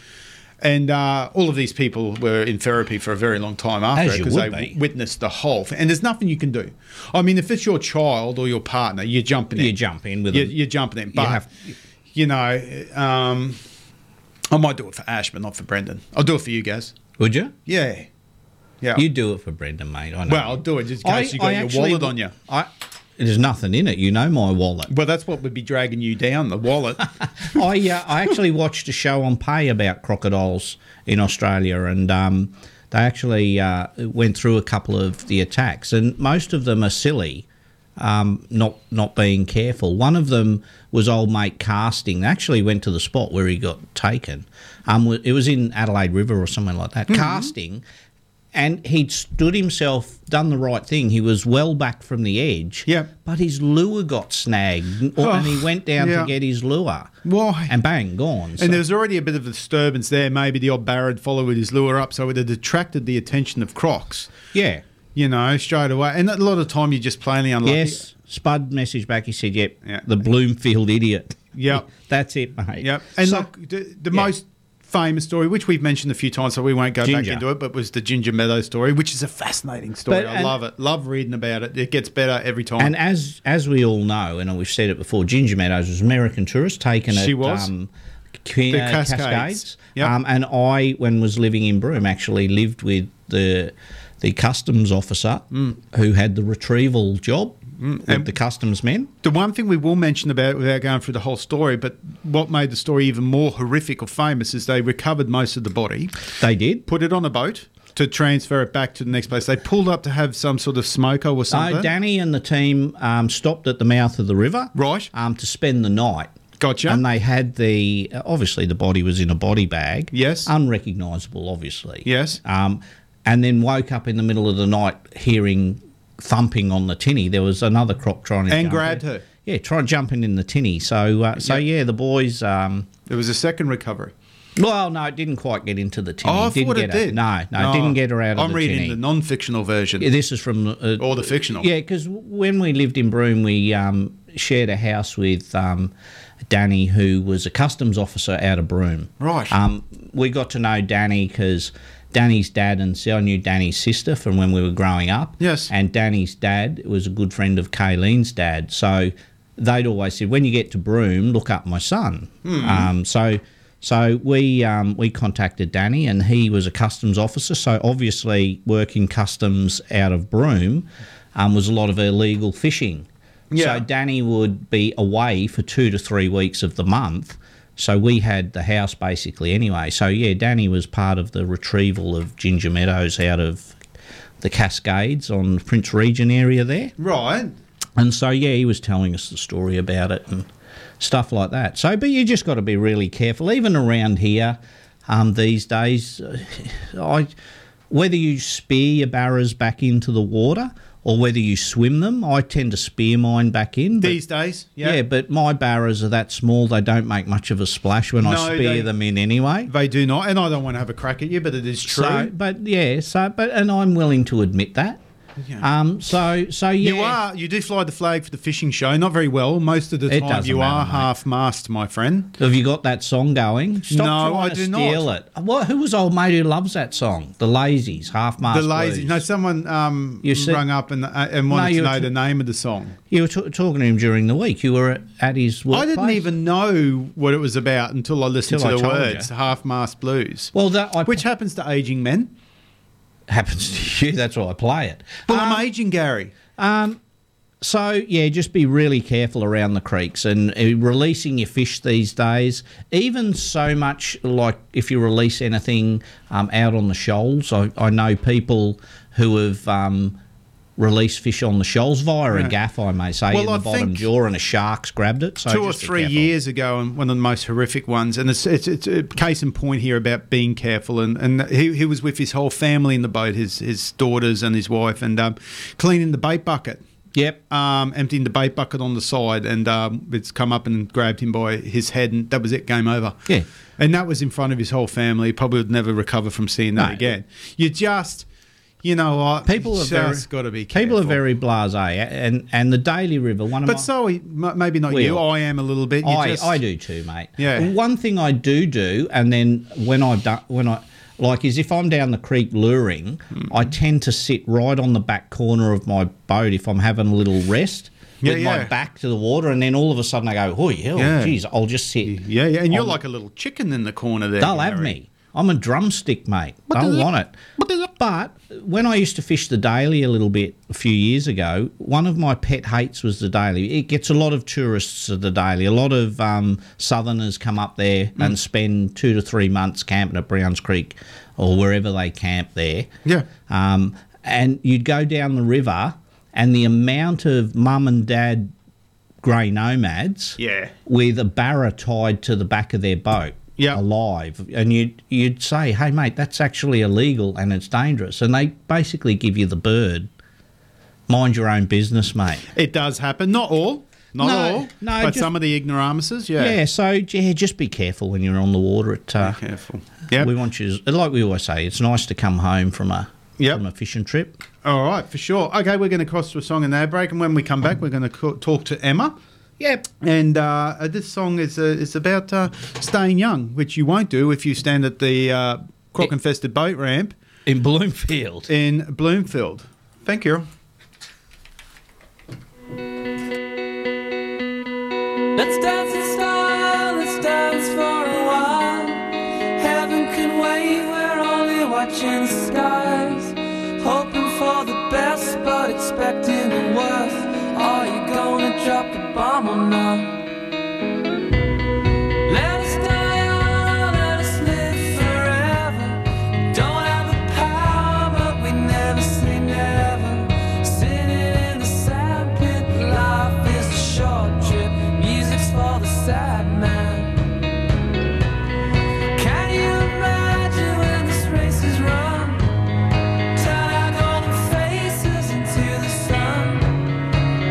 And uh, all of these people were in therapy for a very long time after
As you
because
would
they
be.
witness the whole thing. And there's nothing you can do. I mean, if it's your child or your partner, you're jumping in.
You jump in with
you're,
them.
You're jumping in. But, you,
have-
know, um, I might do it for Ash, but not for Brendan. I'll do it for you guys.
Would you?
Yeah. Yeah.
You do it for Brendan, mate. I know.
Well, I'll do it just in
I-
case you got
I
your
actually-
wallet on you.
I, there's nothing in it. You know my wallet.
Well, that's what would be dragging you down, the wallet.
I uh, I actually watched a show on pay about crocodiles in Australia, and um, they actually uh, went through a couple of the attacks, and most of them are silly. um, not not being careful. One of them was old mate casting. They actually went to the spot where he got taken. Um, wa- it was in Adelaide River or somewhere like that.
Mhm.
Casting, and he'd stood himself, done the right thing. He was well back from the edge. Yeah. But his lure got snagged, or- and he
Oh,
went down
yeah.
to get his lure.
Why?
And bang, gone. So-
And there was already a bit of disturbance there. Maybe the odd Barrett followed his lure up, so it had detracted the attention of Crocs.
Yeah.
You know, straight away. And a lot of time you're just plainly unlucky.
Yes. Spud messaged back. He said, "Yep, the Bloomfield idiot."
Yep.
That's it, mate.
Yep. And
So-
look, the, the most famous story, which we've mentioned a few times, so we won't go
Ginger.
back into it, but was the Ginger Meadow story, which is a fascinating story.
But-
I
and-
love it. Love reading about it. It gets better every time.
And as as we all know, and we've said it before, Ginger Meadows was an American tourist taken
She
at
was.
Um,
The
Qu- uh,
Cascades.
Cascades. Um, and I, when was living in Broome, actually lived with the the customs officer
Mm.
who had the retrieval job with the customs men.
The one thing we will mention about it without going through the whole story, but what made the story even more horrific or famous is they recovered most of the body.
They did.
Put it on a boat to transfer it back to the next place. They pulled up to have some sort of smoker or
So
something.
Uh, Danny and the team um, stopped at the mouth of the river,
right,
um, to spend the night.
Gotcha.
And they had the uh, obviously the body was in a body bag.
Yes.
Unrecognisable, obviously.
Yes.
Um, and then woke up in the middle of the night hearing thumping on the tinny. There was another crop trying to
And
jump
grabbed
in.
her.
Yeah, trying jumping in the tinny. So uh, so yeah, the boys. Um,
there was a second recovery.
Well, no, it didn't quite get into the tinny.
Oh, I
It didn't
thought it
get her-
did. Oh,
No, no, it didn't get her out of
I'm
the
reading
tinny.
the non-fictional version.
Yeah, this is from uh,
or the fictional.
Yeah, because when we lived in Broome, we um, shared a house with um, Danny, who was a customs officer out of Broome.
Right.
Um, we got to know Danny because Danny's dad and see, I knew Danny's sister from when we were growing up. Yes. And Danny's dad was a good friend of Kayleen's dad, so they'd always said, "When you get to Broome, look up my son."
Hmm.
Mm-hmm.
Um, so. So we um, we contacted Danny, and he was a customs officer. So obviously, working customs out of Broome um, was a lot of illegal fishing. So Danny would be away for two to three weeks of the month. So we had the house basically anyway. So yeah, Danny was part of the retrieval of Ginger Meadows out of the Cascades on Prince Regent area there.
Right.
And so, yeah, he was telling us the story about it and stuff like that. So, but you just got to be really careful, even around here um, these days. I, whether you spear your barras back into the water or whether you swim them, I tend to spear mine back in. These
days, yeah.
Yeah, but my barras are that small; they don't make much of a splash when
No,
I spear
they-
them in anyway.
They do not, and I don't want to have a crack at you, but it is true.
So, but yeah, so but and I'm willing to admit that. Um, so so yeah,
You are you do fly the flag for the fishing show, not very well. Most of the
It
time
doesn't
you are
matter, mate.
half mast, my friend.
Have you got that song going? Stop
no,
trying
I
to
do
steal
not.
it. What? Who was old mate who loves that song? The Lazies, half mast.
the lazy.
Blues.
No, someone um,
You said-
rung up and uh, and
No,
wanted
you
to
were
know
t-
the name of the song.
You were t- talking to him during the week. You were at, at his workplace.
I didn't even know what it was about until I listened
Till I
to the
told
words
you.
"half mast blues."
Well, that I,
which happens to aging men.
Happens to <laughs> you. That's why I play it.
Well, I'm aging, Gary.
Um, so yeah, just be really careful around the creeks and uh, releasing your fish these days. Even so much like if you release anything um, out on the shoals, I, I know people who have um, released fish on the shoals via
Yeah.
a gaff, I may say,
Well,
in the
I
bottom
think-
jaw, and a shark's grabbed it. So
two or
just be
three
careful.
years ago, and one of the most horrific ones. And it's, it's, it's a case in point here about being careful. And, and he, he was with his whole family in the boat, his his daughters and his wife, and um, cleaning the bait bucket.
Yep.
Um, emptying the bait bucket on the side, and um, it's come up and grabbed him by his head, and that was it. Game over.
Yeah.
And that was in front of his whole family. He probably would never recover from seeing that
No.
again. You just, you know what?
People are
just
very
got to be
people are very blasé, and and the Daily River. One of
But
my,
so, he- m- maybe not
We
you.
all-
I am a little bit. You
I,
just-
I do too, mate.
Yeah.
One thing I do do, and then when I've done, when I like, is if I'm down the creek luring, I
Hmm.
tend to sit right on the back corner of my boat if I'm having a little rest.
Yeah,
with
yeah.
my back to the water, and then all of a sudden I go, "Oh, hell,
Yeah.
geez, I'll just sit."
Yeah, yeah, and you're
on-
like a little chicken in the corner there.
They'll have
Gary.
me. I'm a drumstick, mate. They'll want it. But when I used to fish the daily a little bit a few years ago, one of my pet hates was the daily. It gets a lot of tourists at the daily. A lot of um, southerners come up there and spend two to three months camping at Browns Creek or wherever they camp there.
Yeah.
Um, and you'd go down the river and the amount of mum and dad grey nomads
Yeah.
with a barra tied to the back of their boat alive and you you'd say hey mate that's actually illegal and it's dangerous and they basically give you the bird mind your own business mate
It does happen. Not all. Not
No,
all.
no,
But
just-
some of the ignoramuses, yeah.
yeah, so yeah just be careful when you're on the water at uh, be
careful
we want you like we always say it's nice to come home from a from a fishing trip
All right, for sure. Okay, we're going to cross to a song in our break, and when we come back, we're going to co- talk to Emma.
Yep.
And uh, uh, this song is uh, is about uh, staying young, which you won't do if you stand at the uh, croc infested boat ramp
in Bloomfield.
In Bloomfield. Thank you.
Let's dance in style, let's dance for a while. Heaven can wait, we're only watching the skies. Hoping for the best, but expecting the worst. Are you gonna drop a bomb or not? Let us die young, let us live forever. Don't have the power, but we never say never. Sitting in the sandpit, life is a short trip. Music's for the sad man. Can you imagine when this race is run? Turn our golden faces into the sun.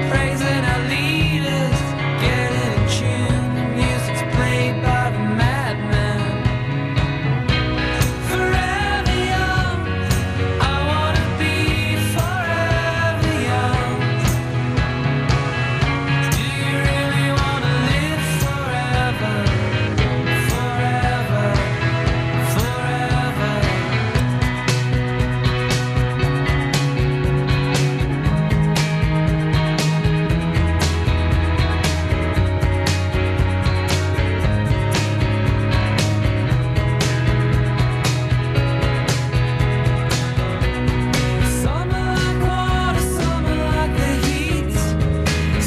Praising our leaders, getting in tune. Music's played by the madman. Forever young. I wanna be forever young. Do you really wanna live forever? Forever, forever. Summer like water, summer like the heat.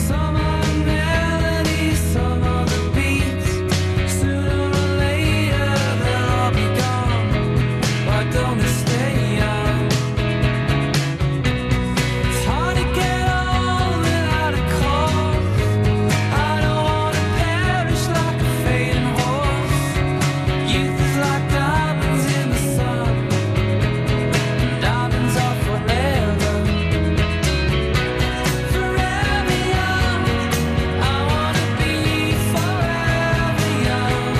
Summer melody, summer the beat. Sooner or later they'll all be gone. Why don't we stay young? It's hard to get old without a cause. I don't wanna perish like a fading horse. Youth is like diamonds in the sun. Diamonds are forever, forever young. I wanna be forever young.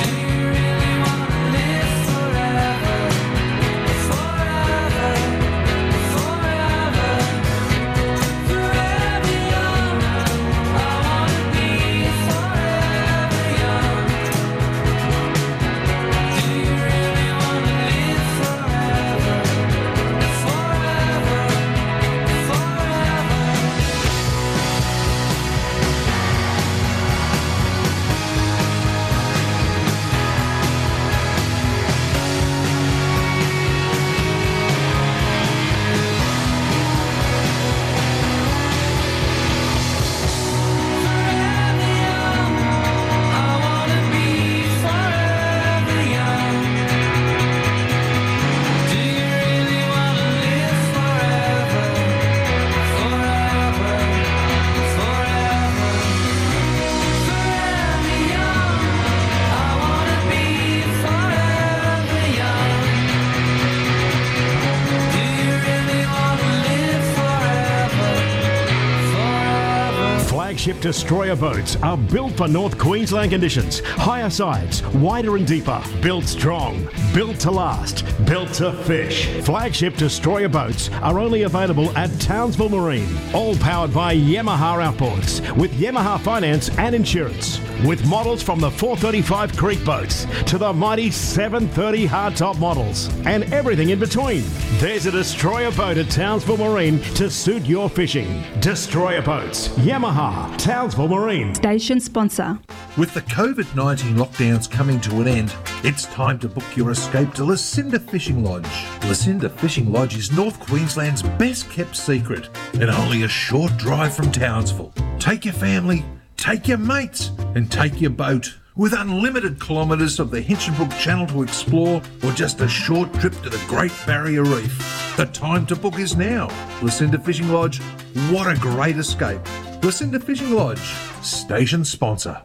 Do you really wanna live forever, forever, forever, forever young? I wanna be forever young. Do you really wanna live forever, forever, forever? I wanna be forever young. Do you really wanna live forever, forever, forever, forever young? I wanna be forever young. Do you really wanna live forever, forever?
Flagship destroyer boats are built for North Queensland conditions. Higher sides, wider and deeper. Built strong, built to last, built to fish. Flagship destroyer boats are only available at Townsville Marine. All powered by Yamaha outboards with Yamaha finance and insurance. With models from the 435 Creek boats to the mighty 730 hardtop models and everything in between. There's a destroyer boat at Townsville Marine to suit your fishing. Destroyer boats, Yamaha, Townsville Marine.
Station sponsor.
With the COVID 19 lockdowns coming to an end, it's time to book your escape to Lucinda Fishing Lodge. Lucinda Fishing Lodge is North Queensland's best kept secret and only a short drive from Townsville. Take your family, take your mates, and take your boat. With unlimited kilometres of the Hinchinbrook Channel to explore, or just a short trip to the Great Barrier Reef. The time to book is now. Lucinda Fishing Lodge, what a great escape. Lucinda Fishing Lodge, station sponsor.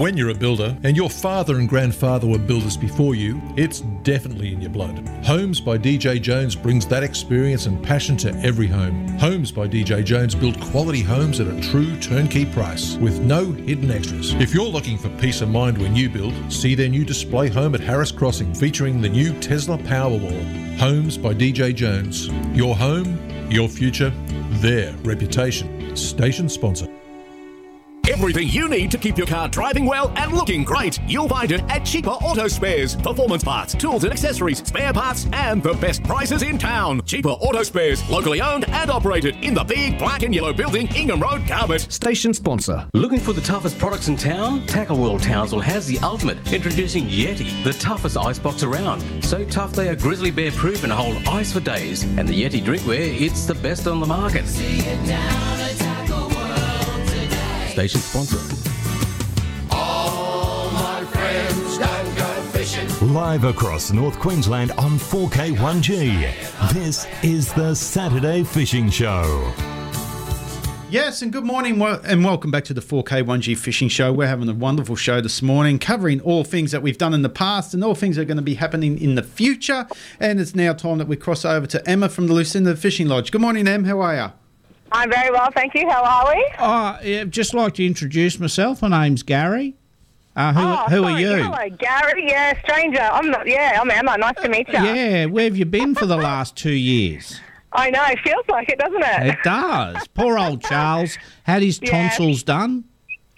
When you're a builder and your father and grandfather were builders before you, it's definitely in your blood. Homes by DJ Jones brings that experience and passion to every home. Homes by DJ Jones build quality homes at a true turnkey price with no hidden extras. If you're looking for peace of mind when you build, see their new display home at Harris Crossing featuring the new Tesla Powerwall. Homes by DJ Jones. Your home, your future, their reputation. Station sponsor.
Everything you need to keep your car driving well and looking great, you'll find it at Cheaper Auto Spares. Performance parts, tools and accessories, spare parts, and the best prices in town. Cheaper Auto Spares, locally owned and operated in the big black and yellow building, Ingham Road, Carpet.
Station sponsor. Looking for the toughest products in town? Tackle World Townsville has the ultimate. Introducing Yeti, the toughest icebox around. So tough they are grizzly bear proof and hold ice for days. And the Yeti drinkware, it's the best on the market. Station sponsor.
All my friends don't go fishing.
Live across North Queensland on 4K1G, this is the Saturday Fishing Show.
Yes, and good morning wel- and welcome back to the 4K1G Fishing Show. We're having a wonderful show this morning, covering all things that we've done in the past and all things that are going to be happening in the future. And it's now time that we cross over to Emma from the Lucinda Fishing Lodge. Good morning, Em. How are you?
I'm very well, thank you. How are we?
Uh, yeah, just like to introduce myself. My name's Gary. Uh, who
oh,
who
sorry.
are you?
Hello, Gary. Yeah, stranger. I'm not. Yeah, I'm Emma. Nice to meet you.
Yeah, where have you been for the last two years?
<laughs> I know. It feels like it, doesn't it?
It does. Poor old Charles had his
<laughs> Yeah.
tonsils done.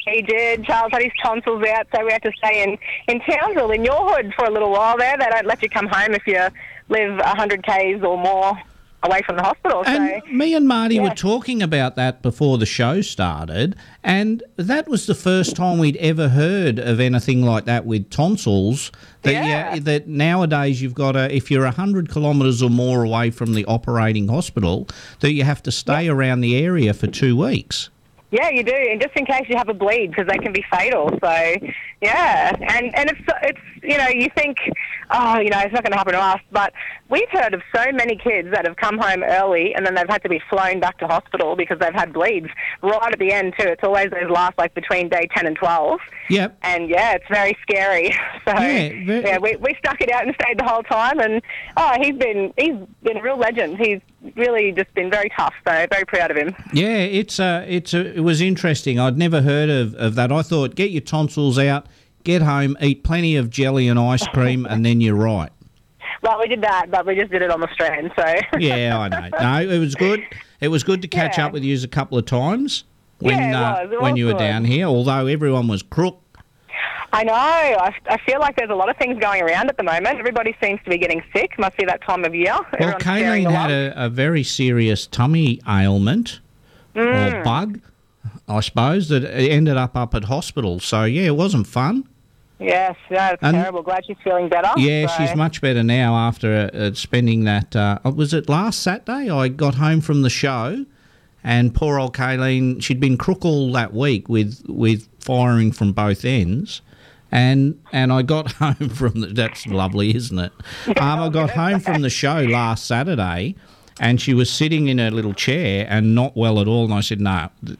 He did. Charles had his tonsils out, so we had to stay in in Townsville, in your hood, for a little while there. They don't let you come home if you live 100 k's or more away from the hospital.
And
so
me and Marty were
yeah.
talking about that before the show started, and that was the first time we'd ever heard of anything like that with tonsils. That yeah. that nowadays you've got to, if you're hundred kilometres or more away from the operating hospital, that you have to stay around the area for two weeks.
Yeah, you do, and just in case you have a bleed, because they can be fatal. So, yeah, and and it's it's you know you think, oh, you know, it's not going to happen to us, but we've heard of so many kids that have come home early and then they've had to be flown back to hospital because they've had bleeds right at the end too. It's always those last like between day ten and twelve,
Yep.
and yeah, it's very scary. <laughs> So
Yeah,
yeah,
ve-
we we stuck it out and stayed the whole time, and oh, he's been he's been a real legend. He's really just been very tough. So very proud of him.
Yeah, it's a, it's a, it was interesting. I'd never heard of, of that. I thought get your tonsils out, get home, eat plenty of jelly and ice cream, and then you're right.
Well, we did that, but we just did it on the strand. So
Yeah, I know. No, it was good. It was good to catch up with you a couple of times when
Yeah, it was.
uh,
It
when
was
you were
good.
down here. Although everyone was crook.
<laughs> I know. I, I feel like there's a lot of things going around at the moment. Everybody seems to be getting sick. Must be that time of year.
Well,
Everyone's staring
Kayleen had a, a very serious tummy ailment or
Mm.
bug, I suppose, that ended up up at hospital. So yeah, it wasn't fun.
Yes, yeah, it's
And-
terrible. Glad she's feeling better.
Yeah,
so- <laughs>
she's much better now after uh, uh, spending that. Uh, oh, was it last Saturday? I got home from the show, and poor old Kayleen, she'd been crook all that week with with firing from both ends. And and I got <laughs> home from the, that's lovely, isn't it? Um, I got home from the show last Saturday, and she was sitting in her little chair and not well at all. And I said, "No, th-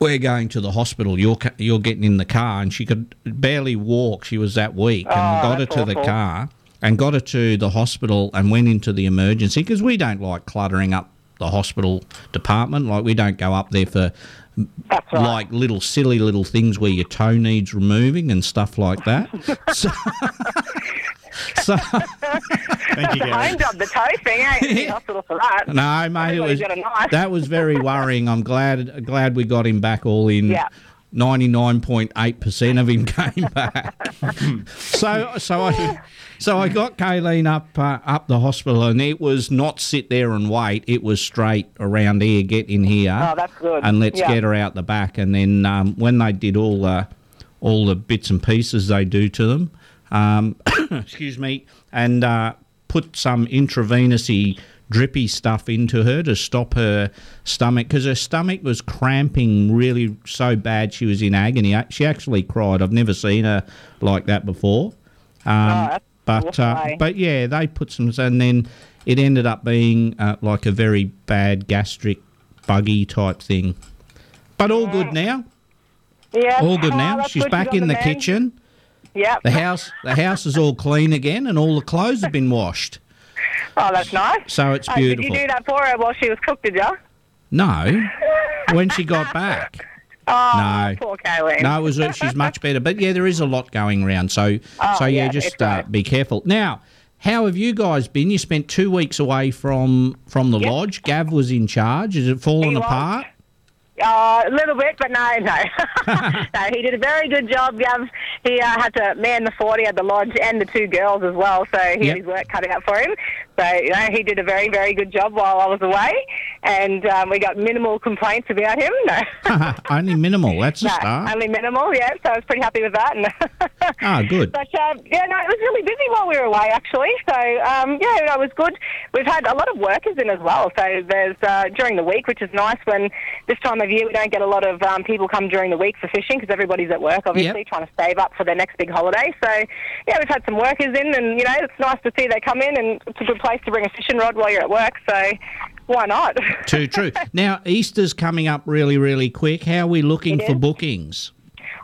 we're going to the hospital. You're ca- you're getting in the car, and she could barely walk. She was that weak, and
Oh,
got her
that's
to the
awful.
car and got her to the hospital and went into the emergency because we don't like cluttering up the hospital department. Like we don't go up there for like little silly little things where your toe needs removing and stuff
<laughs>
like that. so. so
That's a home job, the toe thing. eh?
<laughs>
You're in hospital for that.
no, mate, it
Everybody's
was
got a knife.
that
<laughs>
was very worrying. I'm glad glad we got him back all in.
Yeah.
99.8% of him <laughs> came back.
<laughs>
so so I so I got Kayleen up uh, up the hospital and it was not sit there and wait, it was straight around here get in here.
Oh, that's good.
And let's
Yeah.
get her out the back and then um, when they did all uh, all the bits and pieces they do to them um, <coughs> excuse me, and uh, put some intravenousy drippy stuff into her to stop her stomach because her stomach was cramping really so bad she was in agony. She actually cried. I've never seen her like that before. Um, But uh,
Why?
but yeah, they put some, and then it ended up being uh, like a very bad gastric buggy type thing. But all good now.
Yeah.
All good
Oh,
now.
that's
She's
good,
back
she's on
in the
mend.
kitchen.
Yep.
The house the house is all clean again, and all the clothes have been washed.
Oh, that's nice.
So it's
Oh,
beautiful.
did you do that for her while she was cooked, did you?
No, when she got back.
<laughs> Oh,
No.
poor Kayleen.
No, it was, uh, she's much better. But yeah, there is a lot going around. So,
Oh,
so yeah,
yeah,
just
it's
uh, be careful. Now, how have you guys been? You spent two weeks away from from the lodge. Gav was in charge. Is it fallen
He was.
apart?
Uh, a little bit, but no, no. <laughs> no, he did a very good job, Gav. He uh, had to man the 40 at the lodge and the two girls as well, so he
Yep.
had his work cut out for him. So, you know, he did a very, very good job while I was away, and um, we got minimal complaints about him. No,
<laughs> Only minimal. That's a
no
start.
only minimal, yeah, so I was pretty happy with that. And <laughs>
Ah, good.
But um, yeah, no, it was really busy while we were away, actually. So um, yeah, no, it was good. We've had a lot of workers in as well. So there's uh, during the week, which is nice when this time of year we don't get a lot of um, people come during the week for fishing because everybody's at work, obviously trying to save up for their next big holiday. So yeah, we've had some workers in, and you know it's nice to see they come in, and it's a good place to bring a fishing rod while you're at work. So why not? <laughs>
Too true. Now Easter's coming up really, really quick. How are we looking
It
for
is.
bookings?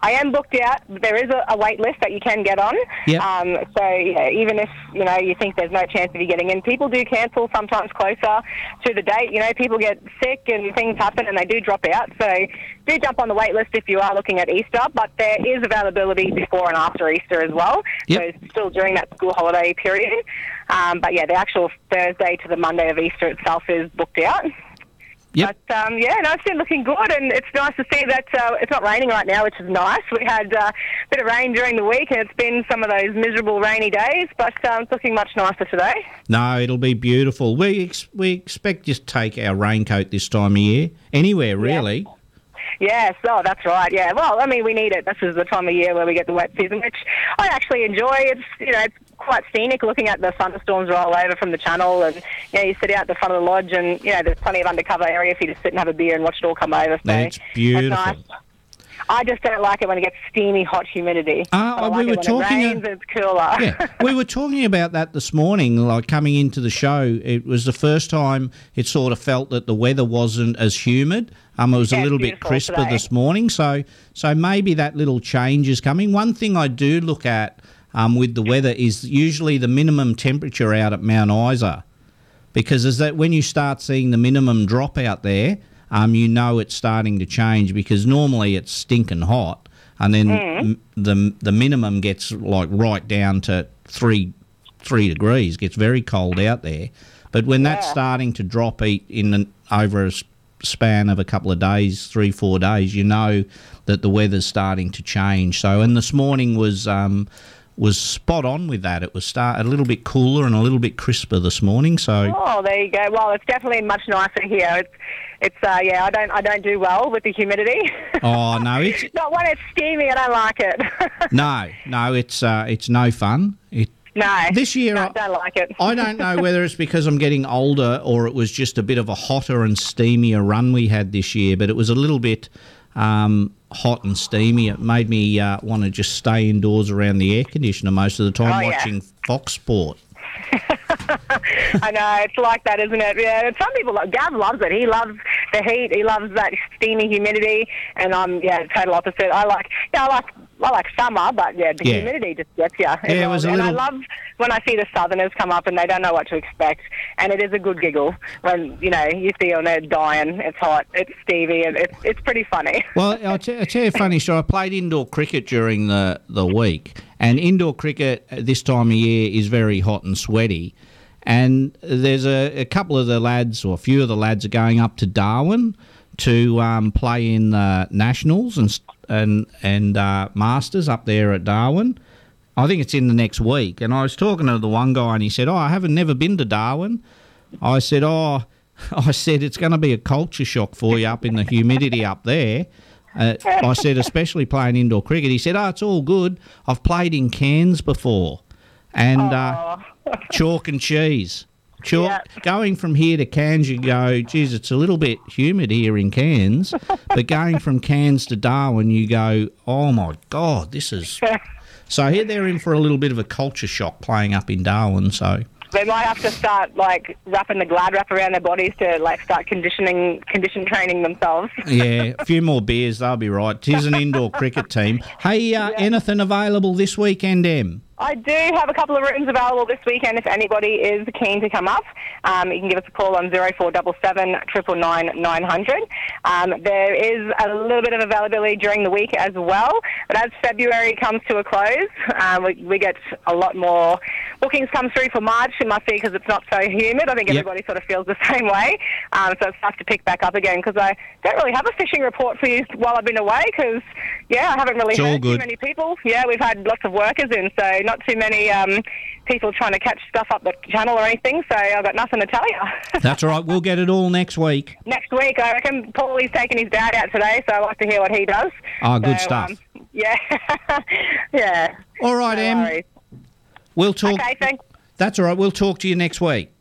I am booked out. but There is a, a wait list that you can get on.
Yep.
Um, so yeah, even if you know you think there's no chance of you getting in, people do cancel sometimes closer to the date. You know, people get sick and things happen, and they do drop out. So do jump on the wait list if you are looking at Easter. But there is availability before and after Easter as well.
Yep.
So still during that school holiday period. Um, but yeah, the actual Thursday to the Monday of Easter itself is booked out.
Yep.
But um, yeah, no, it's been looking good, and it's nice to see that uh, it's not raining right now, which is nice. We had uh, a bit of rain during the week, and it's been some of those miserable rainy days, but um, it's looking much nicer today.
No, it'll be beautiful. We ex- we expect you to take our raincoat this time of year. Anywhere really.
Yes, oh, that's right. Yeah, well, I mean, we need it. This is the time of year where we get the wet season, which I actually enjoy. It's you know, it's quite scenic looking at the thunderstorms roll over from the channel, and yeah, you sit out the front of the lodge, and you know, there's plenty of undercover area for you to sit and have a beer and watch it all come over. So
It's beautiful.
That's nice. I just don't like it when it gets steamy, hot humidity.
Ah,
But I
we
like
were
it when
talking-
It rains, and it's cooler.
yeah, we were talking about that this morning. Like coming into the show, it was the first time it sort of felt that the weather wasn't as humid. Um, it was
Yeah,
a
it's
little bit
beautiful
crisper
today.
this morning. So, so maybe that little change is coming. One thing I do look at um, with the weather is usually the minimum temperature out at Mount Isa, because is that when you start seeing the minimum drop out there, um, you know it's starting to change because normally it's stinking hot and then
Mm.
m- the the minimum gets like right down to three three degrees. Gets very cold out there, but when that's starting to drop eat in an, over a s- span of a couple of days, three four days, you know that the weather's starting to change. So, and this morning was. Um, was spot on with that. It was start a little bit cooler and a little bit crisper this morning. So
Oh, there you go. Well, it's definitely much nicer here. It's, it's uh, yeah. I don't, I don't do well with the humidity.
oh no, it's
<laughs> Not when it's steamy. I don't like it. <laughs>
no no it's uh, it's no fun. It
no.
This year,
I don't like it.
I
<laughs>
don't know whether it's because I'm getting older or it was just a bit of a hotter and steamier run we had this year, but it was a little bit um, hot and steamy. It made me uh, want to just stay indoors around the air conditioner most of the time
Oh, yeah.
watching Fox Sport.
I know it's like that, isn't it? Yeah. And some people, like Gav loves it. He loves the heat. He loves that steamy humidity. And I'm yeah, total opposite. I like yeah, I like I like summer, but yeah, the
Yeah.
humidity just gets you.
Yeah, it was a
and
little-
I love when I see the Southerners come up and they don't know what to expect, and it is a good giggle when you know you see on there dying. It's hot. It's Stevie, and it's it's pretty funny.
<laughs> well, I'll, t- I'll tell you a funny story. I played indoor cricket during the, the week, and indoor cricket at this time of year is very hot and sweaty. And there's a, a couple of the lads, or a few of the lads, are going up to Darwin to um, play in the nationals and s- and and uh, masters up there at Darwin. I think it's in the next week. And I was talking to the one guy, and he said, "Oh, I haven't never been to Darwin." I said, "Oh, <laughs> I said it's going to be a culture shock for you up in the humidity up there." Uh, I said, especially playing indoor cricket. He said, "Oh, it's all good. I've played in Cairns before, and uh, chalk and cheese. Chalk going from here to Cairns, you go. Geez, it's a little bit humid here in Cairns, but going from Cairns to Darwin, you go. Oh my God, this is So here they're in for a little bit of a culture shock playing up in Darwin. So
They might have to start like wrapping the glad wrap around their bodies to like start conditioning, condition training themselves.
yeah, a few more beers, they'll be right. Tis an indoor cricket team. Hey, uh, anything available this weekend, Em?
I do have a couple of rooms available this weekend if anybody is keen to come up. Um, you can give us a call on 0477 999 900. Um, there is a little bit of availability during the week as well, but as February comes to a close, um, we, we get a lot more bookings come through for March. It must be because it's not so humid. I think
Yep.
everybody sort of feels the <laughs> same way. Um, so it's tough to pick back up again because I don't really have a fishing report for you while I've been away because, yeah, I haven't really
It's all
heard too
good.
many people. Yeah, we've had lots of workers in, so not too many um, people trying to catch stuff up the channel or anything. So I've got nothing to tell you.
That's all right. We'll get it all next week.
<laughs> Next week, I reckon Paulie's taking his dad out today, so I like to hear what he does.
Ah, good
So,
stuff.
Um, <laughs> yeah, yeah.
All right, Em. We'll talk.
Okay, thanks.
That's all right. We'll talk to you next week.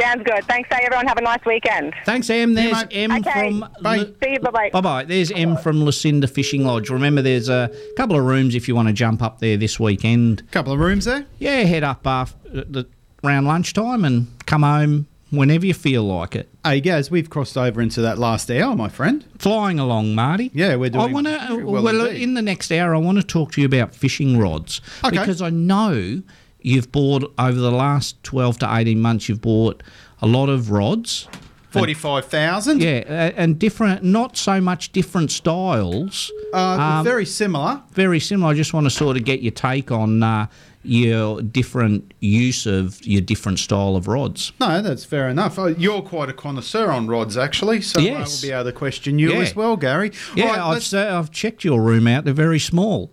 Sounds good. Thanks, eh, everyone. Have a nice weekend.
Thanks, Em. There's Em
from. See you. Bye bye.
Bye bye. There's M from Lucinda Fishing Lodge. Remember, there's a couple of rooms if you want to jump up there this weekend.
Couple of rooms there.
Yeah, head up after the round lunchtime and come home whenever you feel like it.
Hey, Gaz, we've crossed over into that last hour, my friend.
Flying along, Marty.
Yeah, we're doing
I want to.
very
Well, uh,
indeed.
in the next hour, I want to talk to you about fishing rods
Okay.
because I know you've bought over the last twelve to eighteen months. You've bought a lot of rods.
Forty-five thousand.
Yeah, a- and different, not so much different styles. Um,
Uh, very similar.
Very similar. I just want to sort of get your take on uh, your different use of your different style of rods.
No, that's fair enough. Oh, you're quite a connoisseur on rods, actually, so
Yes.
I will be able to question you
Yeah.
as well, Gary.
Yeah,
Right,
I've,
let's,
se- I've checked your room out. They're very small.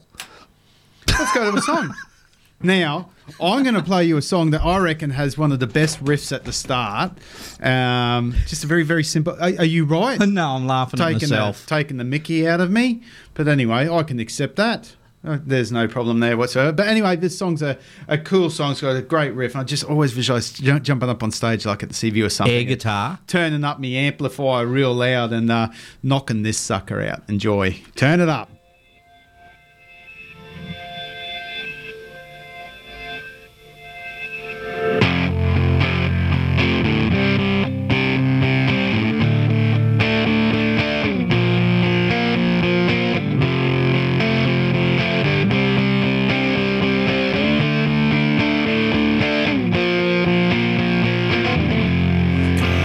let's go to
<laughs>
a song. now, I'm going to play you a song that I reckon has one of the best riffs at the start. Um, just a very, very simple. Are, are you right?
<laughs> No, I'm laughing at
taking
myself.
The, taking the Mickey out of me, but anyway, I can accept that. Uh, There's no problem there whatsoever. But anyway, this song's a, a cool song. It's got a great riff. And I just always visualize jumping up on stage like at the CV or something.
Air guitar.
Turning up my amplifier real loud and uh, knocking this sucker out. Enjoy. Turn it up.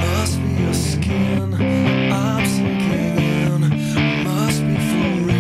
Must be your skin, I'm sinking in. Must be for real.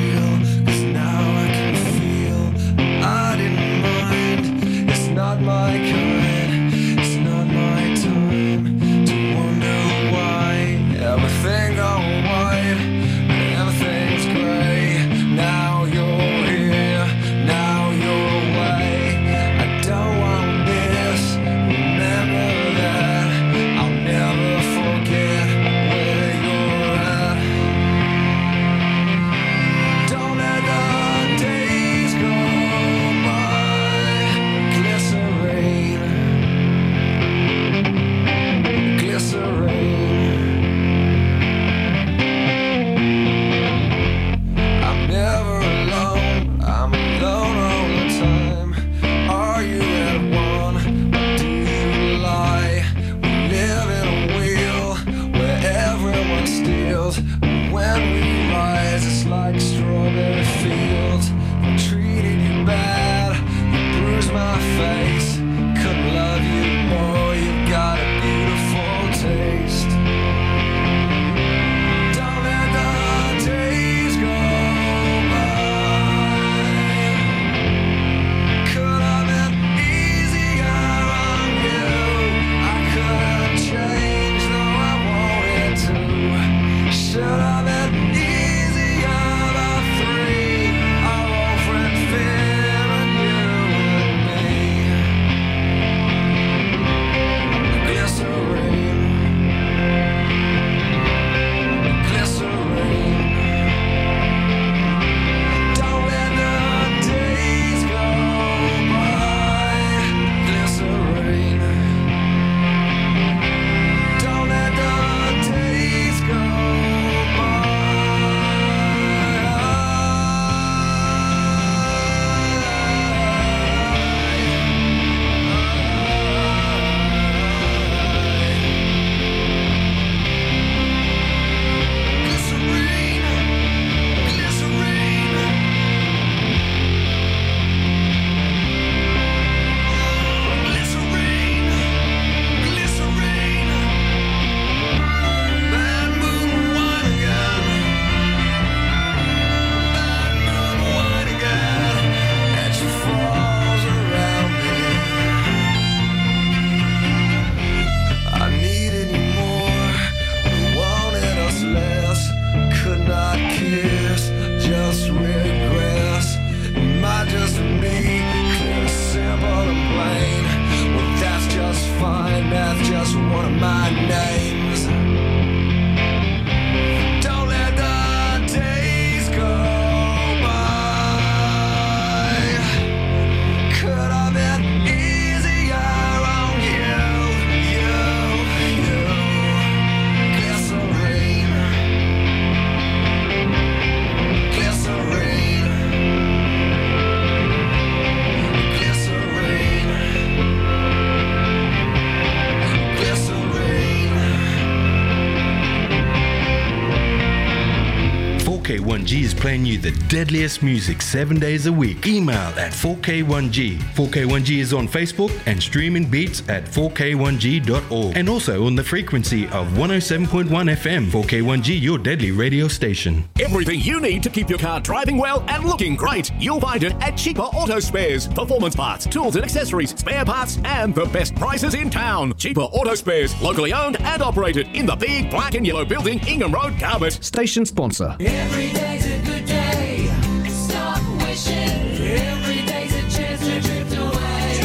4K1G is playing you the deadliest music seven days a week. Email at 4K1G. 4K1G is on Facebook and streaming beats at 4K1G.org and also on the frequency of 107.1 FM. 4K1G, your deadly radio station.
Everything you need to keep your car driving well and looking great, you'll find it at Cheaper Auto Spares. Performance parts, tools and accessories, spare parts, and the best prices in town. Cheaper Auto Spares, locally owned and operated in the big black and yellow building, Ingham Road, Carpet.
Station sponsor.
Every day's a good day. Stop wishing. Every day's a chance to drift away.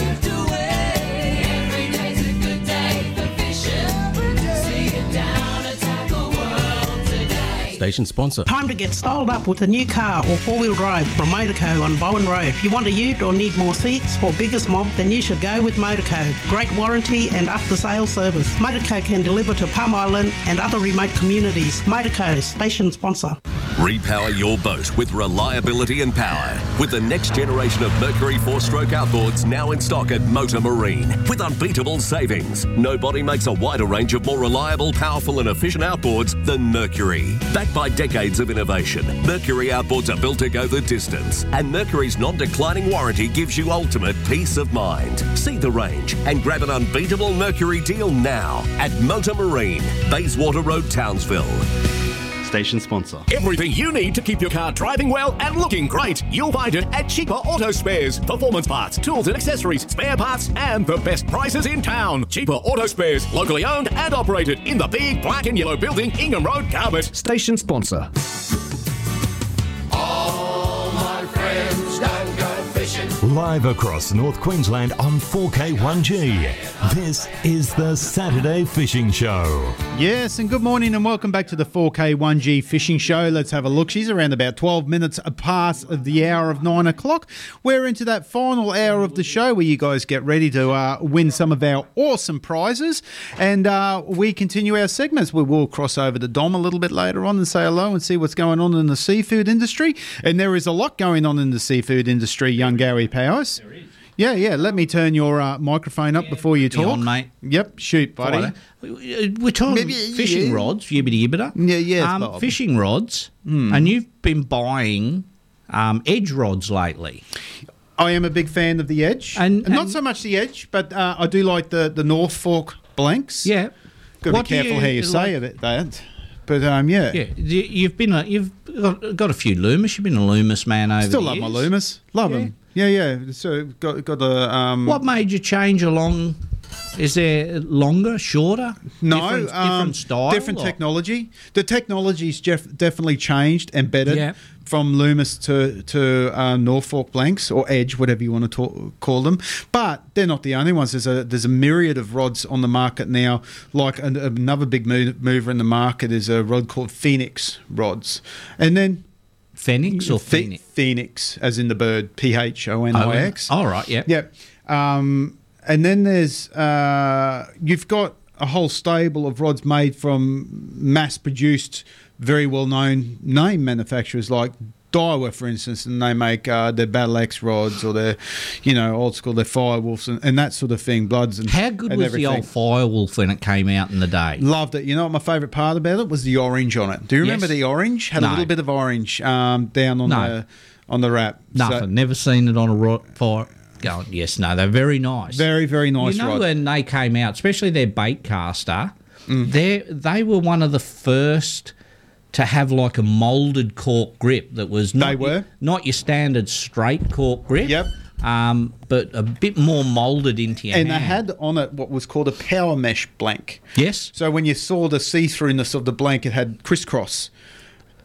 Every day's a good day for fishing. See you down at Tackle World today.
Station sponsor.
Time to get styled up with a new car or four-wheel drive from Motorco on Bowen Road. If you want a ute or need more seats or bigger smob, then you should go with Motorco. Great warranty and up-to-sale service. Motorco can deliver to Palm Island and other remote communities. Motorco, station sponsor.
Repower your boat with reliability and power with the next generation of Mercury four stroke outboards now in stock at Motor Marine with unbeatable savings. Nobody makes a wider range of more reliable, powerful, and efficient outboards than Mercury. Backed by decades of innovation, Mercury outboards are built to go the distance, and Mercury's non declining warranty gives you ultimate peace of mind. See the range and grab an unbeatable Mercury deal now at Motor Marine, Bayswater Road, Townsville.
Station sponsor.
Everything you need to keep your car driving well and looking great, you'll find it at Cheaper Auto Spares. Performance parts, tools and accessories, spare parts, and the best prices in town. Cheaper Auto Spares, locally owned and operated in the big black and yellow building, Ingham Road, Carpet.
Station sponsor.
All my friends don't go fishing.
Live across North Queensland on 4K1G. This is the Saturday Fishing Show.
Yes, and good morning and welcome back to the 4K1G Fishing Show. Let's have a look. She's around about 12 minutes past of the hour of 9 o'clock. We're into that final hour of the show where you guys get ready to uh, win some of our awesome prizes. And uh, we continue our segments. We will cross over to Dom a little bit later on and say hello and see what's going on in the seafood industry. And there is a lot going on in the seafood industry, young Gary Powers. There is. Yeah, yeah. Let me turn your uh, microphone up before you
be
talk.
on, mate.
Yep, shoot, buddy.
Friday. We're talking fishing rods, yibbity yibbita.
Yeah, yeah,
Um,
Bob.
fishing rods,
Hmm.
and you've been buying um, edge rods lately.
I am a big fan of the edge, and, not so much the edge, but uh, I do like the the North Fork blanks. Yeah, got to be
What do
careful
you
how you
like-
say it, that. But um, yeah,
Yeah, you- you've been a, you've got, got a few Loomis. You've been a Loomis man over.
still
the
love my
years.
Loomis, love them. Yeah, yeah. So got got the um.
What made you change along? Is there longer, shorter?
No,
different, different
um,
style,
different
or-
technology. The technology's def- definitely changed and bettered
Yeah.
from Loomis to to uh, Norfolk blanks or Edge, whatever you want to ta- call them. But they're not the only ones. There's a there's a myriad of rods on the market now. Like an, another big mo- mover in the market is a rod called Phoenix rods, and then.
Phoenix or
Phe-
Phoenix?
Phoenix, as in the bird, P H O N I X.
Oh, all right, yeah.
Yep. Um, and then there's uh, you've got a whole stable of rods made from mass-produced, very well-known name manufacturers like Daiwa, for instance, and they make uh, their Battle Axe rods or their, you know, old school their Firewolves and, and that sort of thing, Bloods and
How good
and
was
everything.
the old Firewolf when it came out in the day?
Loved it. You know what my favourite part about it was the orange on it. Do you remember
Yes.
the orange? Had a
No.
little bit of orange um, down on
No.
the on the wrap. So-
Nothing. Never seen it on a rod fire. Going, yes, no, they're very nice.
Very, very nice
You know
rod.
when they came out, especially their bait caster,
Mm.
they they were one of the first to have like a molded cork grip that was not, they were. not your standard straight cork grip. Yep. Um, but a bit more molded into your
and they
hand.
had on it what was called a power mesh blank.
Yes.
So when you saw the see throughness of the blank, it had crisscross.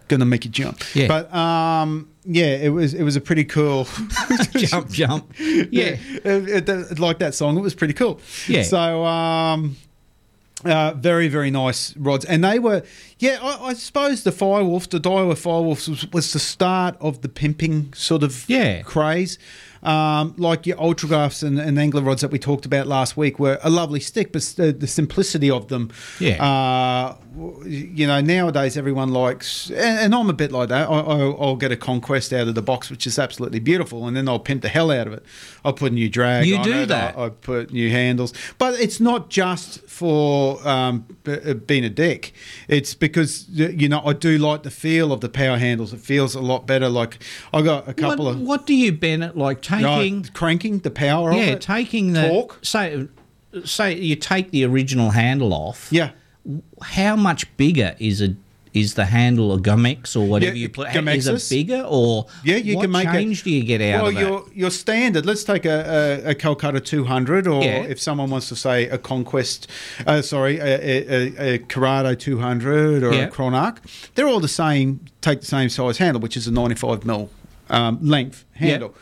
Gonna make you jump. <laughs>
Yeah.
But um, yeah, it was it was a pretty cool <laughs>
jump, jump.
Yeah, It- it- like that song. It was pretty cool.
Yeah.
So um, uh, very very nice rods, and they were yeah. I, I suppose the Firewolf, the Daiwa Firewolf, was, was the start of the pimping sort of yeah. craze. Um, like your Ultragraphs and, and Angler rods that we talked about last week were a lovely stick, but s- the, the simplicity of them.
Yeah.
Uh, w- you know, nowadays everyone likes, and, and I'm a bit like that. I, I, I'll get a Conquest out of the box, which is absolutely beautiful, and then I'll pimp the hell out of it. I'll put a new drag.
You
on
do
it, I-
that.
I, put new handles, but it's not just for um, b- uh, being a dick. It's because y- you know I do like the feel of the power handles. It feels a lot better. Like I got a couple
what,
of
what do you Bennett like taking
cranking the power of
yeah
it?
taking the
Torque?
say say you take the original handle off
yeah
how much bigger is a is the handle a Gomex or whatever
Yeah,
you play
Gomexes.
is it bigger or
Yeah, you
what
can make it-
change do you get out
well,
of that?
your your standard. Let's take a, a, a Calcutta 200, or
Yeah.
if someone wants to say a Conquest, uh, sorry, a, a, a, a Corrado 200 or
Yeah.
a Cronarch. They're all the same. Take the same size handle, which is a 95 mil um, length
Yeah.
handle.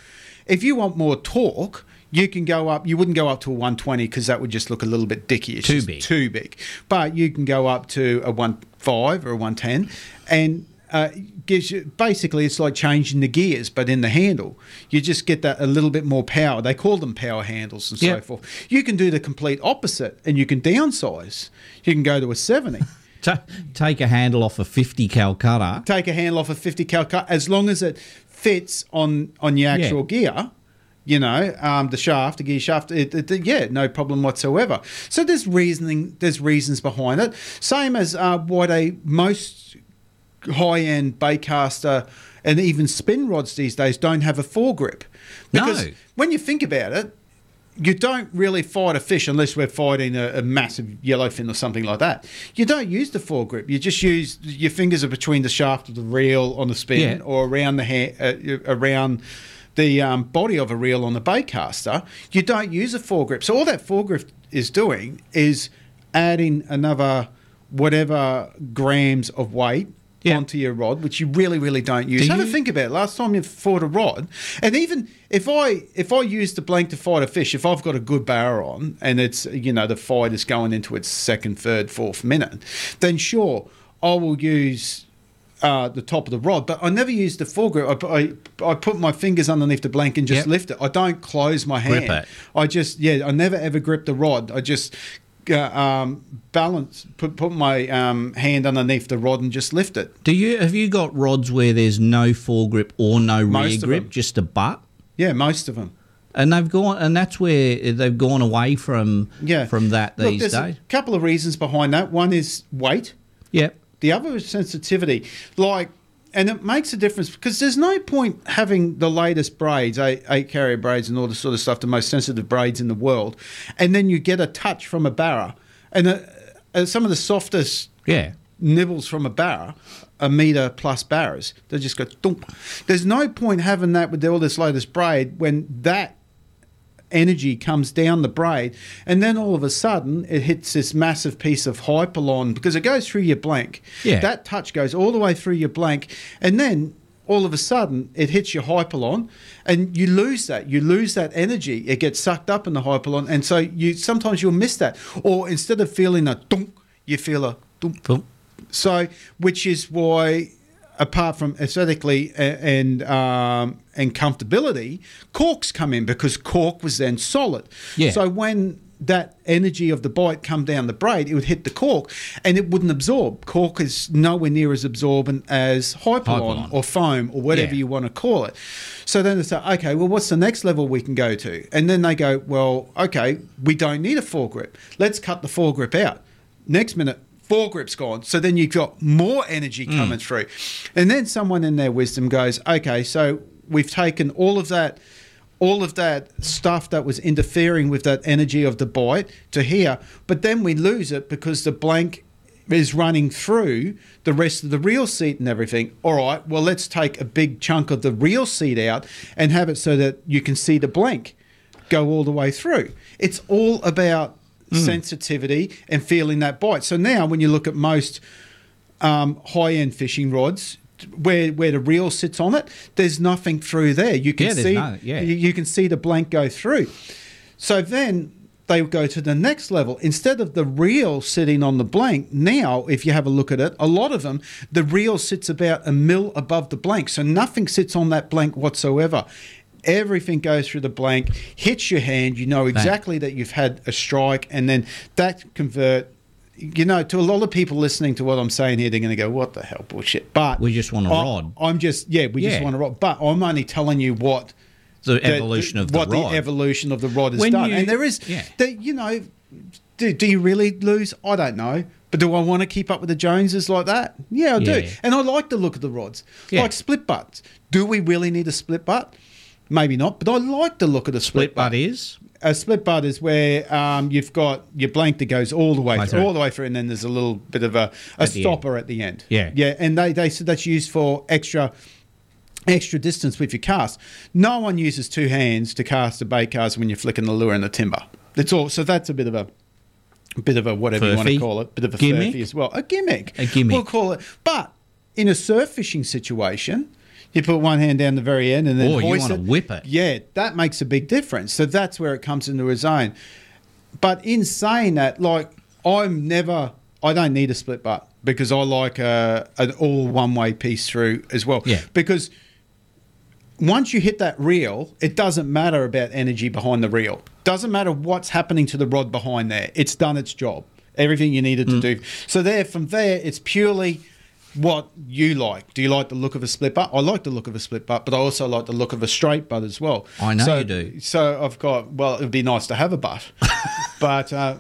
If you want more torque. You can go up. You wouldn't go up to a 120 because that would just look a little bit dickish. Too big. Too big. But you can go up to a 1.5 or a 110, and uh, gives you basically it's like changing the gears but in the handle you just get that a little bit more power they call them power handles and
Yeah.
so forth you can do the complete opposite and you can downsize you can go to a 70
Ta- take a handle off a 50 Calcutta
take a handle off a 50 cal cut as long as it fits on on your
Yeah.
actual gear you know um, the shaft the gear shaft it, it- yeah no problem whatsoever so there's reasoning there's reasons behind it same as uh, why they most high-end baitcaster and even spin rods these days don't have a foregrip because
No.
when you think about it you don't really fight a fish unless we're fighting a, a massive yellowfin or something like that. You don't use the foregrip. You just use your fingers are between the shaft of the reel on the spin
Yeah.
or around the ha- uh, around the um, body of a reel on the baitcaster. You don't use a foregrip. So all that foregrip is doing is adding another whatever grams of weight. Onto your rod, which you really, really don't use. Have a think about it. Last time you fought a rod, and even if I if I use the blank to fight a fish, if I've got a good barra on and it's you know the fight is going into its second, third, fourth minute, then sure I will use uh, the top of the rod, but I never use the foregrip. I, I, I put my fingers underneath the blank and just
Yep.
lift it. I don't close my hand.
Grip it.
I just yeah, I never ever grip the rod. I just uh, um, balance put put my um, hand underneath the rod and just lift it.
do you have you got rods where there's no foregrip or no
Most
rear
of
grip
them.
just a butt
Yeah, most of them.
and they've gone and that's where they've gone away from
Yeah.
from that
Look,
these
there's
days
A couple of reasons behind that. One is weight.
Yep.
The other is sensitivity. Like, and it makes a difference because there's no point having the latest braids, eight, eight carrier braids, and all this sort of stuff, the most sensitive braids in the world, and then you get a touch from a barra, and uh uh some of the softest
yeah
nibbles from a barra, a meter plus barras. They just go thump. There's no point having that with all this latest braid when that energy comes down the braid and then all of a sudden it hits this massive piece of hyperlon because it goes through your blank.
Yeah.
That touch goes all the way through your blank and then all of a sudden it hits your hyperlon and you lose that. You lose that energy. It gets sucked up in the hyperlon and so you sometimes you'll miss that. Or instead of feeling a dunk, you feel a dunk. So which is why apart from aesthetically a- and um, and comfortability, corks come in because cork was then solid.
Yeah.
So when that energy of the bite come down the braid, it would hit the cork and it wouldn't absorb. Cork is nowhere near as absorbent as hyperlon,
Hyperlon.
or foam or whatever
Yeah.
you want to call it. So then they say, okay, well, what's the next level we can go to? And then they go, well, okay, we don't need a foregrip. Let's cut the foregrip out. Next minute, foregrip's gone. So then you've got more energy coming through. And then someone in their wisdom goes, okay, so we've taken all of that. All of that stuff that was interfering with that energy of the bite to here, but then we lose it because the blank is running through the rest of the real seat and everything. All right, well, let's take a big chunk of the real seat out and have it so that you can see the blank go all the way through. It's all about
Hmm.
sensitivity and feeling that bite. So now, when you look at most um, high end fishing rods, where where the reel sits on it, there's nothing through there. You can
Yeah, there's
see,
no- yeah.
you- you can see the blank go through. So then they go to the next level. Instead of the reel sitting on the blank, now if you have a look at it, a lot of them the reel sits about a mil above the blank, so nothing sits on that blank whatsoever. Everything goes through the blank, hits your hand. You know exactly that you've had a strike, and then that convert. You know, to a lot of people listening to what I'm saying here, they're going to go, "What the hell, bullshit!" But we just
want a rod.
I'm just yeah, we just
Yeah.
want a rod. But I'm only telling you what
The evolution of the
what
rod.
the evolution of the rod has
When
done,
you-
and there is
yeah.
that you know. Do, do you really lose? I don't know. But do I want to keep up with the Joneses like that? Yeah, I
Yeah.
do. And I like the look of the rods.
Yeah.
Like split butts. Do we really need a split butt? Maybe not, but I like the look of the split,
Split butt is?
A split butt is where um, you've got your blank that goes all the way
Right
through,
through.
all the way through, and then there's a little bit of a, a
At the end.
stopper at the end.
Yeah.
Yeah, and they, they said that's used for extra extra distance with your cast. No one uses two hands to cast a bait cast when you're flicking the lure in the timber. It's all so that's a bit of a bit of a whatever you want
Furphy?
to call it, bit of a
Gimmick?
furphy as well. A gimmick.
A gimmick.
We'll call it. But in a surf fishing situation, you put one hand down the very end and then
Or you
hoist
wanna
it.
whip it.
Yeah, that makes a big difference. So that's where it comes into its own. But in saying that, like I'm never, I don't need a split butt because I like a, an all one way piece through as well.
Yeah.
Because once you hit that reel, it doesn't matter about energy behind the reel. Doesn't matter what's happening to the rod behind there. It's done its job. Everything you
Mm.
needed to do. So there, from there, it's purely what you like. Do you like the look of a split butt? I like the look of a split butt, but I also like the look of a straight butt as well.
I know
So-
you do.
So I've got. Well, it'd be nice to have a
<laughs>
butt, but uh,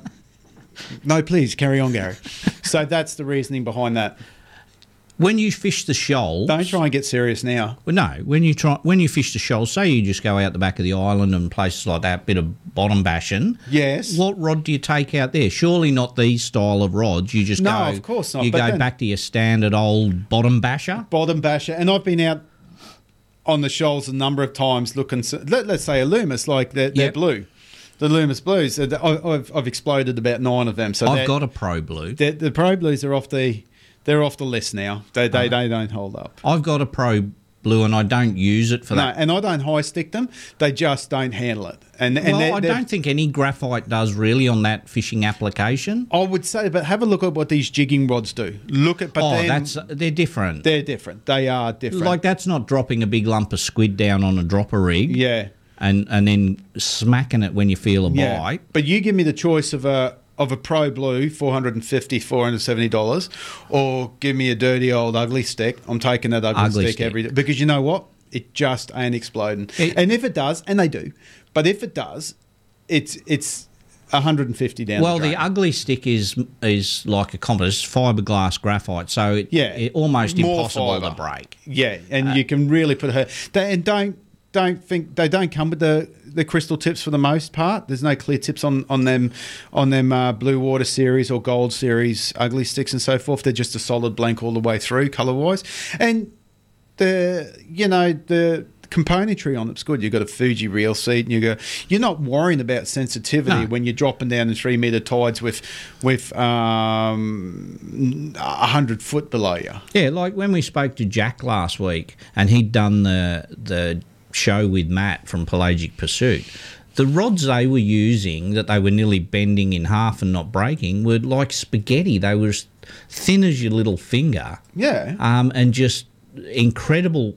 no, please carry on, Gary. So that's the reasoning behind that.
When you fish the shoals, don't
try and get serious now.
Well, no, when you try when you fish the shoals, say you just go out the back of the island and places like that, bit of bottom bashing.
Yes.
What rod do you take out there? Surely not these style of rods. You just
No,
go.
of course not,
You
but
go
then-
back to your standard old bottom basher.
Bottom basher, and I've been out on the shoals a number of times looking. s- Let, let's say a Loomis, like they're, they're blue. The Loomis blues. uh, I- I've, I've exploded about nine of them. So
I've
they're-
got a pro blue.
they're- the pro blues are off the they're off the list now. They
Uh-huh.
they, they don't hold up.
I've got a pro blue, and I don't use it for
No,
that.
and I don't high stick them. They just don't handle it. And and
well,
they're-
I
they're-
don't think any graphite does really on that fishing application.
I would say, but have a look at what these jigging rods do. Look at, but
oh,
then
that's they're different.
they're different. They are different.
Like that's not dropping a big lump of squid down on a dropper rig.
Yeah.
And and then smacking it when you feel a bite.
But you give me the choice of a of a Pro Blue 450 470 dollars, or give me a dirty old ugly stick. I'm taking that ugly,
Ugly
stick,
stick.
every day because you know what? It just ain't exploding. and if it does, and they do, but if it does, it's it's 150 down.
well,
the,
the,
drain.
ugly stick is is like a compass, fiberglass graphite, so it,
Yeah.
it almost
More
impossible to
fibre.
break. Uh,
yeah, and you can really put her. They, and don't don't think they don't come with the the crystal tips for the most part. There's no clear tips on on them on them uh, blue water series or gold series ugly sticks and so forth. They're just a solid blank all the way through color wise, and the you know the componentry on it's good. You've got a Fuji reel seat, and you go. You're not worrying about sensitivity
No.
when you're dropping down in three meter tides with with um, a hundred foot below you.
Yeah, like when we spoke to Jack last week, and he'd done the the show with Matt from Pelagic Pursuit. The rods they were using that they were nearly bending in half and not breaking were like spaghetti. They were as thin as your little finger.
Yeah.
Um, and just incredible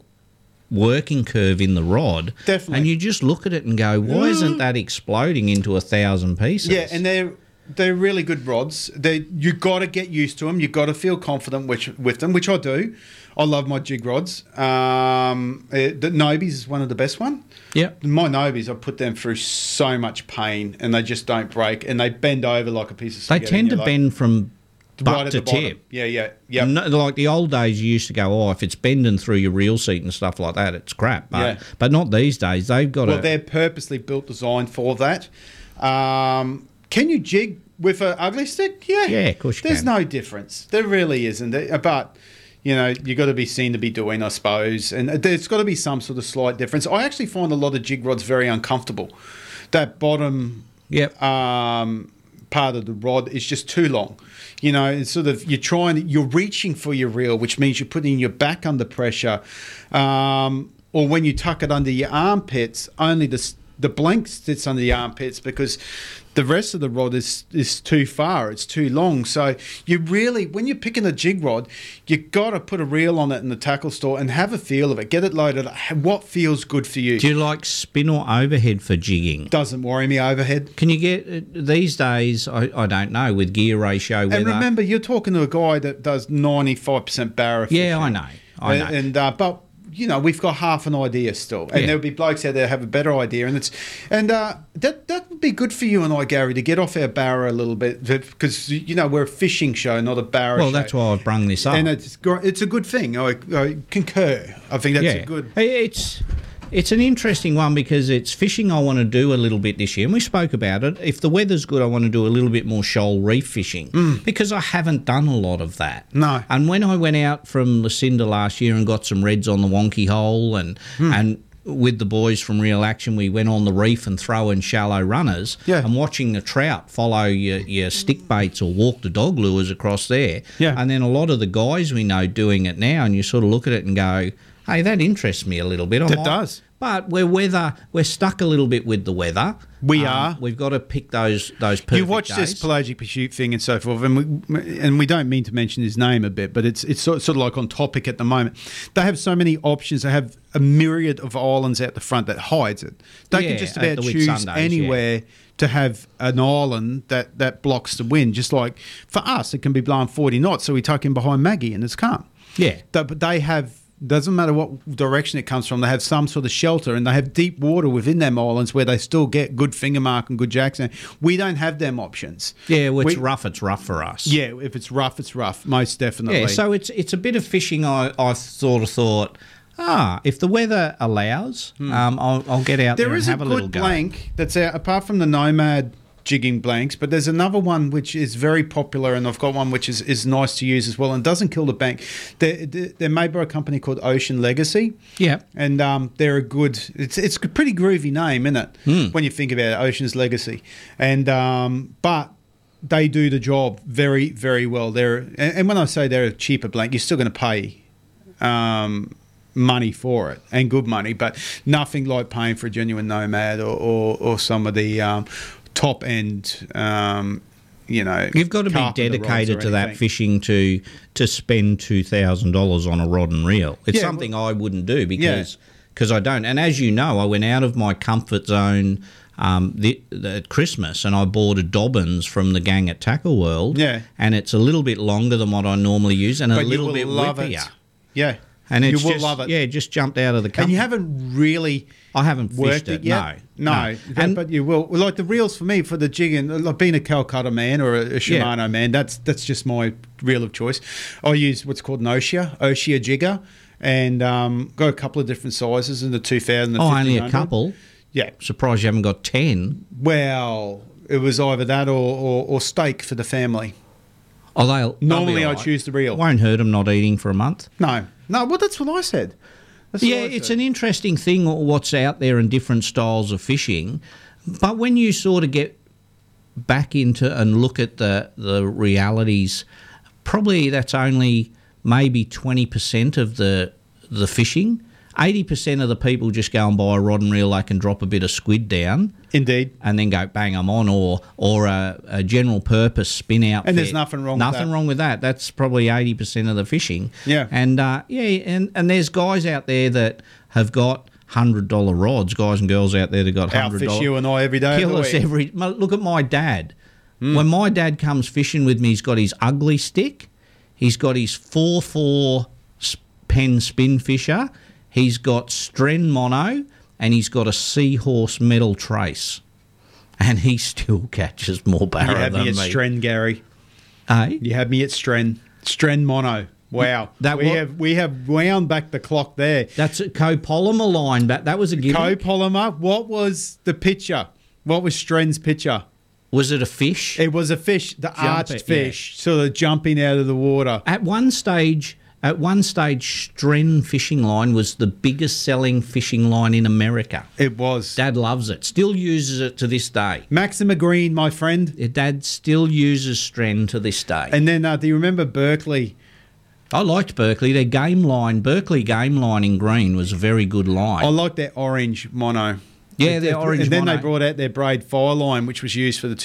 working curve in the rod. Definitely. And you just look at it and go, why isn't that exploding into a thousand pieces?
Mm. Yeah, and they're they're really good rods. They you got to get used to them. You got to feel confident which, with them, which I do. I love my jig rods. Um, eh, the Nobis is one of the best one.
Yeah,
my Nobis, I put them through so much pain, and they just don't break, and they bend over like a piece of.
They
spaghetti,
tend
and
to
you're like,
bend from butt
right at
to
the bottom.
tip.
Yeah, yeah, yeah.
No, like the old days, you used to go, oh, if it's bending through your reel seat and stuff like that, it's crap. But,
Yeah.
but not these days. They've got
well,
a.
they're purposely built designed for that. Um, can you jig with an ugly stick? Yeah,
Yeah, of course you
There's
can.
no difference. There really isn't. There- uh, But you know, you got to be seen to be doing, I suppose, and there's got to be some sort of slight difference. I actually find a lot of jig rods very uncomfortable. That bottom,
yep.
um, part of the rod is just too long. You know, it's sort of you're trying, you're reaching for your reel, which means you're putting your back under pressure. Um, or when you tuck it under your armpits, only the s- the blank sits under the armpits because the rest of the rod is is too far. It's too long. So you really, when you're picking a jig rod, you got to put a reel on it in the tackle store and have a feel of it. Get it loaded. up. What feels good for you?
Do you like spin or overhead for jigging?
Doesn't worry me overhead.
Can you get uh, these days? I, I don't know with gear ratio whether
and remember, you're talking to a guy that does 95% barra fishing.
Yeah, I know. I
and,
know.
And uh, but you know, we've got half an idea still, and
Yeah.
there'll be blokes out there that have a better idea, and it's and uh, that that would be good for you and I, Gary, to get off our barra a little bit because you know we're a fishing show, not a barra.
well,
show.
that's why I've brung this up.
and it's gr- it's a good thing. I, I concur. I think that's
yeah.
a good.
I- It's it's an interesting one because it's fishing I want to do a little bit this year, and we spoke about it. If the weather's good, I want to do a little bit more shoal reef fishing
Mm.
because I haven't done a lot of that. No. And when I went out from Lucinda last year and got some reds on the wonky hole and
Mm.
and with the boys from Real Action, we went on the reef and throw in shallow runners. Yeah. And watching the trout follow your, your stick baits or walk the dog lures across there. Yeah. And then a lot of the guys we know doing it now, and you sort of look at it and go, hey, that interests me a little bit. I
That
might-
does.
But we're weather, we're stuck a little bit with the weather. Um,
We are.
We've got to pick those those. Perfect
You watch this
days.
pelagic pursuit thing and so forth, and we and we don't mean to mention his name a bit, but it's it's sort, sort of like on topic at the moment. They have so many options. They have a myriad of islands out the front that hides it. They
Yeah,
can just
at
about
the
choose
Whitsundays, yeah.
anywhere to have an island that that blocks the wind. Just like for us, it can be blowing forty knots, so we tuck in behind Maggie and it's calm.
Yeah.
Th- but they have doesn't matter what direction it comes from. They have some sort of shelter and they have deep water within them islands where they still get good finger mark and good jackson. We don't have them options.
Yeah, well, it's
We-
rough. It's rough for us.
Yeah, if it's rough, it's rough, most definitely.
Yeah, so it's it's a bit of fishing. I I sort of thought, ah, if the weather allows, um, I'll, I'll get out there,
Hmm. there is
and have
a
a,
good
little go.
blank that's out apart from the Nomad jigging blanks, but there's another one which is very popular, and I've got one which is, is nice to use as well and doesn't kill the bank. They're, they're they're made by a company called Ocean Legacy.
Yeah.
and um, they're a good. It's it's a pretty groovy name, isn't it?
Hmm.
When you think about it, Ocean's Legacy, and um, but they do the job very very well. They're and, and when I say they're a cheaper blank, you're still going to pay um, money for it and good money, but nothing like paying for a genuine Nomad or or, or some of the um, top end. Um, you know,
You've got to be
carpenter rods or
dedicated to that
anything.
fishing to to spend two thousand dollars on a rod and reel. It's
Yeah,
something I wouldn't do because because I don't. And as you know, I went out of my comfort zone um, the, the, at Christmas and I bought a Dobbins from the gang at Tackle World.
Yeah.
and it's a little bit longer than what I normally use and a
But you
little
will
bit
love it.
whippier.
Yeah,
And it's
you will
just,
love it.
Yeah, just jumped out of the. Comfort.
And you haven't really.
I haven't
worked
fished
it
it.
yet?
No,
no. but you will. Well, Like the reels for me for the jigging, like being a Calcutta man or a, a Shimano man, that's that's just my reel of choice. I use what's called an Oshia, Oshia jigger, and um, got a couple of different sizes in the 2000. the
Oh, only a
1500.
couple.
Yeah.
Surprised you haven't got ten.
Well, it was either that or, or, or steak for the family.
Oh, they'll they'll
Normally
be
I
all right.
choose the reel.
Won't hurt them not eating for a month.
No, no. Well, that's what I said. That's what
yeah,
I
it's
said.
an interesting thing what's out there in different styles of fishing, but when you sort of get back into and look at the the realities, probably that's only maybe twenty percent of the the fishing. Eighty percent of the people just go and buy a rod and reel. They can drop a bit of squid down,
indeed,
and then go bang, I'm on, or or a, a general purpose spin out.
And there's
fit.
nothing wrong with
Nothing
that.
wrong with that. That's probably eighty percent of the fishing.
Yeah.
And uh, yeah, and, and there's guys out there that have got hundred dollar rods, guys and girls out there that got hundred
Outfish you and I every day of
Kill
the
us
week. Hmm.
every. my- Look at my dad. When my dad comes fishing with me, he's got his ugly stick. He's got his four four pen spin fisher. He's got Stren mono, and he's got a seahorse metal trace. And he still <laughs> catches more barra
You had
than
me at
me.
Stren, Gary.
Hey?
You had me at Stren. Stren mono. Wow.
That
we
wa-
have we have wound back the clock there.
That's a copolymer line, but that was a gimmick.
Copolymer. What was the picture? What was Stren's picture?
Was it a fish?
It was a fish, the arched
it, yeah.
fish, sort of jumping out of the water.
At one stage, at one stage, Stren fishing line was the biggest selling fishing line in America.
It was.
Dad loves it. Still uses it to this day.
Maxima Green, my friend.
Your dad still uses Stren to this day.
And then, uh, do you remember Berkeley?
I liked Berkeley. Their game line, Berkeley game line in green was a very good line.
I like that orange mono.
Yeah, the orange
And then
one,
they
eh?
brought out their braid fire line, which was used for the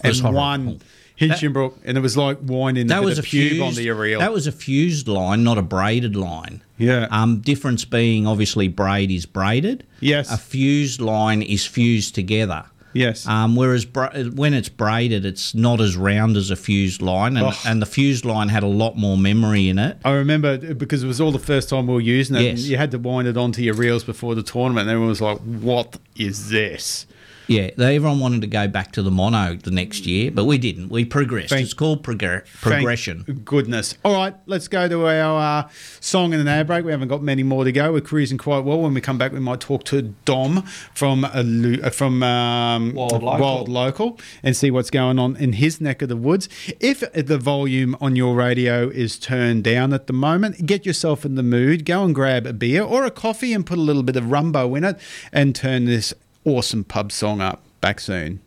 That's horrible.
2001 Hinchinbrook, and it was like wine in
that
a bit
was
of
a
pube
fused,
on the aerial.
That was a fused line, not a braided line.
Yeah.
Um, difference being obviously braid is braided.
Yes.
A fused line is fused together.
Yes.
Um, whereas bra- when it's braided, it's not as round as a fused line, and,
Oh.
and the fused line had a lot more memory in it.
I remember because it was all the first time we were using it. and
Yes.
You had to wind it onto your reels before the tournament. And everyone was like, what is this?
Yeah, they, everyone wanted to go back to the mono the next year, but we didn't. We progressed. it's called progr- progression.
Thank goodness. All right, let's go to our uh, song and an air break. We haven't got many more to go. We're cruising quite well. When we come back, we might talk to Dom from a, lu- uh, from um,
Wild Local.
Wild Local and see what's going on in his neck of the woods. If the volume on your radio is turned down at the moment, get yourself in the mood. Go and grab a beer or a coffee and put a little bit of rumbo in it and turn this awesome pub song up. Back soon.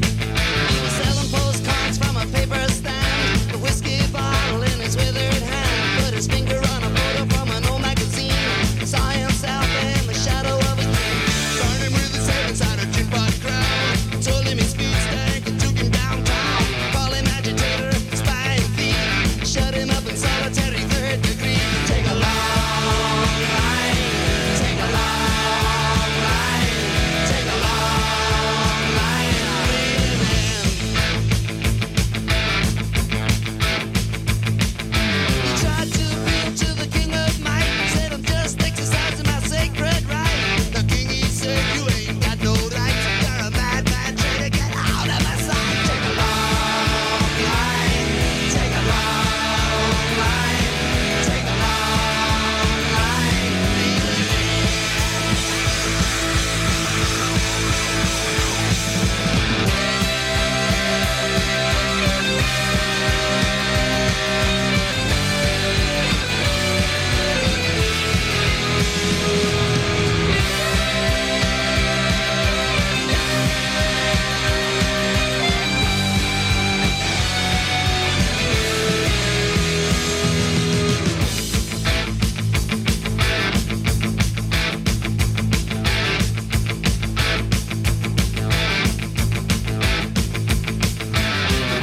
Selling postcards from a paper stand. The whiskey bottle in his withered hand. Put his finger on a photo from an old magazine. Saw himself in the shadow of a king. Burned him with a seven sided gin pot crown. Told him his feet stank and took him downtown. Call him agitator, spy and thief. Shut him up in solitary third degree. Take a long ride. Take a long ride. Take a long ride. Breathe in. He tried to appeal to the king of might. Said I'm just exercising my sacred right. The king he said you ain't got no rights. You're a madman trying to get out of my sight. Take a long line, take a long line, take a long line.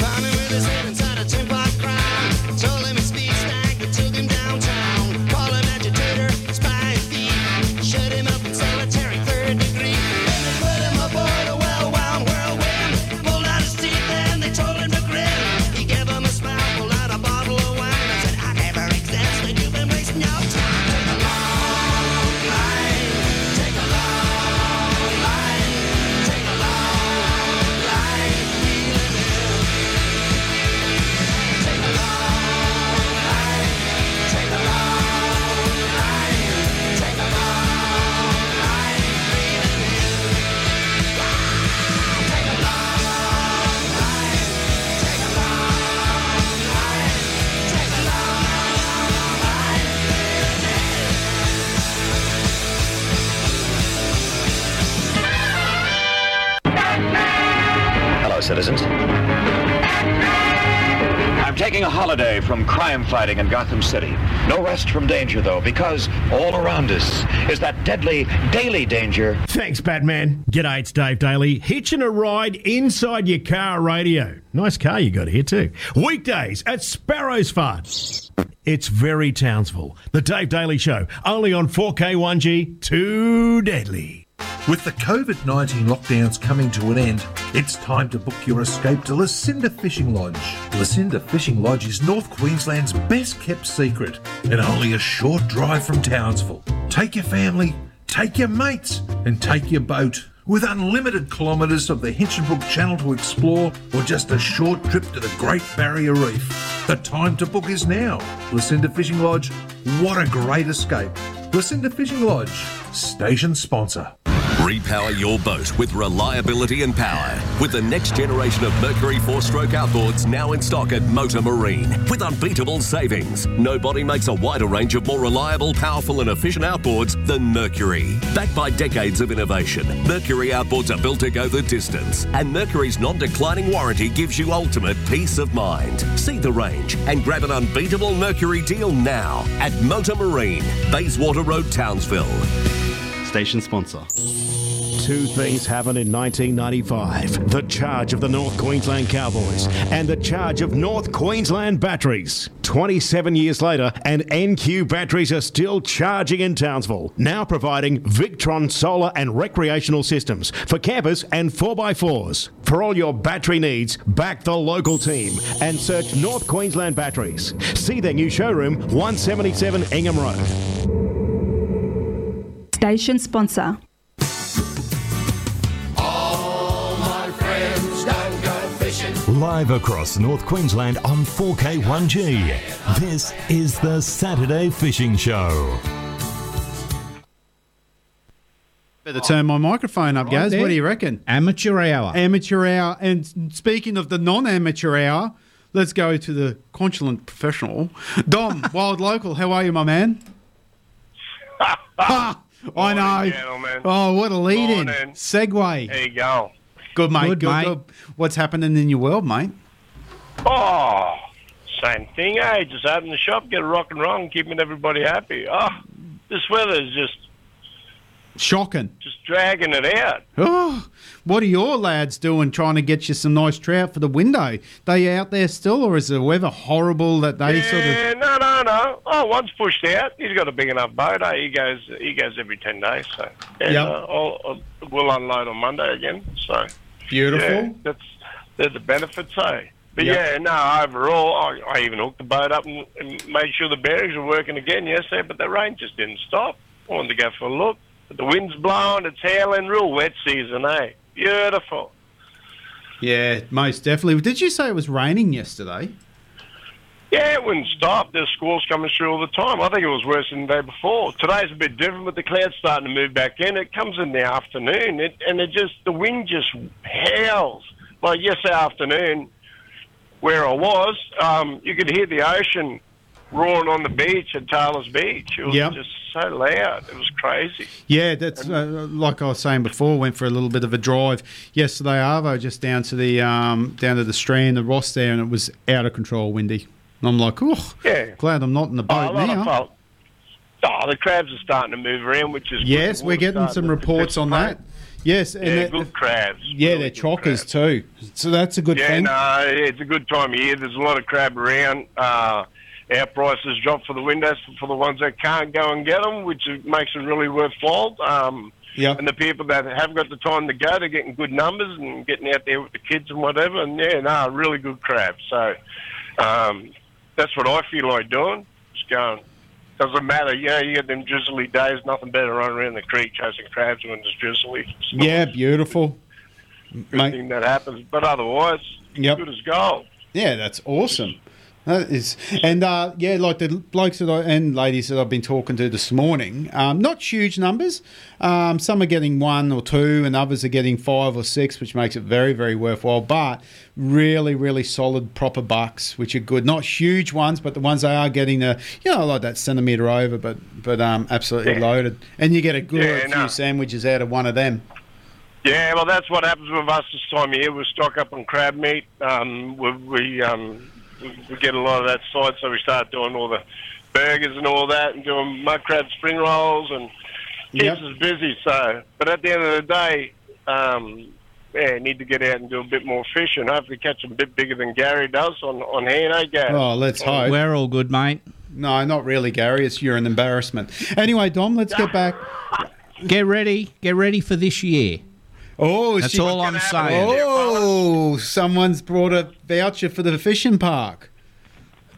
Found him with his head inside a tin pot crown. Told him his feet stank and took him downtown. Call him agitator, spy and thief. Shut him up in solitary third degree. Then they put him aboard a well-wound whirlwind. Pulled out his teeth and they told him to grin. He gave him a smile, pulled out a bottle of wine and said, "I never existed. You've been wasting your time." Take a long line. Take a long line. Take a long line. We live in
Hello, citizens. I'm taking a holiday from crime fighting in Gotham City. No rest from danger, though, because all around us is that deadly daily danger.
Thanks, Batman. G'day, it's Dave Daly. Hitching a ride inside your car radio. Nice car you got here, too. Weekdays at Sparrow's Farm. It's very Townsville. The Dave Daly Show, only on 4K1G, too deadly.
With the COVID 19 lockdowns coming to an end, it's time to book your escape to Lucinda Fishing Lodge. Lucinda Fishing Lodge is North Queensland's best kept secret and only a short drive from Townsville. Take your family, take your mates, and take your boat. With unlimited kilometres of the Hinchinbrook Channel to explore, or just a short trip to the Great Barrier Reef, the time to book is now. Lucinda Fishing Lodge, what a great escape! Lucinda Fishing Lodge, station sponsor.
Repower your boat with reliability and power with the next generation of Mercury four stroke outboards now in stock at Motor Marine with unbeatable savings. Nobody makes a wider range of more reliable, powerful, and efficient outboards than Mercury. Backed by decades of innovation, Mercury outboards are built to go the distance, and Mercury's non declining warranty gives you ultimate peace of mind. See the range and grab an unbeatable Mercury deal now at Motor Marine, Bayswater Road, Townsville.
Station sponsor.
Two things happened in 1995 the charge of the North Queensland Cowboys and the charge of North Queensland Batteries. 27 years later, and NQ batteries are still charging in Townsville, now providing Victron solar and recreational systems for campers and 4x4s. For all your battery needs, back the local team and search North Queensland Batteries. See their new showroom, 177 Ingham Road.
Station sponsor.
All my friends don't go fishing.
Live across North Queensland on 4K1G. This is the Saturday Fishing Show.
Better turn my microphone up, Gaz. What do you reckon?
Amateur hour.
Amateur hour. And speaking of the non-amateur hour, let's go to the consulant professional,
<laughs>
Dom, Wild Local. How are you, my man? Ah, I know.
Morning, gentlemen.
Oh, what a lead-in
Morning.
segue.
There you go.
Good mate. Good,
Good, mate.
good. What's happening in your world, mate?
Oh, same thing, eh? Just open the shop, get a rock and roll, and keeping everybody happy. Oh, this weather is just
Shocking.
just dragging it out.
Oh, what are your lads doing trying to get you some nice trout for the window? They out there still, or is the weather horrible that they sort of?
Yeah, no, no, no. Oh, one's pushed out. He's got a big enough boat. Eh? He goes, he goes every ten days. So, and
Yep.
uh, I'll, I'll, we'll unload on Monday again. So
Beautiful.
Yeah, that's they're the benefits, eh? But
Yep.
yeah, no. Overall, I, I even hooked the boat up and, and made sure the bearings were working again yesterday. But the rain just didn't stop. I wanted to go for a look. But the wind's blowing. It's howling. Real wet season, eh? Beautiful.
Yeah, most definitely. Did you say it was raining yesterday?
Yeah, it wouldn't stop. There's squalls coming through all the time. I think it was worse than the day before. Today's a bit different, but the cloud's starting to move back in. It comes in the afternoon, it, and it just the wind just howls. Like yesterday afternoon, where I was, um, you could hear the ocean roaring on the beach at Taylor's Beach. It was
Yeah.
just so loud. It was crazy.
Yeah, that's uh, like I was saying before. Went for a little bit of a drive yesterday, Arvo, just down to the um, down to the strand, the Ross there, and it was out of control, windy. And I'm like, oh,
Yeah.
glad I'm not in the
Oh,
boat
a lot
now.
of folk. Oh, the crabs are starting to move around, which is good.
Yes,
Oh, The
we're
water's
getting
starting
some
to-
reports on that. Yes, and
Yeah,
that-
good crabs.
yeah, they're chockers too. So that's a good
yeah,
thing.
no, it's a good time of year. There's a lot of crab around. Uh, our prices drop for the windows for the ones that can't go and get them, which makes it really worthwhile. Um,
Yeah.
And the people that have got the time to go, they're getting good numbers and getting out there with the kids and whatever. And yeah, no, really good crab. So um, that's what I feel like doing. Just going. Doesn't matter. Yeah, you get them drizzly days. Nothing better than running around the creek chasing crabs when it's drizzly. It's the
Yeah, beautiful.
good thing that happens. But otherwise,
Yep.
good as gold.
Yeah, that's awesome. That is, and uh, yeah, like the blokes that I, and ladies that I've been talking to this morning, um, not huge numbers. Um, some are getting one or two, and others are getting five or six, which makes it very, very worthwhile. But really, really solid, proper bucks, which are good. Not huge ones, but the ones they are getting, the you know, like that centimeter over, but but um, absolutely
Yeah.
loaded. And you get a good
Yeah,
few
no.
sandwiches out of one of them.
Yeah, well, that's what happens with us this time of year. We stock up on crab meat. Um, we we, um, we we get a lot of that side, so we start doing all the burgers and all that, and doing mud crab spring rolls, and keeps
Yep.
us busy. So, but at the end of the day, um, yeah, need to get out and do a bit more fishing. Hopefully, catch a bit bigger than Gary does on on hand, eh, Gary?
Oh, let's hope.
We're all good, mate.
No, not really, Gary. It's you're an embarrassment. Anyway, Dom, let's get back.
Get ready. Get ready for this year.
Oh,
that's
she-
all I'm saying.
Oh, someone's brought a voucher for the fishing park.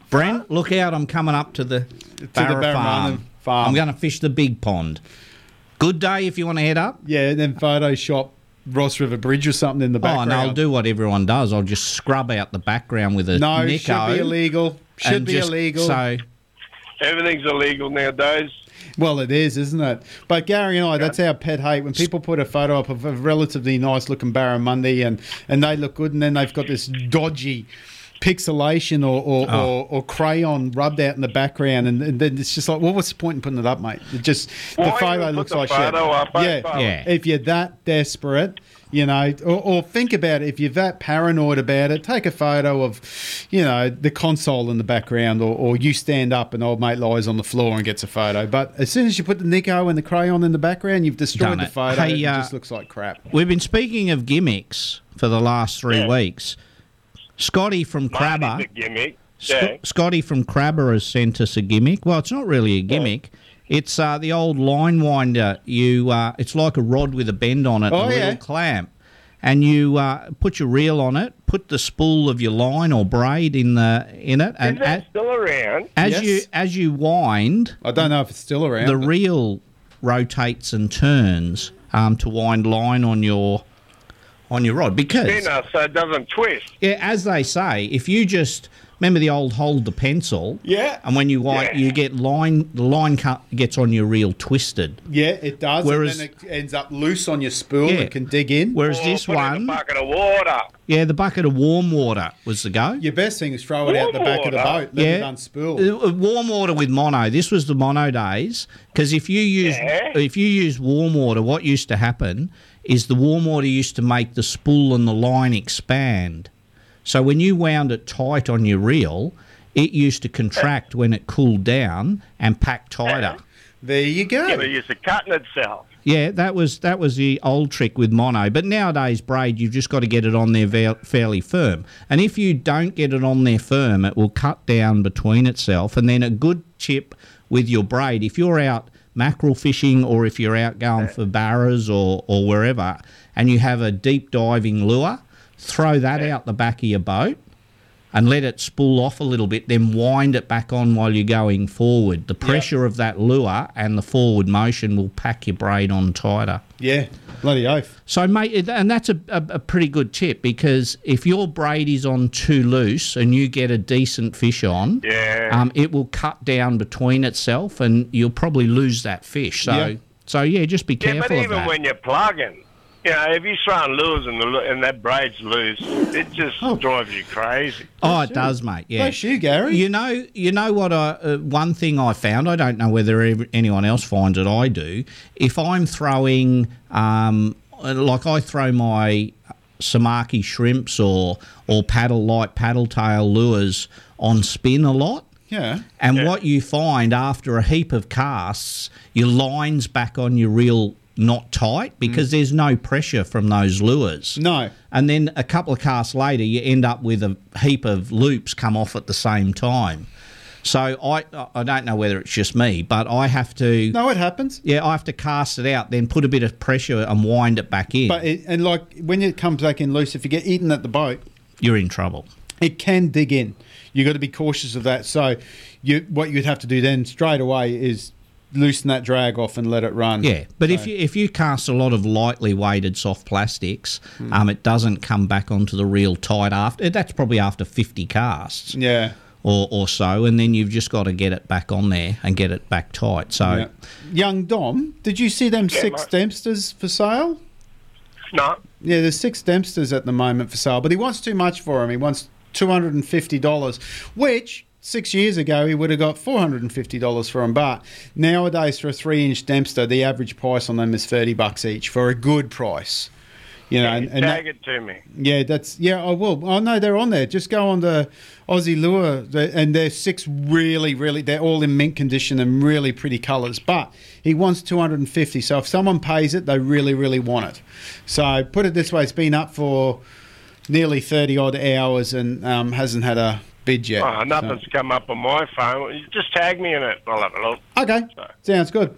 Brent, look out! I'm coming up to the Barra
Barra
farm.
Farm.
I'm going to fish the big pond. Good day if you want to head up.
Yeah, and then Photoshop Ross River Bridge or something in the background.
Oh, and I'll do what everyone does. I'll just scrub out the background with a
No,
Nikko
should be illegal. Should
and
be
just-
illegal.
So
Everything's illegal nowadays.
Well, it is, isn't it? But Gary and I, that's our pet hate. When people put a photo up of a relatively nice looking barramundi and, and they look good, and then they've got this dodgy pixelation or or,
Oh.
or, or crayon rubbed out in the background, and, and then it's just like, well, what's the point in putting it up, mate? It just
Why
the photo
even put
looks
the
like shit.
photo up, eh,
yeah,
fella? Yeah.
If you're that desperate. You know, or, or think about it. If you're that paranoid about it, take a photo of, you know, the console in the background, or, or you stand up and old mate lies on the floor and gets a photo. But as soon as you put the Nico and the crayon in the background, you've destroyed
Done
the
it.
photo.
Hey,
it
uh,
just looks like crap.
We've been speaking of gimmicks for the last three weeks. Scotty from Crabber.
gimmick.
Sc- Scotty from Crabber has sent us a gimmick. Well, it's not really a gimmick. It's uh, the old line winder. You, uh, it's like a rod with a bend on it,
Oh,
and a
yeah.
little clamp, and you uh, put your reel on it. Put the spool of your line or braid in the in it, and
Is that
a-
still around?
as you as you wind,
I don't know if it's still around.
The reel rotates and turns um, to wind line on your on your rod because
uh,
Spinner, so it doesn't twist.
yeah, as they say, if you just remember the old hold the pencil,
Yeah.
and when you wind,
Yeah.
you get line the line cut gets on your reel twisted.
Yeah, it does.
Whereas-
and then it ends up loose on your spool
Yeah.
and can dig in.
Whereas
Oh,
this one,
bucket of water.
yeah, the bucket of warm water was the go.
Your best thing is throw it out the
Warm
back of the
water?
boat, let
Yeah.
it unspool.
Uh, uh, Warm water with mono. This was the mono days because if you use if you use warm water, what used to happen is the warm water used to make the spool and the line expand. So when you wound it tight on your reel, it used to contract when it cooled down and pack tighter.
There you go.
Yeah, but it's a cutting itself.
Yeah, that was that was the old trick with mono. But nowadays, braid, you've just got to get it on there ve- fairly firm. And if you don't get it on there firm, it will cut down between itself. And then a good chip with your braid. If you're out mackerel fishing or if you're out going for barras or, or wherever, and you have a deep diving lure, throw that out the back of your boat and let it spool off a little bit, then wind it back on while you're going forward. The pressure of that lure and the forward motion will pack your braid on tighter.
Yeah, bloody oath.
So, mate, it- and that's a, a, a pretty good tip because if your braid is on too loose and you get a decent fish on,
Yeah.
um, it will cut down between itself and you'll probably lose that fish. So,
Yeah.
so yeah, just be
Yeah,
careful
but
of
even
that.
when you're plugging, you know, if you're throwing lures and, the, lu- and that braid's loose, it just drives you crazy.
Oh, it does, mate. Yeah,
Bless you, Gary.
You know, you know what? I, uh, one thing I found. I don't know whether ev- anyone else finds it. I do. If I'm throwing, um, like I throw my samaki shrimps or or paddle light paddle tail lures on spin a lot.
Yeah.
And what you find after a heap of casts, your line's back on your reel not tight because there's no pressure from those lures.
Mm. No.
And then a couple of casts later, you end up with a heap of loops come off at the same time. So I I don't know whether it's just me, but I have to
No, it happens.
yeah I have to cast it out, then put a bit of pressure and wind it back in.
But Uh, it, and like when it comes back in loose, if you get eaten at the boat,
You're in trouble.
it can dig in. You got to be cautious of that. So, you what you'd have to do then straight away is loosen that drag off and let it run.
Yeah, but if
So-
you if you cast a lot of lightly weighted soft plastics,
Hmm.
um, it doesn't come back onto the reel tight after. eh, That's probably after fifty casts.
Yeah.
Or, or so, and then you've just got to get it back on there and get it back tight. So,
Yeah. young Dom, did you see them
Yeah,
six
mate.
Dempsters for sale?
No.
Yeah, there's six Dempsters at the moment for sale, but he wants too much for him. He wants two hundred and fifty dollars, which six years ago he would have got four hundred and fifty dollars for him. But nowadays, for a three-inch Dempster, the average price on them is thirty bucks each for a good price. You know, and, and that-
Tag it to me.
yeah, that's yeah. I will. I know they're on there. Just go on the Aussie Lure, the- and they're six really, really. They're all in mint condition and really pretty colours. But he wants two hundred and fifty. So if someone pays it, they really, really want it. So put it this way: it's been up for nearly thirty odd hours and um, hasn't had a bid yet.
Oh, nothing's come up on my phone. You Just tag me in it. I'll have a look.
Oh.
So, okay, sounds good.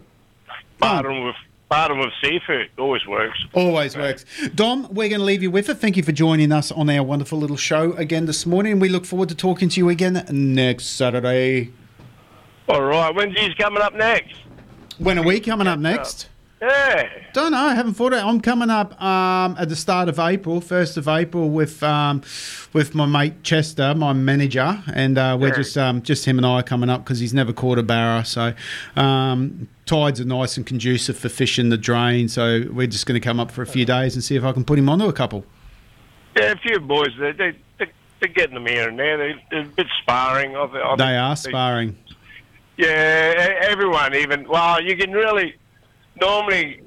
Bartering with, bartering with seafood always works.
Always works. Dom, we're going to leave you with it. Thank you for joining us on our wonderful little show again this morning. We look forward to talking to you again next Saturday.
All right, when's he's coming up next? uh,
When are we coming up next?
Yeah.
Don't know. I haven't thought of it. I'm coming up um, at the start of April, first of April, with um, with my mate Chester, my manager, and uh, we're
Yeah.
just um, just him and I are coming up because he's never caught a barra. So um, tides are nice and conducive for fish in the drain. So we're just going to come up for a few days and see if I can put him onto a couple.
Uh, Yeah, a few boys, they, they, they, they're getting them here and there. They, they're a bit sparring. I, thi- I
They
think
are sparring.
Yeah, e- everyone, even. Well, you can really. Normally,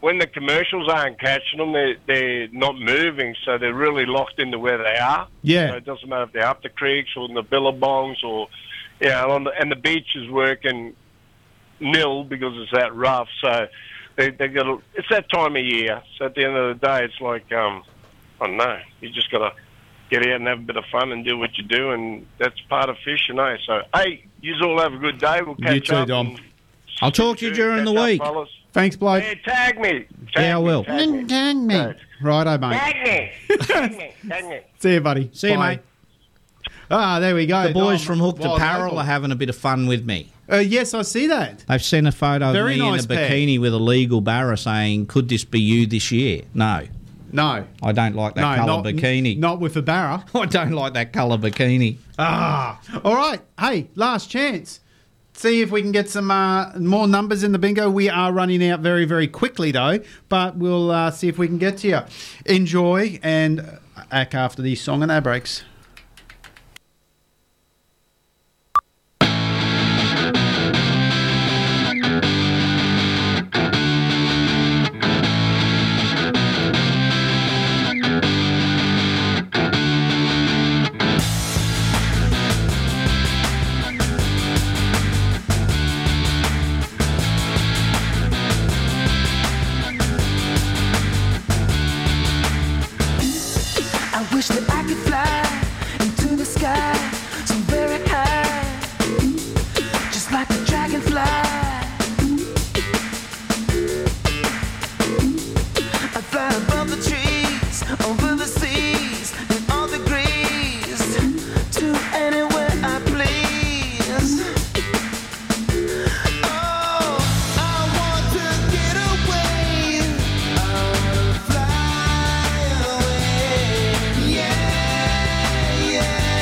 when the commercials aren't catching them, they're, they're not moving, so they're really locked into where they are.
Yeah.
So it doesn't matter if they're up the creeks or in the billabongs or, you know, on the, and the beach is working nil because it's that rough. So they, they got to, it's that time of year. So at the end of the day, it's like, um, I don't know, you just got to get out and have a bit of fun and do what you do, and that's part of fishing, eh? So, hey, you all have a good day. We'll catch
You too,
up.
Dom.
I'll talk to you during the
catch up,
week.
fellas.
Thanks, Blake.
Hey, tag me.
Yeah, I will.
Dang me. Righto, mate.
Tag me.
<laughs>
Tag me. Tag me.
See you, buddy.
See you,
Bye.
mate.
Ah, there we go.
The boys
Oh,
from Hook to
wild
Parrel
local.
are having a bit of fun with me.
Uh, yes, I see that.
They've sent a photo
Very
of me
nice
in a
pair.
bikini with a legal barra saying, "Could this be you this year?" No,
no,
I don't like that
no,
colour
not,
bikini.
not with a barra.
<laughs> I don't like that colour bikini.
Ah, all right. Hey, last chance. See if we can get some uh, more numbers in the bingo. We are running out very, very quickly, though, but we'll uh, see if we can get to you. Enjoy and uh, act after the song and our breaks.
I wish that I could fly into the sky so very high, just like a dragonfly. I fly above the trees, over the seas, and all degrees to anywhere I please. Oh, I want to get away. I wanna fly away. Yeah. Oh,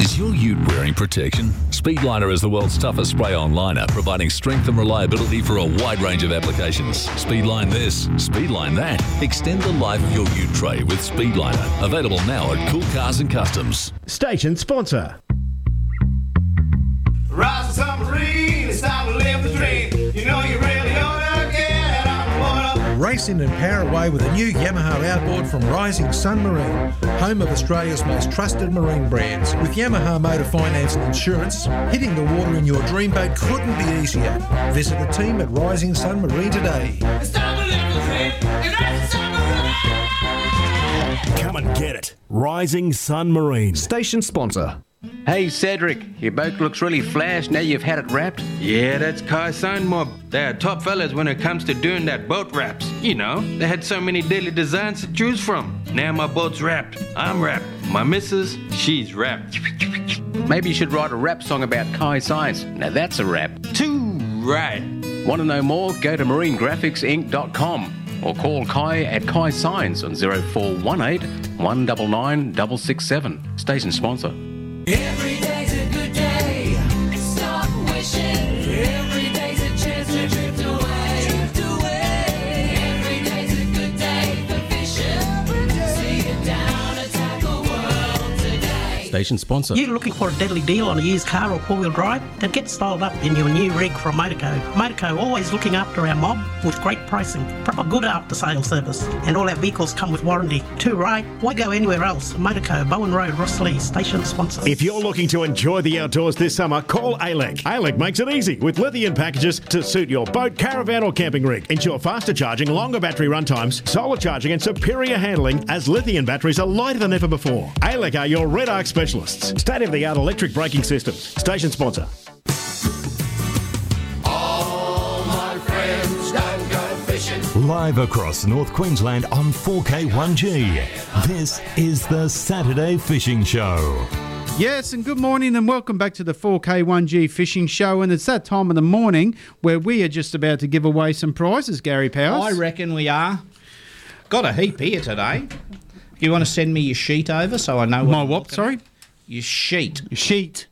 Is your ute wearing protection? Speedliner is the world's toughest spray on liner, providing strength and reliability for a wide range of applications. Speedline this, Speedline that. Extend the life of your ute tray with Speedliner. Available now at Cool Cars and Customs.
Station sponsor.
Rise to submarine, it's time to live the dream. You know you really ought to get on board.
Race in and power away with a new Yamaha outboard from Rising Sun Marine, home of Australia's most trusted marine brands. With Yamaha Motor Finance and Insurance, hitting the water in your dream boat couldn't be easier. Visit the team at Rising Sun Marine today.
It's time to live the dream, and that's the submarine.
Come and get it. Rising Sun Marine. Station sponsor.
Hey Cedric, your boat looks really flash now you've had it wrapped. Yeah, that's Kai Sign Mob. They are top fellas when it comes to doing that boat wraps. You know, they had so many daily designs to choose from. Now my boat's wrapped. I'm wrapped. My missus, she's wrapped. Maybe you should write a rap song about Kai Science. Now that's a rap. Too right. Want to know more? Go to marinegraphicsinc.com or call Kai at Kai Signs on 0418 199 667. Station sponsor.
Every day's a good day. Stop wishing. Every day's a chance to drift away. Drift away. Every day's a good day for fishing. See it down a tackle world today.
Station sponsor.
You're looking for a deadly deal on a used car or four-wheel drive? Then get styled up in your new rig from Motorco. Motorco always looking after our mob with great pricing, proper good after-sale service, and all our vehicles come with warranty. Too right? Why go anywhere else? Motorco, Bowen Road, Rosslea. Station sponsor.
If you're looking to enjoy the outdoors this summer, call E ALEC. ALEC makes it easy with lithium packages to suit your boat, caravan, or camping rig. Ensure faster charging, longer battery run times, solar charging, and superior handling as lithium batteries are lighter than ever before. ALEC are your red arc specialists. State of the art electric braking systems. Station sponsor.
All my friends don't go fishing.
Live across North Queensland on 4K1G, this is the Saturday Fishing Show.
Yes, and good morning, and welcome back to the 4K1G Fishing Show. And it's that time of the morning where we are just about to give away some prizes, Gary Powers.
I reckon we are. Got a heap here today. Do you want to send me your sheet over so I know what
My
I'm
what,
looking
sorry?
at? Your sheet.
Your sheet.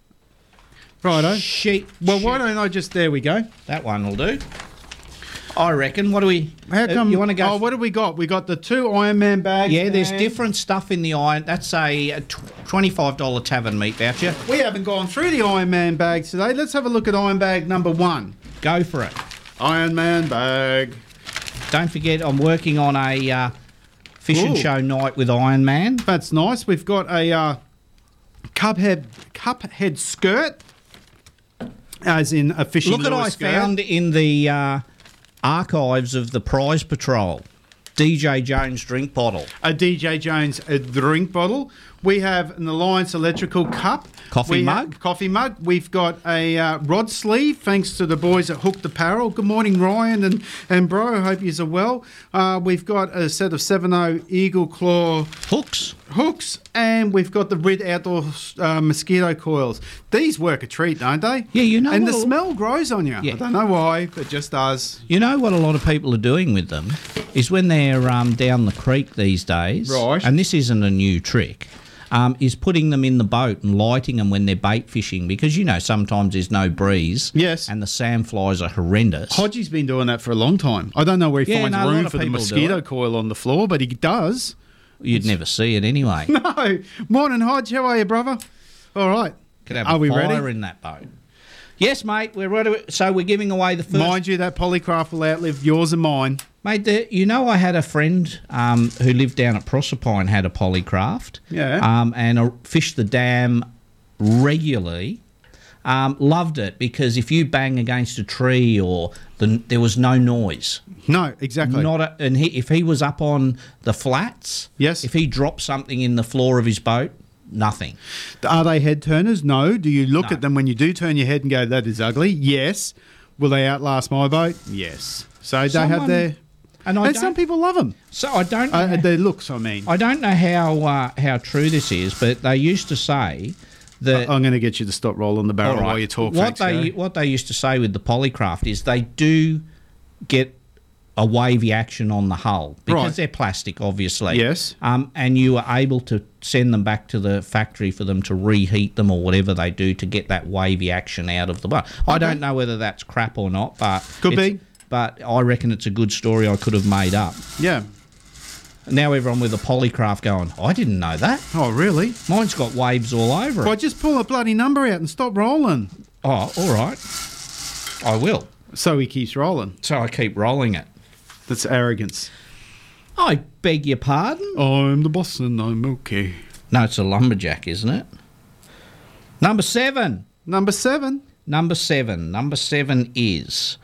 Righto.
Sheet.
Well, why don't I just. There we go.
That one will do. I reckon. What do we.
How
uh,
come.
you want to go?
Oh, what have we got? We got the two Iron Man bags.
yeah, there's
and-
different stuff in the iron. That's a uh, tw- $25 tavern meat voucher.
We haven't gone through the Iron Man bags today. Let's have a look at Iron Bag number one.
Go for it.
Iron Man bag.
Don't forget, I'm working on a uh, fish and
Ooh.
show night with Iron Man.
That's nice. We've got a uh, cuphead cuphead skirt, as in a fishing.
Look at
lure
I
skirt.
found in the uh, archives of the prize patrol. DJ Jones drink bottle.
a DJ Jones a drink bottle. We have an Alliance Electrical cup,
Coffee
We ha-
mug.
coffee mug. We've got a uh, rod sleeve, thanks to the boys at Hooked Apparel. Good morning, Ryan and and bro. Hope yous are well. Uh, we've got a set of 7.0 Eagle Claw
hooks,
hooks, and we've got the Rid Outdoor uh, mosquito coils. These work a treat, don't they?
Yeah, you know
And the
what-
smell grows on you. I don't know <laughs> why, but it just does.
You know what a lot of people are doing with them is when they're um, down the creek these days,
Right.
And this isn't a new trick. Um, is putting them in the boat and lighting them when they're bait fishing because you know sometimes there's no breeze. Yes. And the sand flies are horrendous.
Hodgie's been doing that for a long time. I don't know where he
Yeah,
finds
no, a lot
room
of
for the
people do
mosquito
it.
coil on the floor, but he does.
You'd never see it anyway.
No. Morning, Hodge. How are you, brother? All right.
Could have
are
a
we
fire
ready?
in that boat. Yes, mate. We're ready. So we're giving away the first.
Mind you, that polycraft will outlive yours and mine.
Mate, the, you know, I had a friend um, who lived down at Proserpine had a polycraft.
Yeah.
Um, and uh, fished the dam regularly. Um, loved it because if you bang against a tree or the, there was no noise.
No, exactly.
Not a, and he, if he was up on the flats. Yes. If he dropped something in the floor of his boat, nothing.
Are they head turners? No. Do you look
No.
at them when you do turn your head and go, that is ugly? Yes. Will they outlast my boat? Yes. So they have
Someone-
their.
And, I
and some
don't-
people love them.
So I don't.
Uh, their looks, I mean.
I don't know how uh, how true this is, but they used to say that
I'm going to get you to stop rolling the barrel
All right.
while you talk.
What
thanks,
they
Gary.
what they used to say with the polycraft is they do get a wavy action on the hull because
Right.
they're plastic, obviously.
Yes.
Um, and you were able to send them back to the factory for them to reheat them or whatever they do to get that wavy action out of the boat. I don't know whether that's crap or not, but
Could
it's-
be.
But I reckon it's a good story I could have made up.
Yeah.
Now everyone with a polycraft going, I didn't know that.
Oh, really?
Mine's got waves all over it.
Well, just pull a bloody number out and stop rolling.
Oh, all right. I will.
So he keeps rolling.
So I keep rolling it.
That's arrogance.
I beg your pardon?
I'm the boss and I'm okay.
No, it's a lumberjack, isn't it? Number seven.
Number seven.
Number seven. Number seven is.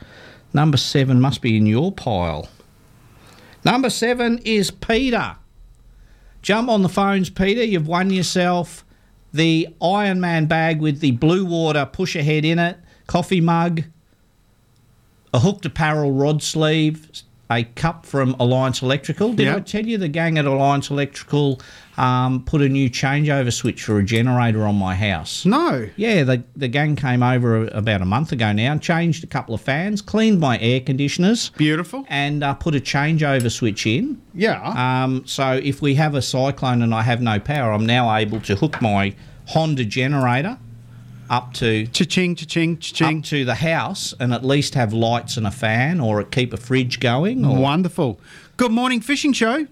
Number seven must be in your pile. Number seven is Peter. Jump on the phones, Peter. You've won yourself the Iron Man bag with the blue water push ahead in it, coffee mug, a hooked apparel rod sleeve, a cup from Alliance Electrical. Did I tell you the gang at Alliance Electrical um, put a new changeover switch for a generator on my house?
No.
Yeah, the, the gang came over about a month ago now and changed a couple of fans, cleaned my air conditioners.
Beautiful.
And uh, put a changeover switch in. Yeah. Um, so if we have a cyclone and I have no power, I'm now able to hook my Honda generator up to
cha-ching, cha-ching, cha-ching.
up to the house and at least have lights and a fan or keep a fridge going. Or
Wonderful. Good morning, fishing show.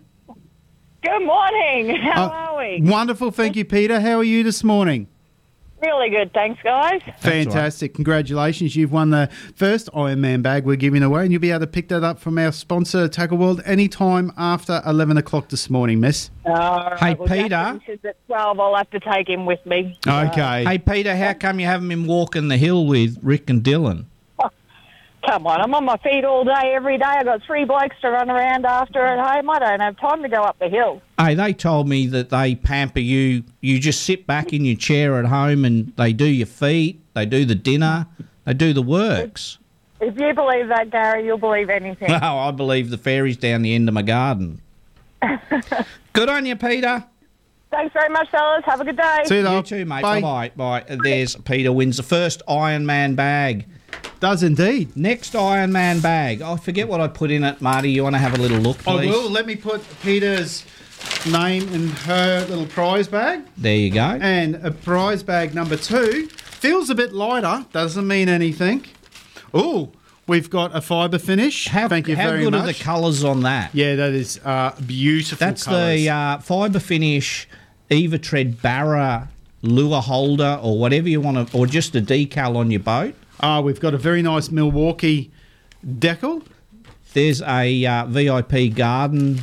Good morning.
Oh,
How
Uh,
are we?
Wonderful. Thank you, Peter. How are you this morning?
Really good. Thanks, guys.
Fantastic. Congratulations. You've won the first Iron Man bag we're giving away, and you'll be able to pick that up from our sponsor, Tackle World, anytime after 11 o'clock this morning, miss.
All
Hey,
well, Jack
Peter.
finishes at 12. I'll have to take him with me. Uh,
Hey Peter, how come you haven't been walking the hill with Rick and Dylan?
come on. I'm on my feet all day, every day. I've got three blokes to run around after at home. I don't have time to go up the hill.
Hey, they told me that they pamper you. You just sit back in your chair at home and they do your feet, they do the dinner, they do the works.
If you believe that, Gary, you'll believe anything.
<laughs> No, I believe the fairies down the end of my garden. Good on you, Peter.
Thanks very much, fellas. Have a good day.
You too, mate. Bye. Bye. Bye. There's Peter wins the first Iron Man bag.
Does indeed.
Next Iron Man bag. I forget what I put in it, Marty. You want to have a little look,
I
please?
will. Oh, Let me put Peter's name in her little prize bag.
There you go.
And a prize bag number two feels a bit lighter, doesn't mean anything. Oh, we've got a fibre finish. Thank you
how
very
good are
much.
the colours on that?
Yeah, that is uh, beautiful.
That's
colours.
the uh, fibre finish Eva Tread Barra lure holder or whatever you want to, or just a decal on your boat.
Ah, we've got a very nice Milwaukee decal.
There's a uh, VIP garden.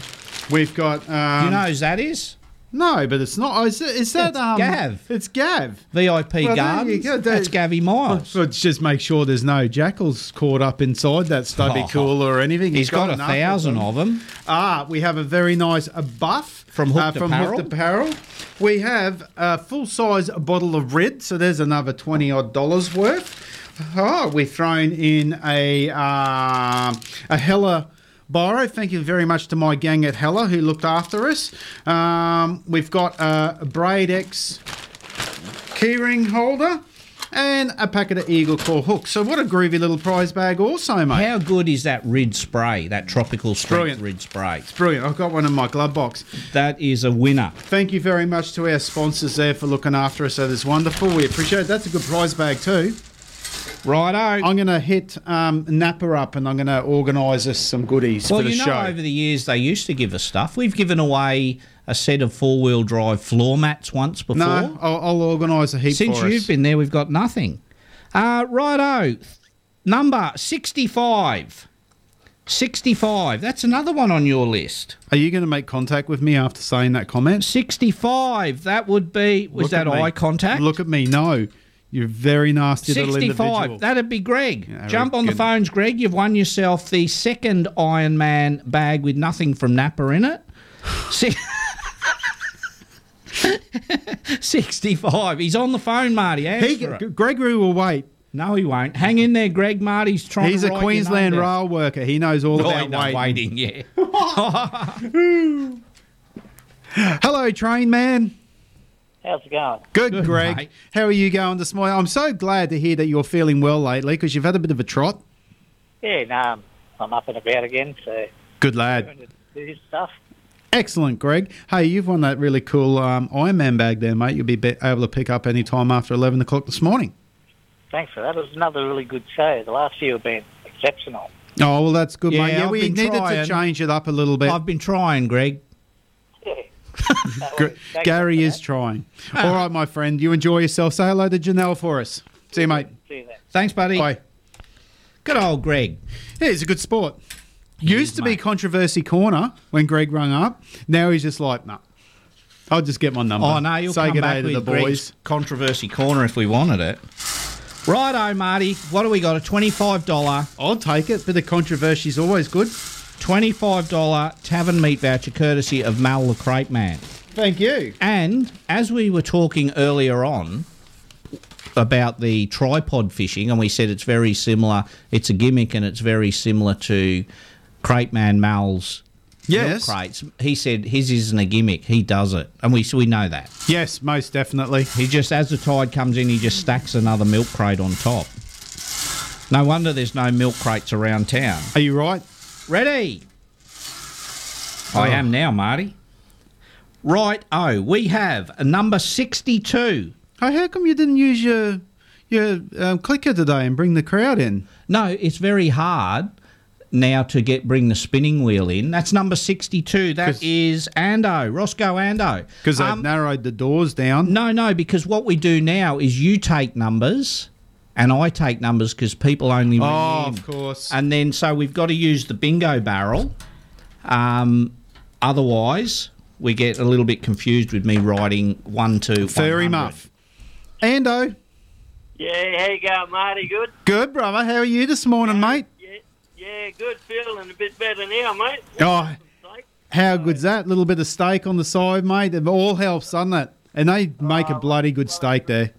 We've got. Um,
Do you know who that is?
No, but it's not. oh, Is, it, is that
It's
um,
Gav.
It's Gav.
VIP
Well, there you
Gardens.
go, there-
That's Gavy Miles.
Let's just make sure there's no jackals caught up inside that stubby
Oh,
cool or anything.
he's got a
enough of
thousand of them.
Ah, we have a very nice uh, buff uh,
From Hooked
from
Apparel.
Hooked Apparel. We have a full size bottle of red, so there's another twenty odd dollars worth. Oh, we've thrown in a um a Hella. Biro, thank you very much to my gang at Hella who looked after us. Um, we've got uh, a Braid X keyring holder and a packet of Eagle Claw hooks. So what a groovy little prize bag also, mate.
How good is that rid spray, that tropical strength rid spray? It's
brilliant. I've got one in my glove box.
That is a winner.
Thank you very much to our sponsors there for looking after us. That is wonderful. We appreciate it. That's a good prize bag too.
Righto.
I'm going to hit um, Napa up and I'm going to organise us some goodies
Well,
for the
you know,
show.
over the years they used to give us stuff. We've given away a set of four-wheel drive floor mats once before.
No, I'll, I'll organise a heap
Since
for us.
you've been there, we've got nothing. Uh, righto, number sixty-five. Sixty-five. That's another one on your list.
Are you going to make contact with me after saying that comment?
65. That would be. Was that eye contact?
Look at me. No. You're a very nasty little individual.
Sixty-five. That'd be Greg.
Yeah,
Jump on the
reckon.
phones, Greg. You've won yourself the second Iron Man bag with nothing from Napa in it. Si- <laughs> 65. He's on the phone, Marty.
He- Gregory will wait.
No, he won't. Hang in there, Greg. Marty's trying
He's
to
a
write your
Queensland
number.
rail worker. He knows all
Oh,
about
no,
waiting.
waiting. Yeah. <laughs>
Hello, train man.
How's it going?
Good, Greg. How are you going this morning? I'm so glad to hear that you're feeling well lately because you've had a bit of a trot.
Yeah, no, I'm
I'm up and about again, so
Good lad.
doing this stuff.
Excellent, Greg. Hey, you've won that really cool um, Ironman bag there, mate. You'll be, be able to pick up any time after 11 o'clock this morning.
Thanks for that. It was another really good show. The last few have been exceptional.
Oh, well, that's good, mate. Yeah,
I've
we
been
needed to
trying.
change it up a little bit. I've
been trying, Greg.
<laughs> Gr- Gary is trying.
Ah.
All right, my friend. You enjoy yourself. Say hello to Janelle for us. See you, mate.
See you then.
Thanks, buddy.
Bye.
Good old Greg.
Yeah, he's a good sport. Used to be controversy corner when Greg rung up. Now he's just like, nah. I'll just get my number.
Oh no, you'll
Say
come
good
back
day
with
to the boys.
Greg's controversy corner if we wanted it. Righto, Marty. What do we got? A twenty-five dollar.
I'll take it. Bit of controversy's always good.
Twenty-five dollar tavern meat voucher, courtesy of Mal the Crepe Man.
Thank you.
And as we were talking earlier on about the tripod fishing, and we said it's very similar. It's a gimmick, and it's very similar to Crepe Man Mal's. milk
Yes.
crates. He said his isn't a gimmick. He does it, and we so we know that.
Yes, most definitely.
He just, as the tide comes in, he just stacks another milk crate on top. No wonder there's no milk crates around town.
Are you right?
Ready? I
Oh.
am now, Marty. Right, oh, we have a number 62.
Oh, how come you didn't use your your um, clicker today and bring the crowd in?
No, it's very hard now to get bring the spinning wheel in. That's number 62. That is Ando, Roscoe Ando.
Because they've
Um,
narrowed the doors down.
No, no, because what we do now is you take numbers and I take numbers because people only ring
Oh,
in.
of course.
And then so we've got to use the bingo barrel. Um, otherwise, we get a little bit confused with me writing one to
Furry
100.
muff. Ando,
Yeah, how you going, Marty? Good?
good brother. How are you this morning, mate?
Yeah, good. Feeling a bit better now, mate.
Oh, how good's that? little bit of steak on the side, mate. It all helps, doesn't it? And they make a
Uh,
bloody good steak there.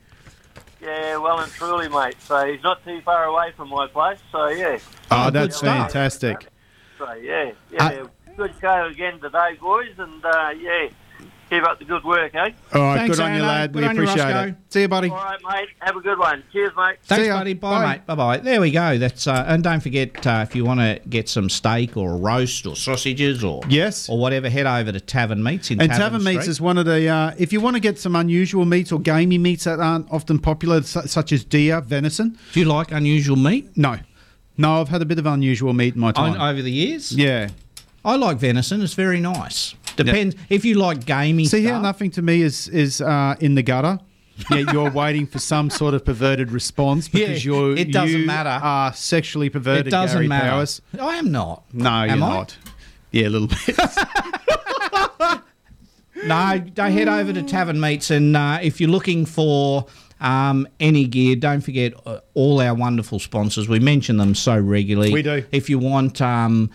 Yeah, well and truly, mate. So he's not too far away from my place, so yeah.
Oh, that's
Yeah,
fantastic.
So yeah, yeah. good show again today, boys, and uh, yeah, keep up the good work, eh?
All right, good on you, lad. we appreciate it. See you, buddy.
All right, mate. Have a good one. Cheers, mate.
Thanks, buddy. Bye, mate. Bye, bye. There we go. That's uh, and don't forget uh, if you want to get some steak or a roast or sausages or
yes
or whatever, head over to Tavern Meats in
And tavern meats
Street.
is one of the. Uh, if you want to get some unusual meats or gamey meats that aren't often popular, su- such as deer, venison.
Do you like unusual meat?
No, no. I've had a bit of unusual meat in my time.
On- over the years.
yeah.
I like venison. It's very nice. Depends if you like gaming.
See how nothing to me is is uh, in the gutter.
<laughs>
Yet you're waiting for some sort of perverted response because
Yeah,
you're
it doesn't
you
matter.
are sexually perverted.
it doesn't
Ah, Gary
matter.
Powers.
I am not.
No,
Am
you're
I?
not. Yeah, a little bit.
No, don't head over to Tavern Meats, and uh, if you're looking for um, any gear, don't forget uh, all our wonderful sponsors. We mention them so regularly.
We do.
If you want. Um,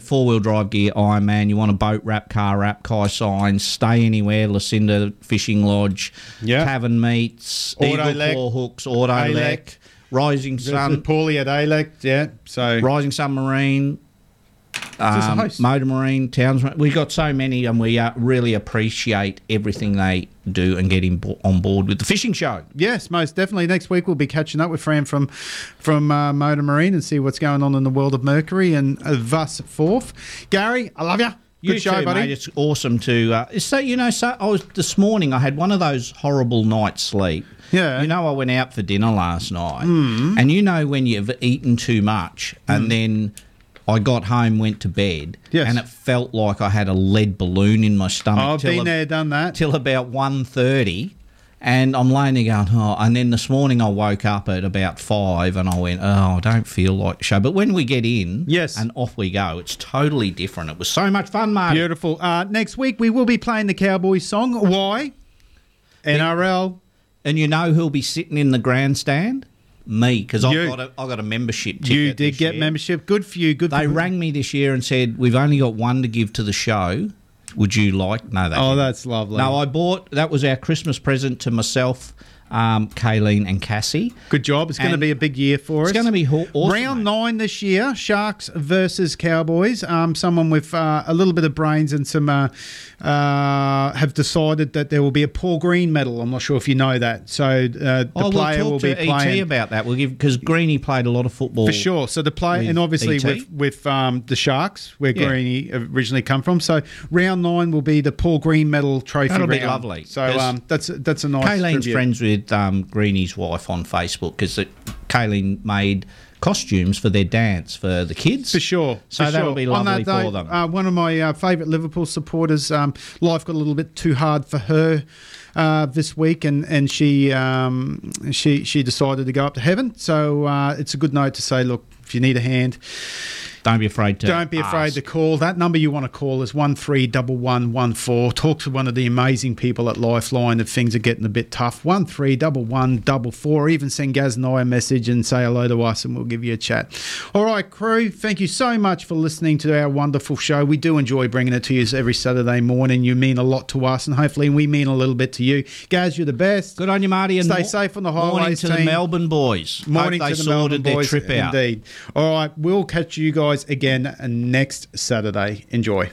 Four wheel drive gear, Iron Man. You want a boat wrap, car wrap, Kai signs, stay anywhere, Lucinda Fishing Lodge, Tavern Meats,
Auto
Eagle
Lec.
Claw Hooks, Auto
Alec.
Lec, Rising Sun,
Paulie at ALEC, yeah. So
Rising Submarine,
just a
um,
host.
Motor Marine, Townsman. We've got so many, and we uh, really appreciate everything they do and getting bo- on board with the fishing show.
Yes, most definitely. Next week we'll be catching up with Fran from from uh, Motor Marine and see what's going on in the world of Mercury and uh, thus forth. Gary, I love ya. Good
You
show,
too,
buddy.
mate. It's awesome to. Uh, so you know, so I was this morning. I had one of those horrible nights sleep. Yeah. You know, I went out for dinner last night,
Mm.
and you know when you've eaten too much, and then I got home, went to bed, and it felt like I had a lead balloon in my stomach.
I've
till
been
a-
there, done that.
till about 1.30 and I'm laying there going, oh. And then this morning I woke up at about five and I went, oh, I don't feel like the show. But when we get in, yes, and off we go. It's totally different. It was so much fun, Mark.
Beautiful. Uh, next week we will be playing the Cowboys song. Why? NRL.
And you know who'll be sitting in the grandstand? Me, because I've
You.
got a, I got a membership. Ticket
You did
this
get
year.
membership. Good for you. Good.
They
for
rang me this year and said, "We've only got one to give to the show. Would you like?" No, they
Oh,
didn't.
that's lovely.
No, I bought. That was our Christmas present to myself, um, Kayleen and Cassie.
Good job. It's going to
And-
be a big year for us.
It's gonna be haw- awesome,
Round nine this year: Sharks versus Cowboys. Um, someone with uh, a little bit of brains and some uh, uh, have decided that there will be a Paul Green medal. I'm not sure if you know that. So uh, the
I will
player
Oh, talk
will
to
be
ET
playing
about that. We'll give because Greeny played a lot of football
for sure. So the play
with E
and obviously
ET.
with with um, the Sharks, where
Yeah.
Greeny originally come from. So round nine will be the Paul Green medal trophy.
That'll be
round.
lovely.
So
Yes.
um, that's that's a nice.
Kayleen's
tribute.
friends with um, Greeny's wife on Facebook because Kayleen made costumes for their dance for the kids. For
sure.
So
For
that'll
sure.
be
On
lovely
that day,
for them.
Uh, one of my uh, favourite Liverpool supporters, um, life got a little bit too hard for her uh, this week, and and she um, she she decided to go up to heaven. So uh, it's a good note to say, look, if you need a hand.
Don't be afraid to.
Don't be afraid
ask.
to call. That number you want to call is one three double one one four. Talk to one of the amazing people at Lifeline if things are getting a bit tough. One three double one double four. Even send Gaz and I a message and say hello to us, and we'll give you a chat. All right, crew. Thank you so much for listening to our wonderful show. We do enjoy bringing it to you every Saturday morning. You mean a lot to us, and hopefully we mean a little bit to you. Gaz, you're the best. Good
on you, Marty.
Stay
mor-
safe on the highways.
uh, morning to the
team.
Melbourne boys.
Morning
Hope they
to the Melbourne
sorted their
boys,
trip out.
Indeed. All right, we'll catch you guys again next Saturday. Enjoy.